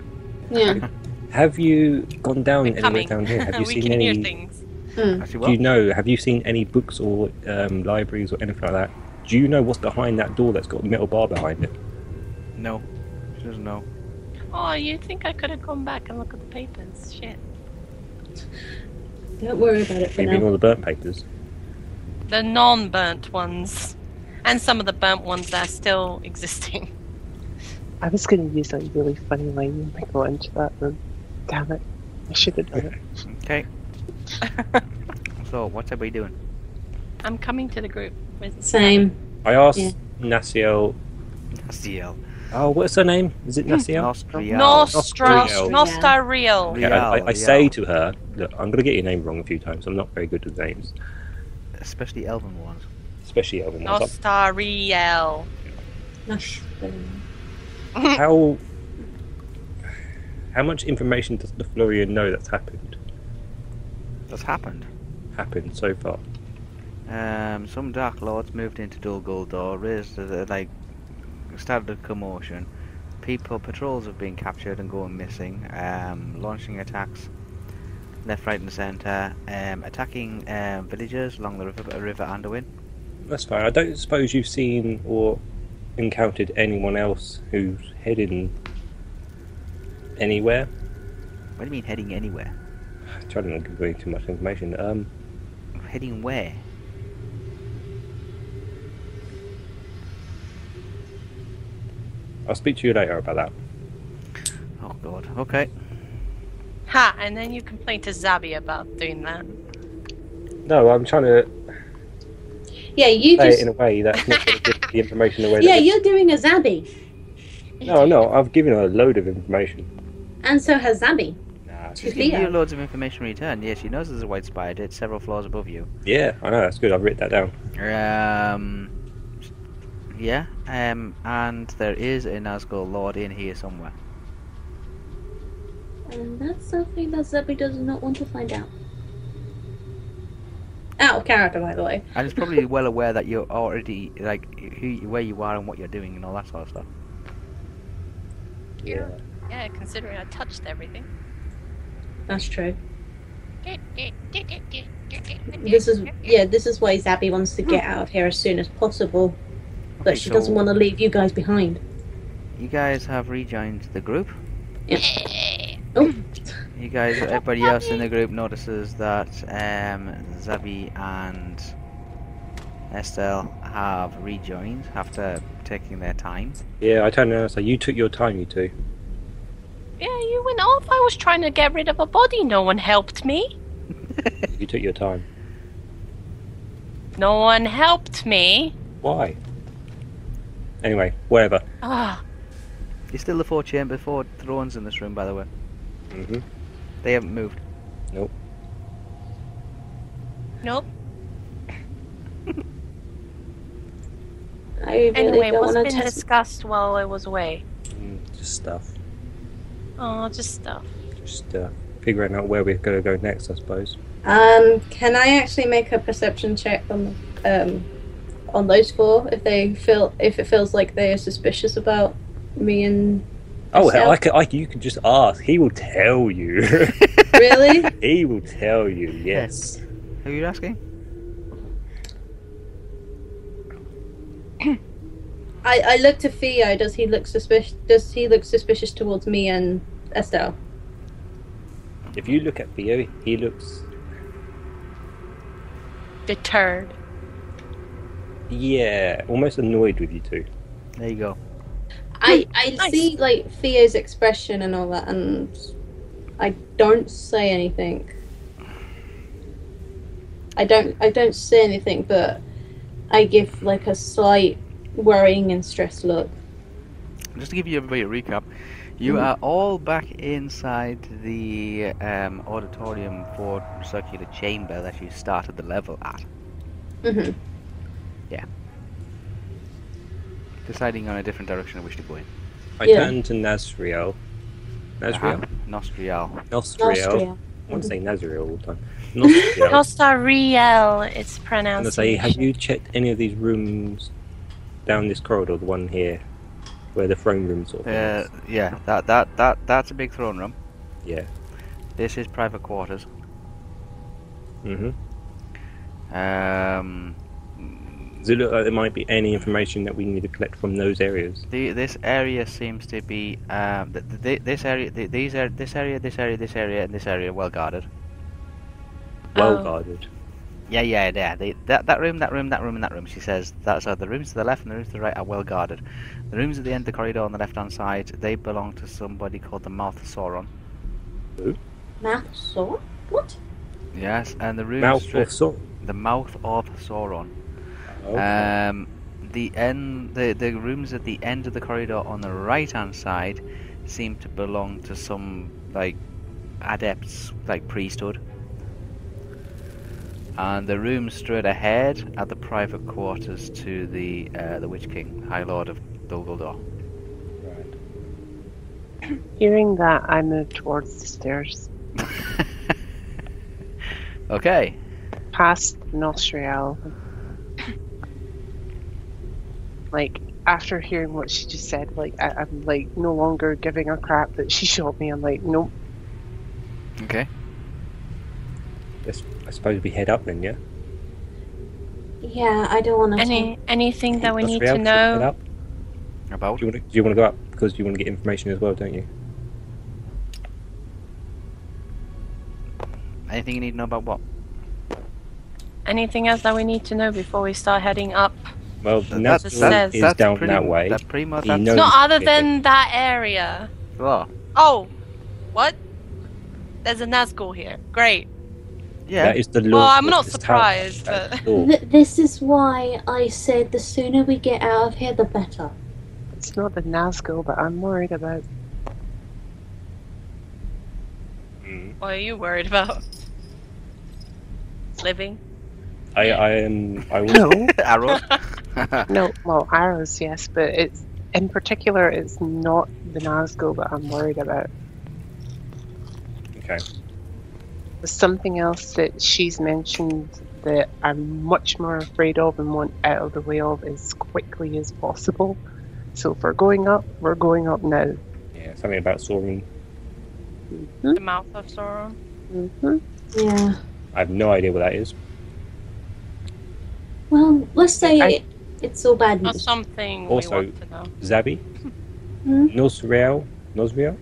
S1: Yeah.
S6: Have you gone down
S7: We're
S6: anywhere
S7: coming.
S6: Oh, down here? Have you
S7: we
S6: seen
S7: can
S6: any?
S7: hear things.
S4: Actually,
S6: Do you
S4: well,
S6: know? Have you seen any books or um, libraries or anything like that? Do you know what's behind that door that's got a metal bar behind it?
S4: no. She doesn't know.
S7: Oh, you think I could have gone back and looked at the papers? Shit.
S1: Don't worry about it for
S6: Maybe in
S1: now.
S6: all the burnt papers.
S7: The non-burnt ones, and some of the burnt ones that are still existing.
S5: I was going to use a really funny line when I got into that room. Damn it. I should have done it.
S4: Okay. so what's everybody doing?
S7: I'm coming to the group. With
S1: Same.
S6: I asked
S1: Yeah.
S6: Nasiel.
S4: That's the L.
S6: Oh, what's her name? Is it Nasiel?
S4: Nostrial.
S7: Nostra,
S6: Nostra-
S7: Nostra real.
S4: Nostra-
S6: Okay, I, I, I
S4: Rial,
S6: say
S4: Rial.
S6: to her, look, I'm going to get your name wrong a few times. I'm not very good with names,
S4: Especially elven ones.
S6: especially Elven ones.
S7: Nostra real.
S1: Gosh.
S6: How how much information does the Florian know that's happened
S4: That's happened.
S6: happened so far?
S4: Um, some Dark Lords moved into Dol Guldur, raised the- the, like, started a commotion. People, patrols have been captured and going missing, um, launching attacks left, right, and centre, um, attacking um, villagers along the river, river Anduin.
S6: That's fine. I don't suppose you've seen or encountered anyone else who's heading anywhere.
S4: What do you mean heading anywhere?
S6: I'm trying to not give away too much information. Um,
S4: Heading where?
S6: I'll speak to you later about that.
S4: Oh god, okay.
S7: Ha! And then you complain to Zabi about doing that.
S6: No, I'm trying to
S1: Yeah, you
S6: say
S1: just.
S6: it in a way that's not going to give the information away.
S1: Yeah,
S6: that
S1: you're doing a Zabby,
S6: it- No, no, I've given her a load of information.
S1: and so has Zabby.
S6: Nah,
S1: To
S4: She's giving you
S1: Theo.
S4: loads of information in return. Yeah, she knows there's a white spider. It's several floors above you.
S6: Yeah, I know, that's good. I've written that down.
S4: Um, yeah, um, and there is a Nazgul Lord in here somewhere.
S1: And that's something that Zabby does not want to find out. Out of character, by the way.
S4: And it's probably well aware that you're already, like, who, where you are and what you're doing and all that sort of stuff.
S6: Yeah.
S7: Yeah, considering I touched everything.
S1: That's true. This is yeah. This is why Zabby wants to get out of here as soon as possible,
S4: Okay,
S1: but she doesn't
S4: so
S1: want to leave you guys behind.
S4: You guys have rejoined the group.
S1: Oh,
S4: You guys, everybody else in the group notices that um, Zabi and Estelle have rejoined after taking their time.
S6: Yeah, I turned around and said, You took your time, you two.
S7: Yeah, you went off. I was trying to get rid of a body. No one helped me.
S6: You took your time.
S7: No one helped me.
S6: Why? Anyway, whatever.
S7: Ah.
S4: There's still the four chamber, four thrones in this room, by the way.
S6: Mm-hmm.
S4: They haven't moved.
S2: Nope.
S1: I really
S7: Anyway,
S1: don't
S7: what's
S1: want
S7: been
S1: to test.
S7: discussed while I was away?
S6: Mm, Just stuff.
S7: Oh, just stuff.
S6: Just uh, figuring out where we're going to go next, I suppose.
S1: Um, can I actually make a perception check on um, on those four if they feel if it feels like they are suspicious about me and
S6: Oh, hell,
S1: Yourself?
S6: I can, I, you can just ask. He will tell you.
S1: really?
S6: he will tell you, yes.
S4: Who are you asking?
S1: I, I look to Theo. Does he look suspicious? Does he look suspicious towards me and Estelle?
S6: If you look at Theo, he looks.
S7: Deterred.
S6: Yeah, almost annoyed with you two.
S4: There you go.
S1: I I
S2: Nice.
S1: see like Theo's expression and all that, and I don't say anything. I don't I don't say anything, but I give like a slight worrying and stressed look.
S4: Just to give you everybody a recap, you
S1: Mhm.
S4: are all back inside the um, auditorium for circular chamber that you started the level at.
S1: hmm
S4: deciding on a different direction in which to go in.
S6: I
S1: Yeah.
S6: turn to Nazriel. Nazriel?
S4: Nostrial. Uh,
S6: Nostriel. I want to say Uh-huh. Nazriel all the time. Nostriel.
S7: Costa Riel, it's
S6: I'm
S7: pronounced.
S6: to say, have you checked any of these rooms down this corridor, the one here, where the throne room sort of
S4: Uh,
S6: is?
S4: yeah, that that that that's a big throne room.
S6: Yeah.
S4: This is private quarters.
S6: hmm
S4: Um,
S6: Does it look like uh, there might be any information that we need to collect from those areas?
S4: the, this area seems to be um, th- th- th- this area, th- these are this area, this area, this area, and this area well guarded.
S6: Well
S7: Oh.
S6: guarded.
S4: Yeah, yeah, yeah. They, that that room, that room, that room, and that room. She says that so the rooms to the left and the rooms to the right are well guarded. The rooms at the end of the corridor on the left hand side they belong to somebody called the Mouth of Sauron.
S1: Math saw what?
S4: Yes, and the rooms
S6: Mouth
S4: straight-
S6: of salt.
S4: the Mouth of Sauron.
S6: Okay.
S4: Um, the end, the, the rooms at the end of the corridor on the right hand side seem to belong to some like adepts, like priesthood. And the room straight ahead are the private quarters to the uh, the Witch King, High Lord of Dumbledore.
S6: Right.
S5: Hearing that, I moved towards the stairs,
S4: Okay,
S5: past Nostriel. Like, after hearing what she just said, like, I, I'm like no longer giving a crap that she shot me. I'm like, nope.
S4: okay.
S6: Let's, I suppose we head up then, yeah?
S1: Yeah, I don't want to.
S7: Any anything that we need
S6: Nostriel,
S7: to
S6: should we head
S7: know?
S6: up?
S4: About
S6: Do you, want to, do you want to go up? Because you want to get information as well, don't you?
S4: anything you need to know about what?
S7: Anything else that we need to know before we start heading up?
S6: Well,
S4: Th-
S6: Naz
S7: that's-
S6: that
S7: that's-
S6: is
S4: that's
S6: down
S4: pretty
S6: that
S4: mu-
S6: way.
S4: That's pretty much.
S6: He
S4: That's
S6: knows-
S7: Not other
S6: it's-
S7: than that area.
S4: oh,
S2: Oh, what? There's a Nazgul here. Great.
S4: yeah.
S6: That is the law.
S2: Well, I'm
S6: of
S2: not
S6: this town.
S2: surprised,
S6: That's
S2: but-
S6: the law.
S1: Th- this is why I said the sooner we get out of here, the better.
S5: It's not the Nazgul, but I'm worried about.
S6: Mm.
S2: What are you worried about? Living.
S6: I, I am. I will
S5: No,
S4: Arrow.
S5: no, well, arrows, yes, but it's in particular, it's not the Nazgul that I'm worried about.
S6: Okay.
S5: There's something else that she's mentioned that I'm much more afraid of and want out of the way of as quickly as possible. So if we're going up, we're going up now.
S6: Yeah, something about Sauron.
S5: hmm
S2: The mouth of Sauron.
S5: hmm
S1: Yeah.
S6: I have no idea what that is.
S1: Well, let's say
S5: I-
S1: it, it's all bad
S2: Or
S1: news.
S2: something
S6: Also-
S2: we want to know.
S6: Zabi?
S1: Hmm?
S6: Nosriel? Nosriel?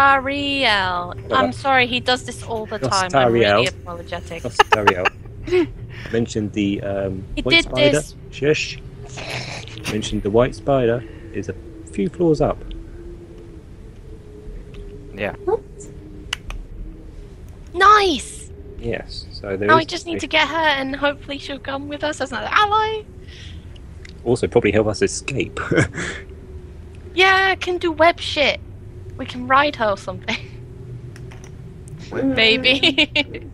S2: Nostariel. I'm
S6: Alright.
S2: sorry, he does this all the time. I'm really
S6: Nostariel.
S2: apologetic.
S6: Nosriel. Mentioned the um,
S2: He
S6: white
S2: did
S6: spider.
S2: this.
S6: Shush. Mentioned the white spider is a few floors up.
S1: What?
S2: Nice!
S6: Yes. So there
S2: Now we
S6: is-
S2: just need to get her and hopefully she'll come with us as another ally.
S6: also probably help us escape.
S2: yeah, I can do web shit. We can ride her or something. Maybe.
S7: Mm.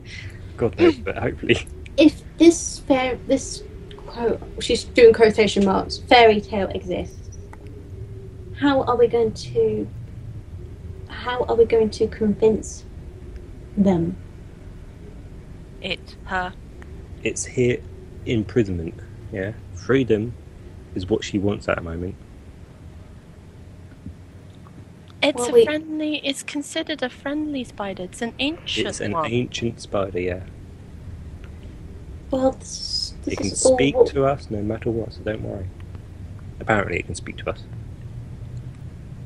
S6: God knows, but hopefully.
S7: if this fair this quote she's doing quotation marks fairy tale exists how are we going to how are we going to convince them
S2: it, her.
S6: It's here imprisonment. Yeah. Freedom is what she wants at the moment.
S2: It's
S7: Well,
S2: a
S7: we-
S2: friendly. It's considered a friendly spider. It's an ancient
S6: It's an
S2: one.
S6: ancient spider, yeah.
S7: well this, this
S6: It can
S7: is all
S6: speak
S7: what-
S6: to us no matter what, so don't worry. Apparently, it can speak to us.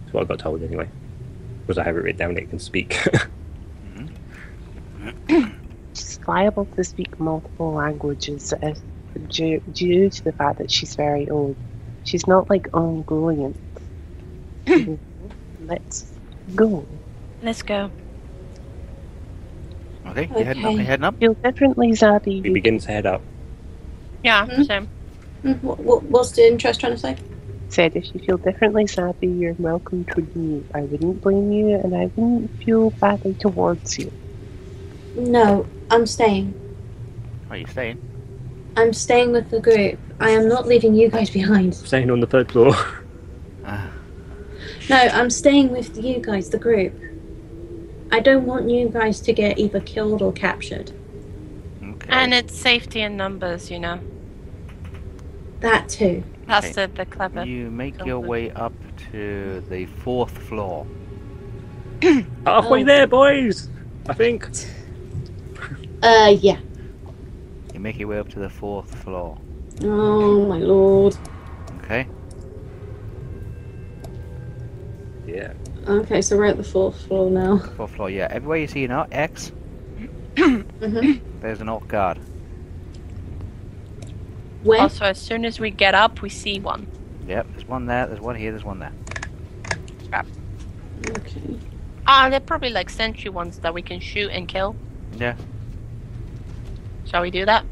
S6: That's what I got told anyway. Because I have it written down, it can speak.
S5: She's liable to speak multiple languages uh, due, due to the fact that she's very old. She's not like ungluent. Let's go.
S2: Let's go.
S4: Okay, you heading up,
S7: Okay.
S4: you heading up.
S5: Feel differently, Zabi.
S2: Mm.
S6: we begin to head up.
S2: Yeah.
S7: Hmm?
S2: Same.
S7: Mm, what, what, what's the interest trying to say
S5: said, if you feel differently, Zabi, you're welcome to leave. I wouldn't blame you, and I wouldn't feel badly towards you.
S7: no i'm staying
S4: Are you staying?
S7: i'm staying with the group i am not leaving you guys behind
S6: Staying on the third floor.
S4: Ah,
S7: no i'm staying with you guys the group i don't want you guys to get either killed or captured
S4: okay.
S2: And it's safety in numbers. You know.
S7: that too
S2: That's the, the clever.
S4: you make your way up to the fourth floor.
S6: Halfway
S7: Oh.
S6: there, boys! I think.
S7: uh yeah
S4: You make your way up to the fourth floor.
S7: Oh my lord.
S4: Okay.
S6: Yeah.
S7: Okay, so we're at the fourth floor now.
S4: Fourth floor. Yeah. Everywhere you see an or- X,
S7: hmm
S2: Mm-hmm.
S4: there's an orc guard.
S7: Where?
S2: Also, as soon as we get up, we see one.
S4: Yep. There's one there. There's one here. There's one there.
S7: Okay.
S2: Ah, they're probably like sentry ones that we can shoot and kill.
S4: Yeah.
S2: Shall we do that?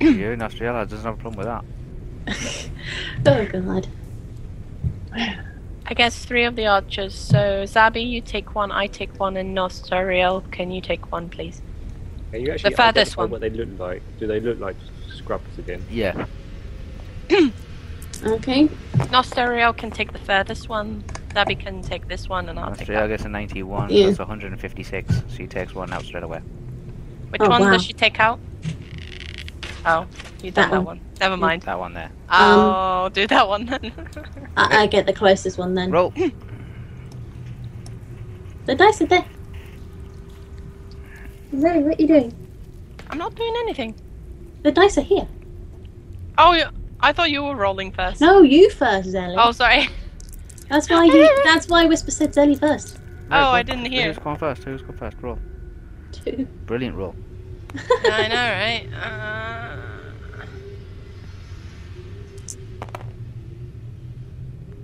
S4: you, Nostrella, doesn't have a problem with that.
S7: Oh god.
S2: I guess three of the archers. So Zabi, you take one. I take one, and Nostariel, can you take one, please?
S6: Can you actually
S2: furthest
S6: identify
S2: one.
S6: What they look like? Do they look like scrubs again?
S4: Yeah.
S7: Okay.
S2: Nostariel can take the furthest one. Zabi can take this one, and I'll take
S4: Nostrella
S2: that.
S4: gets a 91.
S7: Yeah.
S4: That's 156. She takes one out straight away.
S2: Which
S7: Oh,
S2: one
S7: wow.
S2: does she take out? Oh, you done
S7: That
S2: that,
S7: one.
S2: one. Mm. Um, Never mind.
S4: That one there.
S2: I'll do that one then.
S7: I, I get the closest one
S2: Mm.
S7: then.
S2: Oh,
S4: Roll.
S7: The dice are there. Ray, what are you doing?
S2: I'm not doing anything.
S7: The dice are here.
S2: Oh, you- I thought you were rolling first.
S7: No, you first, Zelly.
S2: Oh, sorry.
S7: That's why you. That's why Whisper said Zelly first.
S2: Oh, I didn't hear.
S4: Who's gone first? Who's gone first? Roll.
S7: Two.
S4: Brilliant roll.
S2: I know, right? Uh,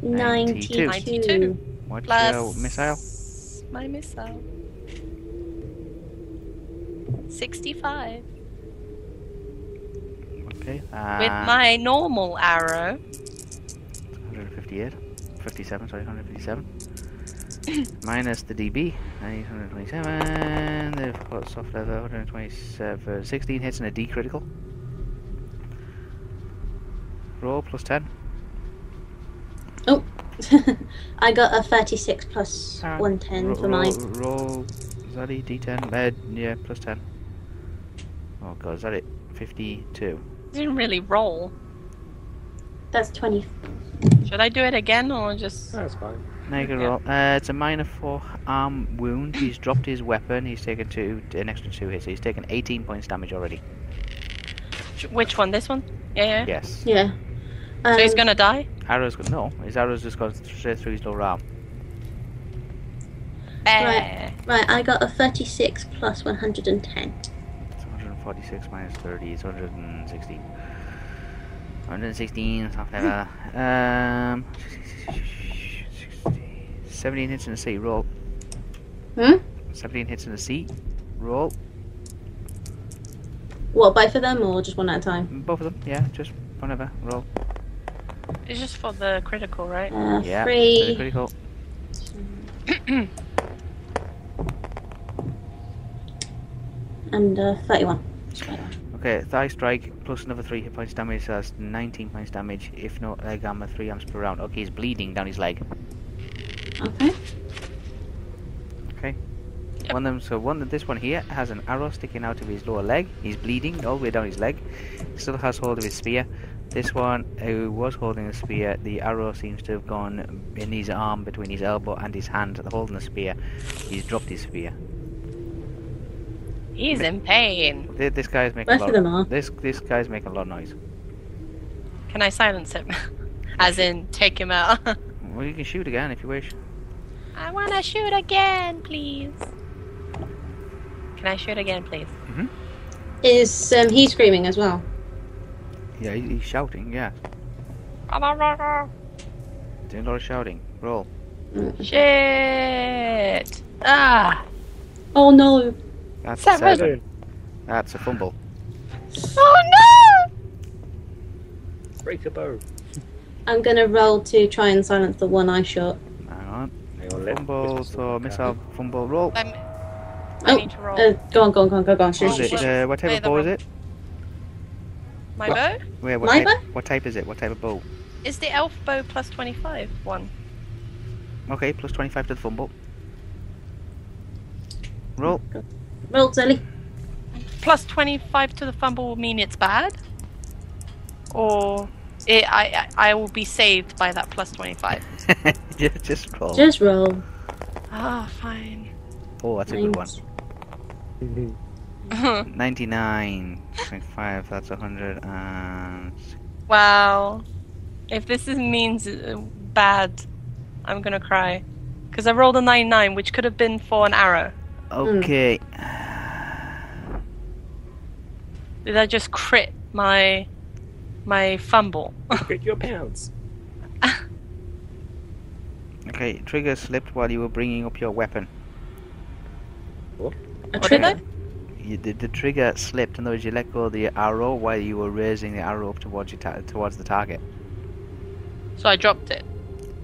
S7: Ninety-two.
S2: 92.
S4: What's
S2: plus
S4: your missile?
S2: My missile. Sixty-five
S4: Okay. Uh,
S2: with my normal arrow.
S4: 158. 57, sorry, 157. Minus the DB. I need 127. They've got soft leather, 127. 16 uh, hits and a D critical. Roll plus 10.
S7: I got a thirty-six plus
S4: Uh,
S7: one ten
S4: Ro-
S7: for mine.
S4: Roll, roll Zaddy D10. Med, yeah, plus 10. Oh god, is that it? 52.
S2: Didn't really roll.
S7: That's twenty.
S2: Should I do it again or just?
S6: That's fine.
S4: Now you can
S2: Yeah.
S4: roll. Uh, it's a minor 4 arm wound. He's dropped his weapon. He's taken two, an extra 2 hits. He's taken 18 points damage already.
S2: Which one? This one? Yeah. yeah.
S4: Yes.
S7: Yeah. Um,
S2: So he's gonna die.
S4: Arrow's got no. His arrow's just gone straight through his lower arm.
S7: Right. Right, I got a 36 plus 110.
S4: It's 146 minus 30. It's 116. 116. Half level. Um. 16, 17 hits in the sea. Roll.
S7: Hmm?
S4: 17 hits in the sea. Roll.
S7: What, both of them or just one at a time?
S4: Both of them. Yeah. Just whatever. Roll.
S2: It's just for the critical, right?
S1: Uh,
S4: Yeah. Very
S1: Three.
S4: critical.
S1: and uh, 31.
S4: Okay, thigh strike plus another three hit points damage, so that's 19 points damage. If not, uh, gamma three amps per round. Okay, he's bleeding down his leg.
S1: Okay.
S4: One of them, so one this one here has an arrow sticking out of his lower leg. He's bleeding all the way down his leg. Still has hold of his spear. This one, who was holding the spear, the arrow seems to have gone in his arm between his elbow and his hand, holding the spear. He's dropped his spear.
S2: He's in pain.
S4: Th- This guy's making
S1: Both
S4: a
S1: of
S4: lot.
S1: them are.
S4: This this guy's making a lot of noise.
S2: Can I silence him? As in, take him out.
S4: Well, you can shoot again if you wish.
S2: I want to shoot again, please. Can I shoot again, please?
S1: Is um, he screaming as well?
S4: Yeah, he- he's shouting. Yeah, doing a lot of shouting. Roll.
S1: Mm.
S2: Shit! Ah!
S1: Oh no.
S4: That's a
S2: Seven.
S4: seven. That's a fumble.
S2: Oh no!
S6: Break a bow.
S1: I'm gonna roll to try and silence the one I shot.
S4: Hang on.
S6: Hang on, let-
S4: Fumble.
S6: let's-
S4: So missile. Fumble. Roll.
S2: I'm, I
S1: Oh,
S2: need to roll
S1: Uh, go on, go on, go on, go on, go on. Shoot,
S4: What
S2: Oh,
S1: shoot, shoot.
S4: is it?
S2: well,
S4: Uh, what
S2: play
S4: type of
S2: the
S4: bow is
S2: roll.
S4: it?
S2: my
S4: what?
S2: bow.
S4: Where? What
S1: My
S4: type?
S1: bow?
S4: What type is it? What type of bow?
S2: Is the elf bow plus twenty-five one?
S4: Okay, plus twenty-five to the fumble. Roll.
S1: Roll, Zelly.
S2: Plus twenty-five to the fumble will mean it's bad, or it, I I I will be saved by that plus twenty-five.
S4: Ju- Just roll.
S1: Just roll.
S2: Ah, fine.
S4: Oh, that's a good one.
S2: wow.
S4: Ninety-nine point five. That's a hundred and.
S2: Well, if this is means uh, bad, I'm gonna cry, because I rolled a nine-nine, which could have been for an arrow.
S4: Okay.
S2: Did I just crit my my fumble?
S6: Get your pounds.
S4: Okay. Trigger slipped while you were bringing up your weapon.
S1: A
S2: What did
S1: trigger?
S2: I?
S4: You, the, the trigger slipped, in other words, you let go of the arrow while you were raising the arrow up towards your ta- towards the target.
S2: So I dropped it.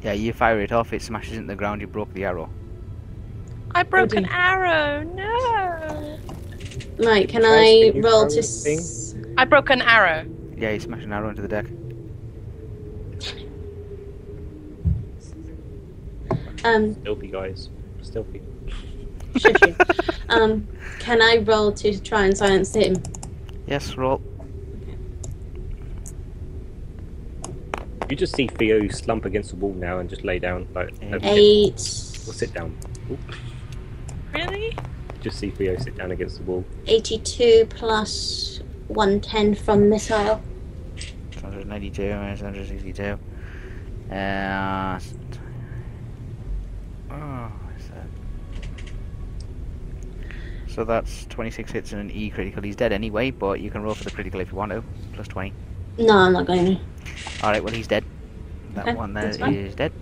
S4: Yeah, you fire it off, it smashes into the ground. You broke the arrow.
S2: I broke
S1: dear.
S2: an arrow. No.
S1: Right, can
S6: Try
S1: I
S6: spinning
S1: roll
S6: around
S1: to.
S6: the thing.
S1: S-
S2: I broke an arrow.
S4: Yeah, you smash an arrow into the deck.
S1: um,
S6: Stealthy guys. Stealthy.
S1: shush you. um, can I roll to try and silence him?
S4: Yes, roll.
S6: You just see Theo slump against the wall now and just lay down. Like,
S4: Eight.
S6: okay,
S1: Eight.
S6: we'll sit down.
S2: Really?
S6: Just see Theo sit down against the wall.
S1: 82 plus 110 from missile.
S4: 192 minus 162. Uh, s- oh, what's that? So that's 26 hits and an E critical. He's dead anyway, but you can roll for the critical if you want to. Plus 20.
S1: No, I'm not going to.
S4: Alright, well, he's dead. That
S1: Okay,
S4: one there
S1: that's fine.
S4: is dead.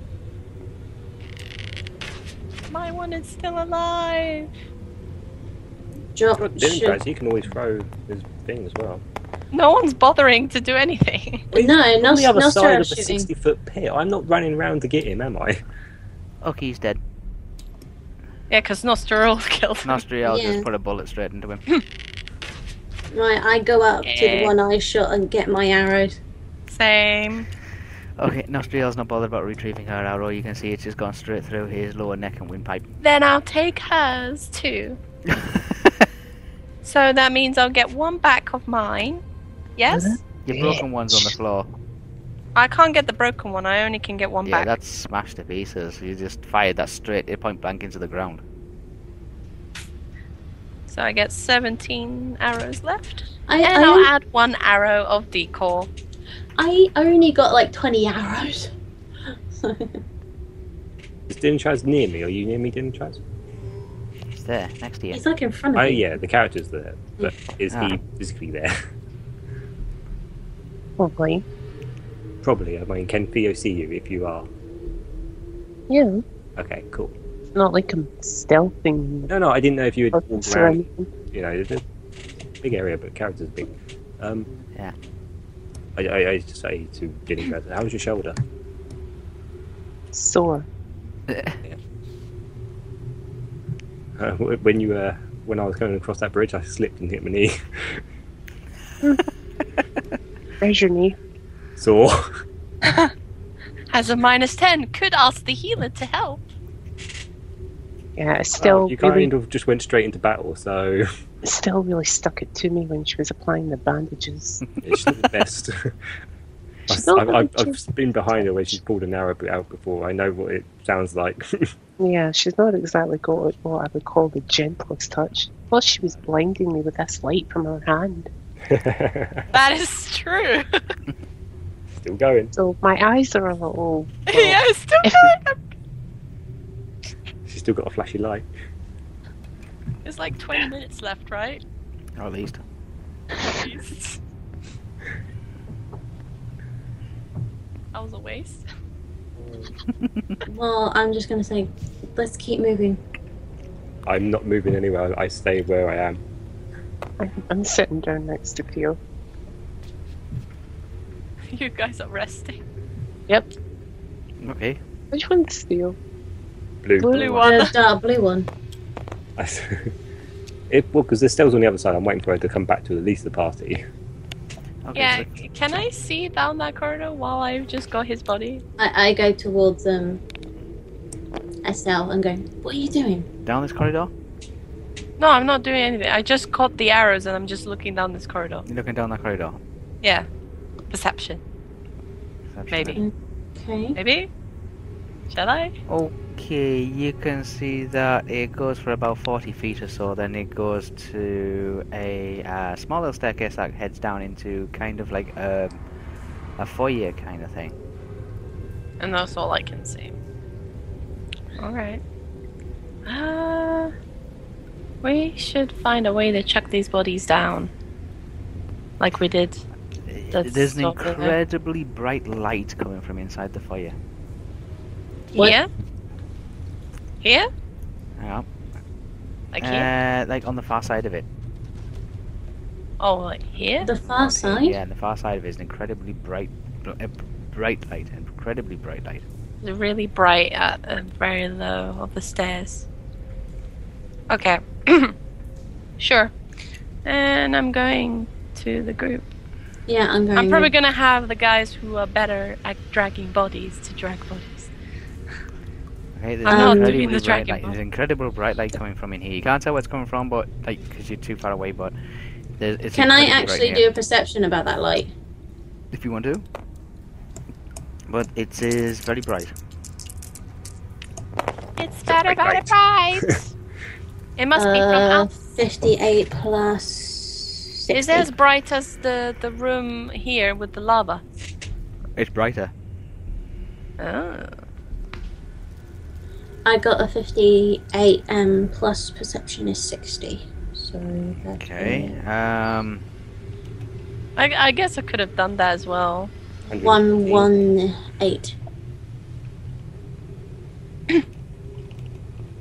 S2: My one is still alive.
S7: Oh,
S1: Drop.
S6: God damn,
S1: shoot.
S6: guys, he can always throw his thing as well.
S2: No one's bothering to do anything.
S1: No, no,
S6: on the other
S1: no
S6: side
S1: star
S6: of a
S1: shooting.
S6: 60 foot pit. I'm not running around to get him, am I?
S4: Okay, he's dead.
S2: Yeah, because Nostril killed him.
S4: Nostriel
S1: Yeah.
S4: just put a bullet straight into him.
S1: Right, I go up to the
S2: Yeah.
S1: one I shot and get my arrows.
S2: Same.
S4: Okay, Nostriel's not bothered about retrieving her arrow. You can see it's just gone straight through his lower neck and windpipe.
S2: Then I'll take hers too. So that means I'll get one back of mine. Yes?
S4: Your broken one's on the floor.
S2: I can't get the broken one. I only can get one
S4: Yeah,
S2: back.
S4: that's smashed to pieces. You just fired that straight uh, point blank into the ground.
S2: So I get 17 arrows left.
S1: I,
S2: And I'll
S1: I,
S2: add one arrow of decoy.
S1: I only got like 20 arrows. So,
S6: Is Dinchaz near me? Are you near me, Dinchaz?
S4: It's there, next to you.
S1: he's like in front
S6: Oh,
S1: of me.
S6: yeah, the character's there. But is
S4: Ah.
S6: he physically there?
S5: Probably.
S6: Probably. I mean, can Theo see you if you are?
S5: Yeah.
S6: Okay, cool.
S5: It's not like I'm stealthing
S6: No, no, I didn't know if you would
S5: or
S6: walk around.
S5: anything.
S6: You know, it's a big area, but character's big. Um,
S4: Yeah.
S6: I, I, I just say to Guinea Cat, "How's your shoulder?"
S5: Sore.
S6: Uh, wh- when you uh, when I was going across that bridge, I slipped and hit my knee.
S5: Where's your knee?
S6: Sore.
S2: Has a minus 10. Could ask the healer to help.
S5: Yeah, it's still
S6: Ah, you
S5: really,
S6: kind of just went straight into battle, so
S5: it's still really stuck it to me when she was applying the bandages.
S6: it's not the best.
S5: She's
S6: I,
S5: not
S6: I, I've,
S5: really-
S6: I've been behind her when she's pulled an arrow out before. I know what it sounds like.
S5: yeah, she's not exactly got what I would call the gentlest touch. Plus, she was blinding me with this light from her hand.
S2: That is true.
S6: Still going.
S5: So my eyes are a little. well,
S2: yeah, it's still
S5: if-
S2: good.
S6: She's still got a flashy light.
S2: There's like 20 minutes left, right?
S4: Or at least.
S2: Jesus. That was a waste.
S1: Well, I'm just gonna say, let's keep moving.
S6: I'm not moving anywhere. I stay where I am.
S5: I'm, I'm sitting down next to Theo.
S2: You guys are resting.
S4: Okay.
S5: Which one's Theo?
S6: Blue.
S5: Blue
S2: one.
S1: The dark blue one.
S6: I s- it well because there's Stell's on the other side. I'm waiting for her to come back to at least the party.
S4: okay
S2: Yeah,
S4: so-
S2: can I see down that corridor while I've just got his body?
S1: I, I go towards um Estelle and go, what are you doing?
S4: Down this corridor?
S2: No, I'm not doing anything. I just caught the arrows and I'm just looking down this corridor.
S4: You're looking down that corridor.
S2: Perception.
S4: Perception
S2: Maybe.
S1: Okay.
S2: Maybe? Shall I?
S4: then. Okay, you can see that it goes for about 40 feet or so, then it goes to a uh, small little staircase that heads down into kind of like a, a foyer kind of thing.
S2: And that's all I can see. Alright. Uh, we should find a way to chuck these bodies down. Like we did. That's
S4: There's an
S2: not really-
S4: incredibly bright light coming from inside the foyer.
S1: What?
S2: Here? Here?
S4: Yeah.
S2: Like here?
S4: Uh, like on the far side of it.
S2: Oh, like here?
S1: The far
S4: Not here,
S1: side?
S4: Yeah, the far side of it is an incredibly bright, bl- uh, bright light, incredibly bright light.
S2: They're really bright at the very low of the stairs. Okay. sure. And I'm going to the group.
S1: Yeah, I'm going.
S2: I'm probably going to have the guys who are better at dragging bodies to drag bodies.
S4: Okay, there's
S1: I'm
S4: an
S1: not doing
S4: incredibly
S2: the
S4: bright
S2: dragon
S4: light.
S2: ball.
S4: There's incredible bright light coming from in here. You can't tell where it's coming from, but like, because you're too far away. But there, it's
S1: Can I
S4: incredibly bright
S1: actually
S4: here.
S1: do a perception about that light?
S4: If you want to. But it is very bright.
S2: It's
S6: better by the
S2: prize. it must be from
S1: Uh,
S2: outside.
S1: 58 plus 60.
S2: Is it as bright as the, the room here with the lava?
S4: It's brighter.
S2: Oh.
S1: I got a 58 um, plus perception is 60. So that
S4: Okay.
S1: is
S4: Um.
S2: I, I guess I could have done that as well.
S1: 1 1 8.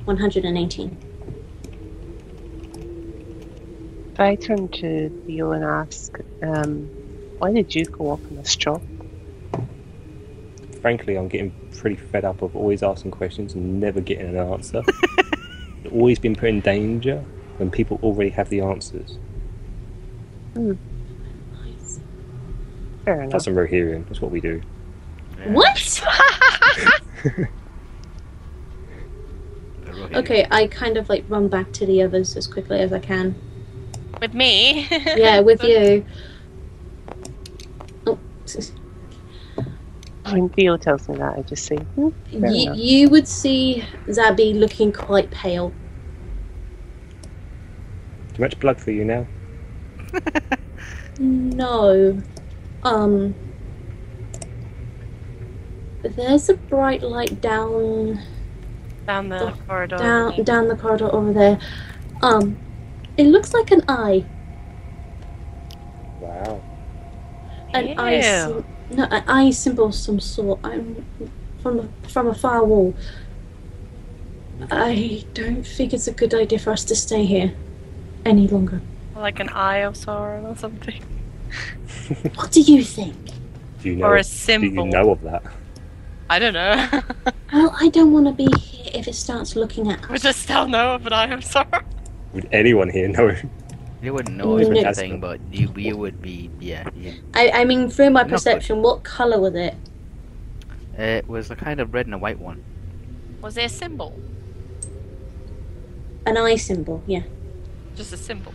S1: 118.
S5: If I turn to Theo and ask, um, why did you go up in this job?
S6: Frankly, I'm getting pretty fed up of always asking questions and never getting an answer. always been put in danger when people already have the answers.
S5: Fair enough.
S6: That's a Rohirrim. That's what we do.
S4: yeah,
S1: What?
S4: the Rohirrim.
S1: Okay, I kind of like run back to the others as quickly as I can.
S2: With me?
S1: Yeah, with you. Oh,
S5: When Theo tells me that, I just say, hmm, Fair
S1: you,
S5: enough.
S1: you would see Zabi looking quite pale.
S6: Too much blood for you now.
S1: No. Um. There's a bright light down
S2: Down the corridor.
S1: down down the corridor over there. Um, it looks like an eye.
S6: Wow.
S1: An eye. Sym- no, an eye symbol of some sort. I'm from from a far wall. I don't think it's a good idea for us to stay here any longer.
S2: Like an eye of sorrow or something.
S1: What do you think?
S6: Do you know?
S2: or a
S6: of- do you
S2: symbol.
S6: know of that?
S2: I don't know.
S1: Well, I don't want to be here if it starts looking at us.
S2: Which I still know, but I am sorry.
S6: Would anyone here know?
S4: You wouldn't know
S1: Mm, no.
S4: everything, but you you would be yeah. yeah.
S1: I, I mean, through my
S4: No,
S1: perception, what color was it?
S4: Uh, it was a kind of red and a white one.
S2: Was it a symbol?
S1: An eye symbol, yeah,
S2: Just a symbol.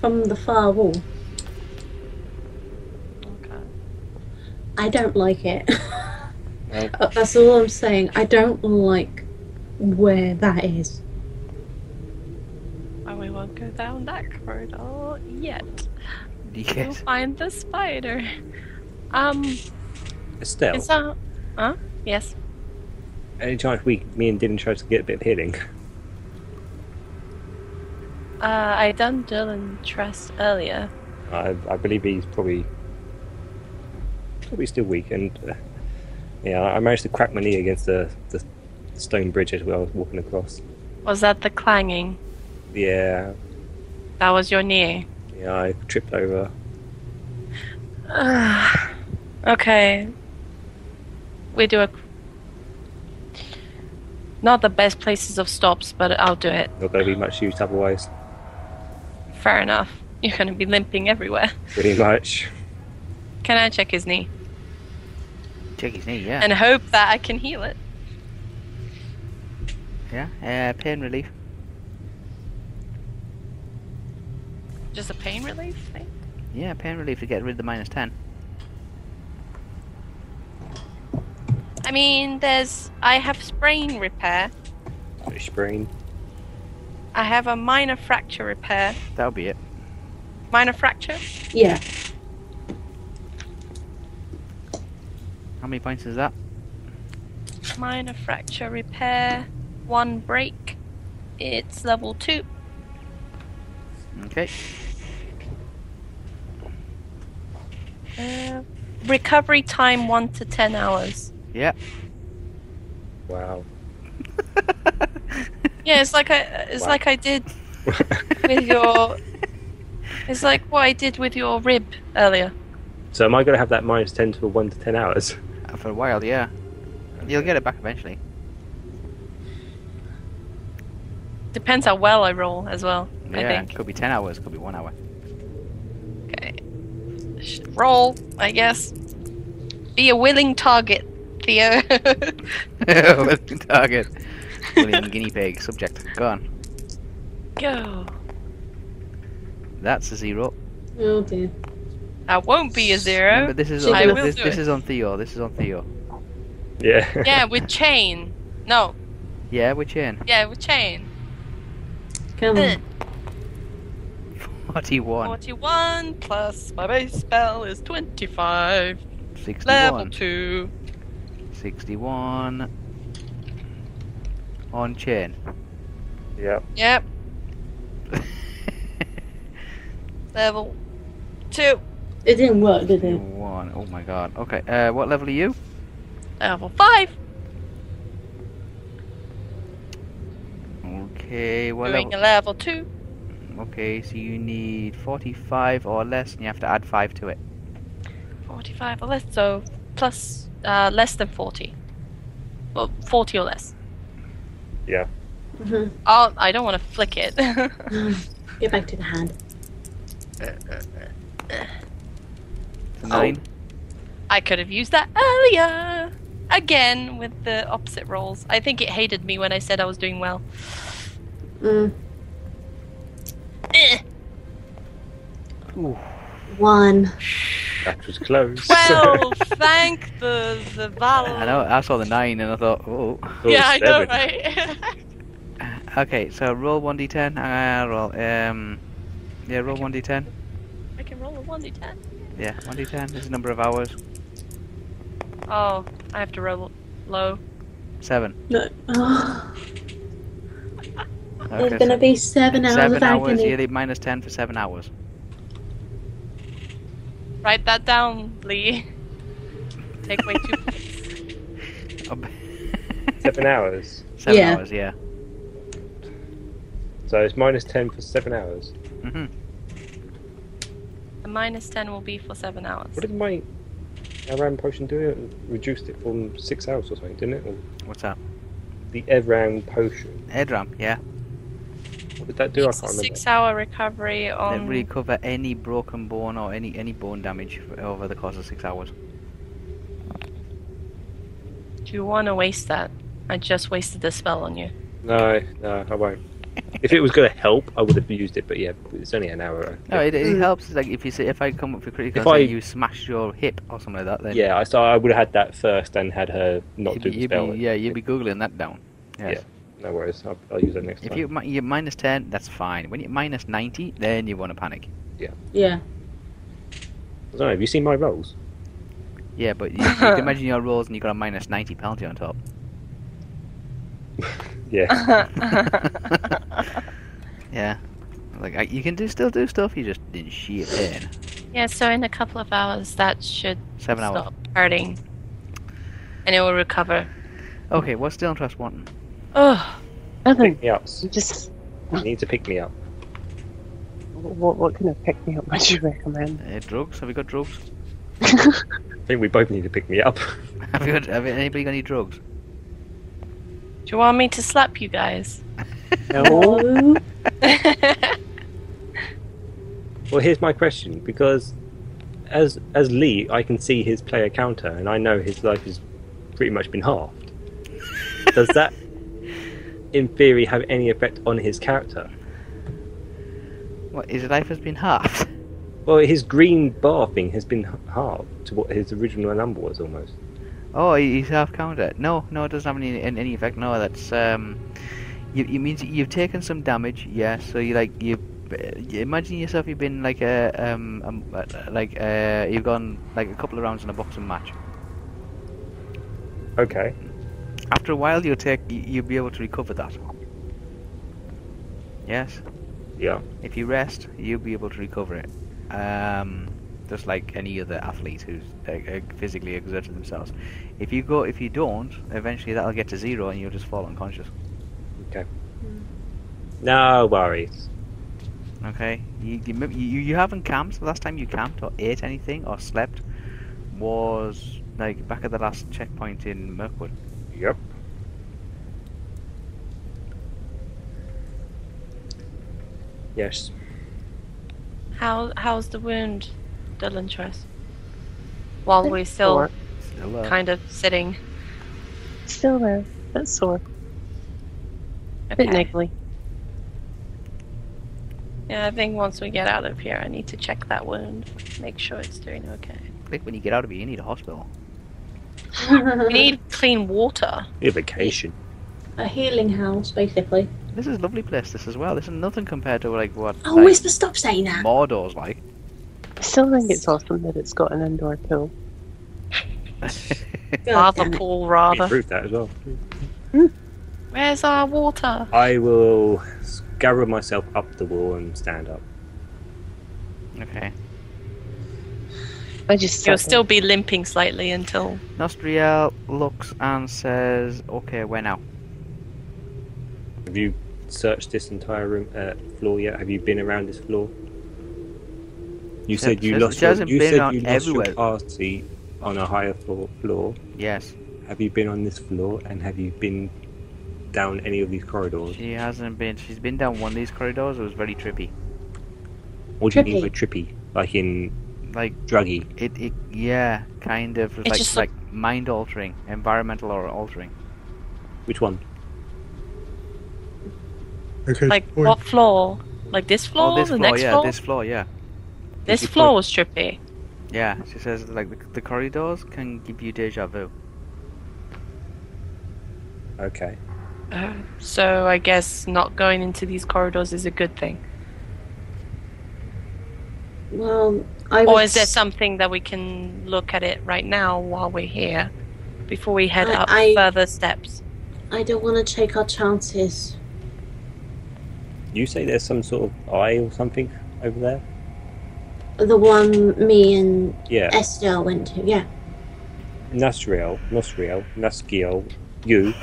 S1: from the far wall.
S2: Okay.
S1: I don't like it. Uh, That's all I'm saying. I don't like where that is.
S2: And Oh, we won't go down that corridor yet. We'll
S4: Yes.
S2: find the spider. Um,
S6: Estelle,
S2: is that? Huh? Yes.
S6: any chance we, me and Dylan, try to get a bit of healing?
S2: Uh, I done Dylan Trust earlier.
S6: I, I believe he's probably probably still weak, and uh, yeah, I managed to crack my knee against the, the stone bridge as well, walking across.
S2: Was that the clanging?
S6: Yeah,
S2: That was your knee.
S6: yeah, I tripped over.
S2: okay. We do a. Not the best places of stops, but I'll do it.
S6: Not going to be much use otherwise.
S2: Fair enough. You're gonna be limping everywhere.
S6: Pretty much.
S2: Can I check his knee
S1: Oh.
S4: Check his knee. Yeah.
S2: and hope that I can heal it?
S4: yeah. Uh, pain relief.
S2: Just a pain relief thing.
S4: Yeah, pain relief to get rid of the minus ten.
S2: I mean, there's. I have sprain repair.
S6: Sprain.
S2: I have a minor fracture repair.
S4: That'll be it.
S2: Minor fracture?
S1: Yeah,
S4: How many points is that?
S2: Minor fracture repair. One break. It's level two.
S4: Okay.
S2: Uh, recovery time one to ten hours.
S4: Yeah.
S6: Wow.
S2: Yeah, it's like I. It's
S6: Wow.
S2: like I did with your. It's like what I did with your rib earlier.
S6: so am I going to have that minus ten to a one to ten hours?
S4: Uh, For a while, yeah. You'll get it back eventually.
S2: Depends how well I roll as well. I
S4: yeah.
S2: think.
S4: Could be ten hours. Could be one hour.
S2: Sh- Roll, I guess. Be a willing target, Theo.
S4: With the target. William guinea pig subject. Go on.
S2: Go.
S4: That's a zero.
S1: oh dear.
S2: That won't be a zero.
S4: Remember, this is
S1: She
S4: on,
S2: I will
S4: this,
S2: do
S4: this
S2: it.
S4: is on Theo. This is on Theo.
S6: Yeah.
S2: yeah, with chain. No,
S4: Yeah, we're chain.
S2: yeah, with chain.
S1: Come on.
S2: Ugh.
S4: Forty-one.
S2: 41 plus my base spell is 25. Level
S4: Sixty-one.
S2: 2.
S4: Sixty-one. On chain.
S6: Yep.
S2: Yep, level 2.
S1: It didn't work, did it?
S4: One. Oh my god. Okay. Uh, what level are you?
S2: Level 5.
S4: Okay. What
S2: Doing
S4: level?
S2: a level 2.
S4: Okay. So you need forty-five or less, and you have to add five to it.
S2: 45 or less, so plus uh, less than 40. Well, 40 or less.
S1: Mhm.
S2: Oh, I don't want to flick it.
S1: Get back to the hand.
S4: So Nine.
S2: I could have used that earlier. Again, with the opposite rolls. I think it hated me when I said I was doing well.
S1: Mm.
S2: Eh.
S4: Ooh.
S1: One.
S6: That was close.
S2: Well, thank the, the Val.
S4: I know. I saw the nine, and I thought, oh.
S6: Oh,
S2: yeah, I know,
S6: seven.
S2: right?
S4: Okay. So roll one d10. Uh, roll. Um. Yeah. Roll one d10.
S2: I can roll a 1d10.
S4: Yeah. One d10. This is number of hours.
S2: Oh, I have to roll low.
S4: Seven.
S1: No. Oh,
S4: Okay,
S1: there's gonna
S4: so-
S1: be seven hours
S4: seven
S1: of
S4: hours.
S1: agony.
S4: You need minus ten for seven hours.
S2: Write that down, Lee. Take away two points.
S6: Seven hours.
S4: Seven
S1: Yeah.
S4: hours. Yeah.
S6: So it's minus ten for seven hours.
S4: hmm
S2: The minus 10 will be for 7 hours.
S9: What did my Aram potion do? It reduced it from six hours or something, didn't it? Or
S4: What's that?
S9: the Aram potion.
S4: Edram, yeah.
S9: What did that do? I
S2: It's a
S9: can't remember.
S2: 6 hour recovery
S4: They
S2: on.
S4: recover any broken bone or any, any bone damage f- over the course of six hours.
S2: Do you want to waste that? I just wasted the spell on you.
S9: No, no, I won't. if it was going to help, I would have used it, but yeah, it's only an hour.
S4: No, it, it helps. Like if you say, if I come up for critical,
S9: If
S4: and say
S9: I-
S4: you smash your hip or something like that, then
S9: Yeah, I so I would have had that first and had her not
S4: you'd,
S9: do
S4: be-
S9: the
S4: you'd
S9: spell.
S4: be, yeah, you'd be googling that down. Yes.
S9: No worries, I'll, I'll use that next
S4: If
S9: time.
S4: you mi- you're minus ten, that's fine. When you're minus ninety, then you want to panic.
S1: Yeah.
S9: I don't know, have you seen my rolls?
S4: Yeah, but you, you can imagine your rolls and you got a minus ninety penalty on top.
S9: Yeah.
S4: yeah, like I, you can do still do stuff. You just in sheer pain.
S2: Yeah, so in a couple of hours, that should
S4: Seven hours.
S2: stop hurting. And it will recover.
S4: Okay, what's Dylan Trust wanting?
S2: Oh,
S5: Nothing.
S9: pick me up.
S5: Just
S9: You need to pick me up.
S5: what what kind of pick me up would you recommend?
S4: Uh, drugs? Have you got drugs?
S9: I think we both need to pick me up.
S4: Have you got? Have anybody got any drugs?
S2: do you want me to slap you guys?
S5: No.
S1: Oh,
S9: Well, here's my question because as as Lee, I can see his player counter, and I know his life has pretty much been halved. Does that, in theory, have any effect on his character?
S4: What? His life has been halved.
S9: Well, his green bar thing has been h- halved to what his original number was almost.
S4: Oh, he- he's half counter. No, no, it doesn't have any an- any effect. No, that's um, you you means you've taken some damage. Yeah, so you like you, you imagine yourself you've been like a um, um uh, like uh you've gone like a couple of rounds in a boxing match.
S9: Okay.
S4: After a while, you'll take you- you'll be able to recover that. Yes,
S9: Yeah.
S4: if you rest, you'll be able to recover it. Um, just like any other athlete who's uh, uh, physically exerted themselves. If you go, if you don't, eventually that'll get to zero and you'll just fall unconscious.
S9: No worries.
S4: Okay. You you, mem- you you haven't camped. The last time you camped or ate anything or slept was like back at the last checkpoint in Mirkwood.
S9: Yep. Yes.
S2: How How's the wound, Dylan Trust? While we're still
S5: Or-
S4: Still, uh,
S2: kind of sitting.
S5: Still there. That's sore. A bit
S2: Okay.
S5: niggly.
S2: Yeah, I think once we get out of here, I need to check that wound, make sure it's doing okay.
S4: like when you get out of it, you need a hospital.
S2: We need clean water.
S6: Your vacation.
S1: a healing house, basically.
S4: This is a lovely place. This as well. This is nothing compared to like what
S1: Oh,
S4: like,
S1: Whisper, stop saying that.
S4: Mordor's like.
S5: I still think it's awesome that it's got an indoor pool.
S1: God
S2: Lava
S1: damn it.
S2: pool,
S6: We
S2: rather.
S6: proved that as well.
S2: Where's our water?
S6: I will gather myself up the wall and stand up.
S4: okay.
S5: I just
S2: You'll
S5: sat
S2: still be limping slightly until.
S4: Nostriel looks and says, "Okay, where now?"
S6: Have you searched this entire room uh, floor yet? Have you been around this floor?
S4: She-
S6: You said you
S4: she
S6: lost. Your,
S4: hasn't
S6: you
S4: been
S6: said
S4: on
S6: you lost your
S4: everywhere.
S6: party on a higher floor, floor.
S4: Yes.
S6: Have you been on this floor and have you been down any of these corridors?
S4: She hasn't been. She's been down one of these corridors. It was very trippy.
S6: What do you mean by trippy? There in
S4: Like
S6: druggy.
S4: It, it yeah, kind of
S2: It
S4: like
S2: just
S4: like mind altering, environmental or altering.
S6: Which one?
S2: Like, what floor? Like this floor?
S4: Oh, this
S2: the
S4: floor,
S2: next
S4: yeah,
S2: floor?
S4: this floor, yeah,
S2: This
S6: Did you
S2: floor was trippy.
S4: yeah. She says like the, the corridors can give you deja vu.
S6: Okay.
S2: Uh, so I guess not going into these corridors is a good thing.
S1: Well, I
S2: Or
S1: would
S2: is there
S1: s-
S2: something that we can look at it right now while we're here, before we head
S1: I-
S2: up
S1: I-
S2: further steps?
S1: I don't want to take our chances.
S6: You say there's some sort of eye or something over there?
S1: The one me and
S6: Yeah.
S1: Estelle went to. Yeah.
S6: Nasriel, Nasriel, Naskiel, you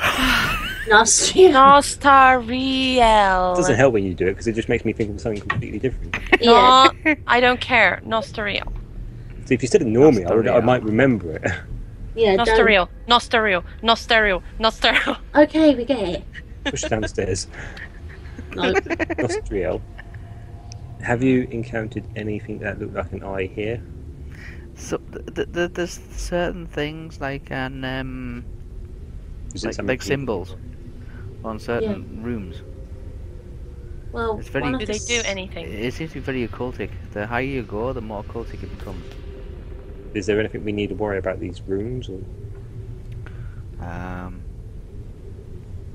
S1: Nasty.
S2: Nostariel.
S6: doesn't help when you do it because it just makes me think of something completely different.
S1: Yeah.
S2: No, I don't care. Nostariel.
S6: So if you said it normally, I, would, I
S4: Nostariel.
S6: might remember it.
S1: Yeah. don't-
S2: Nostariel. Nostariel. Nostariel. Nostariel.
S1: Okay, we get it.
S6: Push downstairs.
S1: No.
S6: Nostriel. Have you encountered anything that looked like an eye here?
S4: So th- th- th- there's certain things like an um,
S6: Is it
S4: like
S6: something
S4: big
S6: you-
S4: symbols on certain rooms.
S1: Well,
S4: It's very-
S1: one of
S2: Do
S1: the
S2: they do
S1: s-
S2: anything?
S4: It seems to be very occultic. The higher you go, the more occultic it becomes.
S6: Is there anything we need to worry about these rooms? Or
S4: Um,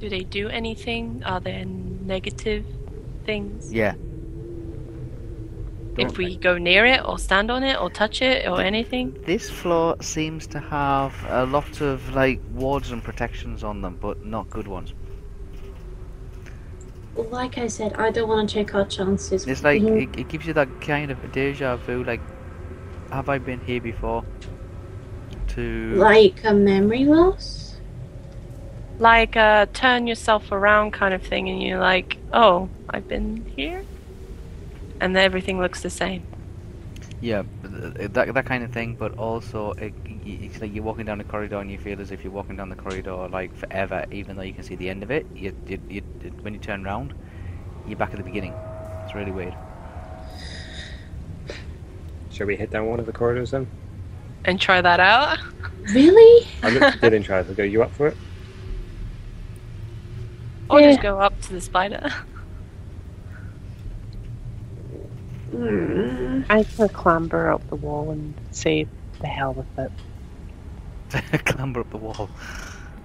S2: Do they do anything? Are there negative things?
S4: yeah.
S2: If
S4: Don't-
S2: we go near it or stand on it or touch it or anything?
S4: This floor seems to have a lot of like wards and protections on them, but not good ones.
S1: Well, like I said, I don't want to take our chances.
S4: It's like
S1: Mhm.
S4: it, it gives you that kind of deja vu. Like, have I been here before? To
S1: like a memory loss.
S2: Like uh turn yourself around kind of thing and you're like, Oh, I've been here and then everything looks the same.
S4: Yeah, but th- that that kind of thing. But also, it, y- it's like you're walking down the corridor and you feel as if you're walking down the corridor like forever, even though you can see the end of it. You, you, you, it- when you turn round, you're back at the beginning. It's really weird.
S6: shall we head down one of the corridors then?
S2: And try that out.
S1: Really?
S6: I look at Dylan Travis. I go, you up for it?
S2: Or
S1: Yeah.
S2: just go up to the spider.
S1: Mm.
S5: I'm gonna clamber up the wall and say the hell with it.
S4: Clamber up the wall.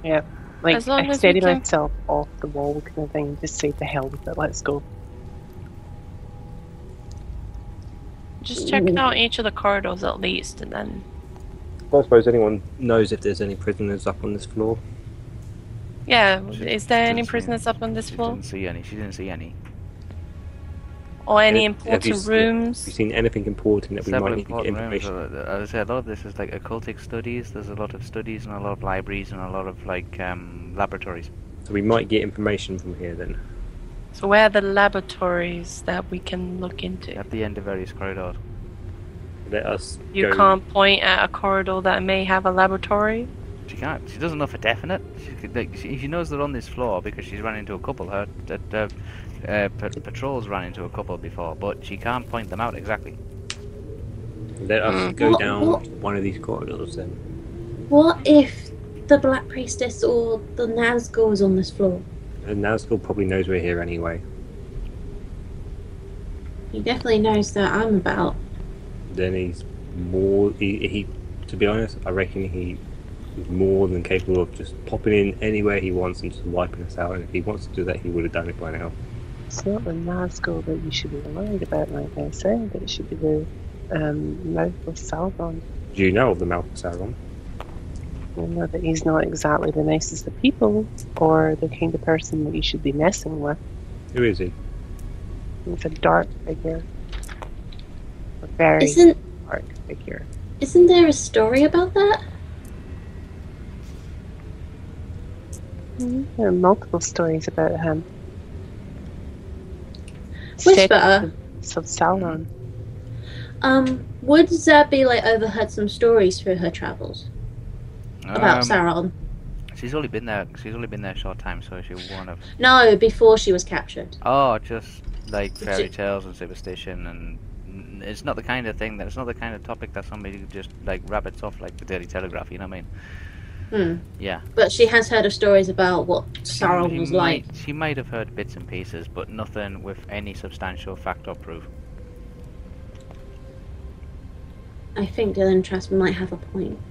S5: Like
S2: As long
S5: I
S2: as we
S5: steady
S2: can-
S5: myself off the wall kind of thing and just say the hell with it, let's go.
S2: Just check out each of the corridors at least and then
S6: I don't suppose anyone knows if there's any prisoners up on this floor.
S2: yeah,
S4: She
S2: is there any
S4: doesn't-
S2: prisoners up on this
S4: She
S2: floor?
S4: didn't see any. She didn't see any.
S2: Or any
S6: Have you
S2: important
S6: s-
S2: rooms?
S6: Have you seen anything important that we
S4: Several
S6: might need to get
S4: important rooms.
S6: information?
S4: uh, As I said, a lot of this is like occultic studies. There's a lot of studies and a lot of libraries and a lot of like um, laboratories.
S6: So we might get information from here then.
S2: So where are the laboratories that we can look into?
S4: At the end of various corridors.
S6: Let us.
S2: You
S6: go-
S2: can't point at a corridor that may have a laboratory.
S4: She can't. She doesn't know for definite. She, could- like, she, she knows they're on this floor because she's run into a couple. Her uh, uh, uh, pa- patrols ran into a couple before, but she can't point them out exactly.
S6: Let us go
S1: What-
S6: down
S1: what-
S6: one of these corridors then.
S1: What if the Black Priestess or the Nazgul is on this floor?
S6: And Nazgul probably knows we're here anyway.
S1: He definitely knows that I'm about.
S6: then he's more he, he to be honest i reckon he is more than capable of just popping in anywhere he wants and just wiping us out and if he wants to do that he would have done it by now
S5: It's not the Nazgul that you should be worried about, like I said. It should be the um, mouth of Sauron.
S6: do you know of the mouth of sauron
S5: You know that he's not exactly the nicest of people, or the kind of person that you should be messing with.
S6: who is he
S5: It's a dark figure, a very
S1: Isn't
S5: dark figure.
S1: isn't there a story about that?
S5: There are multiple stories about him.
S1: Whisper.
S5: So Sauron.
S1: Um, would Zabi like overheard some stories through her travels about
S4: Um,
S1: Sauron?
S4: she's only been there. She's only been there a short time, so she won't have.
S1: No, before she was captured.
S4: Oh, just like fairy
S1: it-
S4: tales and superstition, and n- it's not the kind of thing that it's not the kind of topic that somebody could just like rabbits off like the Daily Telegraph. You know what I mean?
S1: Hmm.
S4: Yeah.
S1: But she has heard of stories about what
S4: She-
S1: Sauron
S4: she
S1: was like.
S4: might, She might have heard bits and pieces, but nothing with any substantial fact or proof.
S1: I think Dylan Trask might have a point.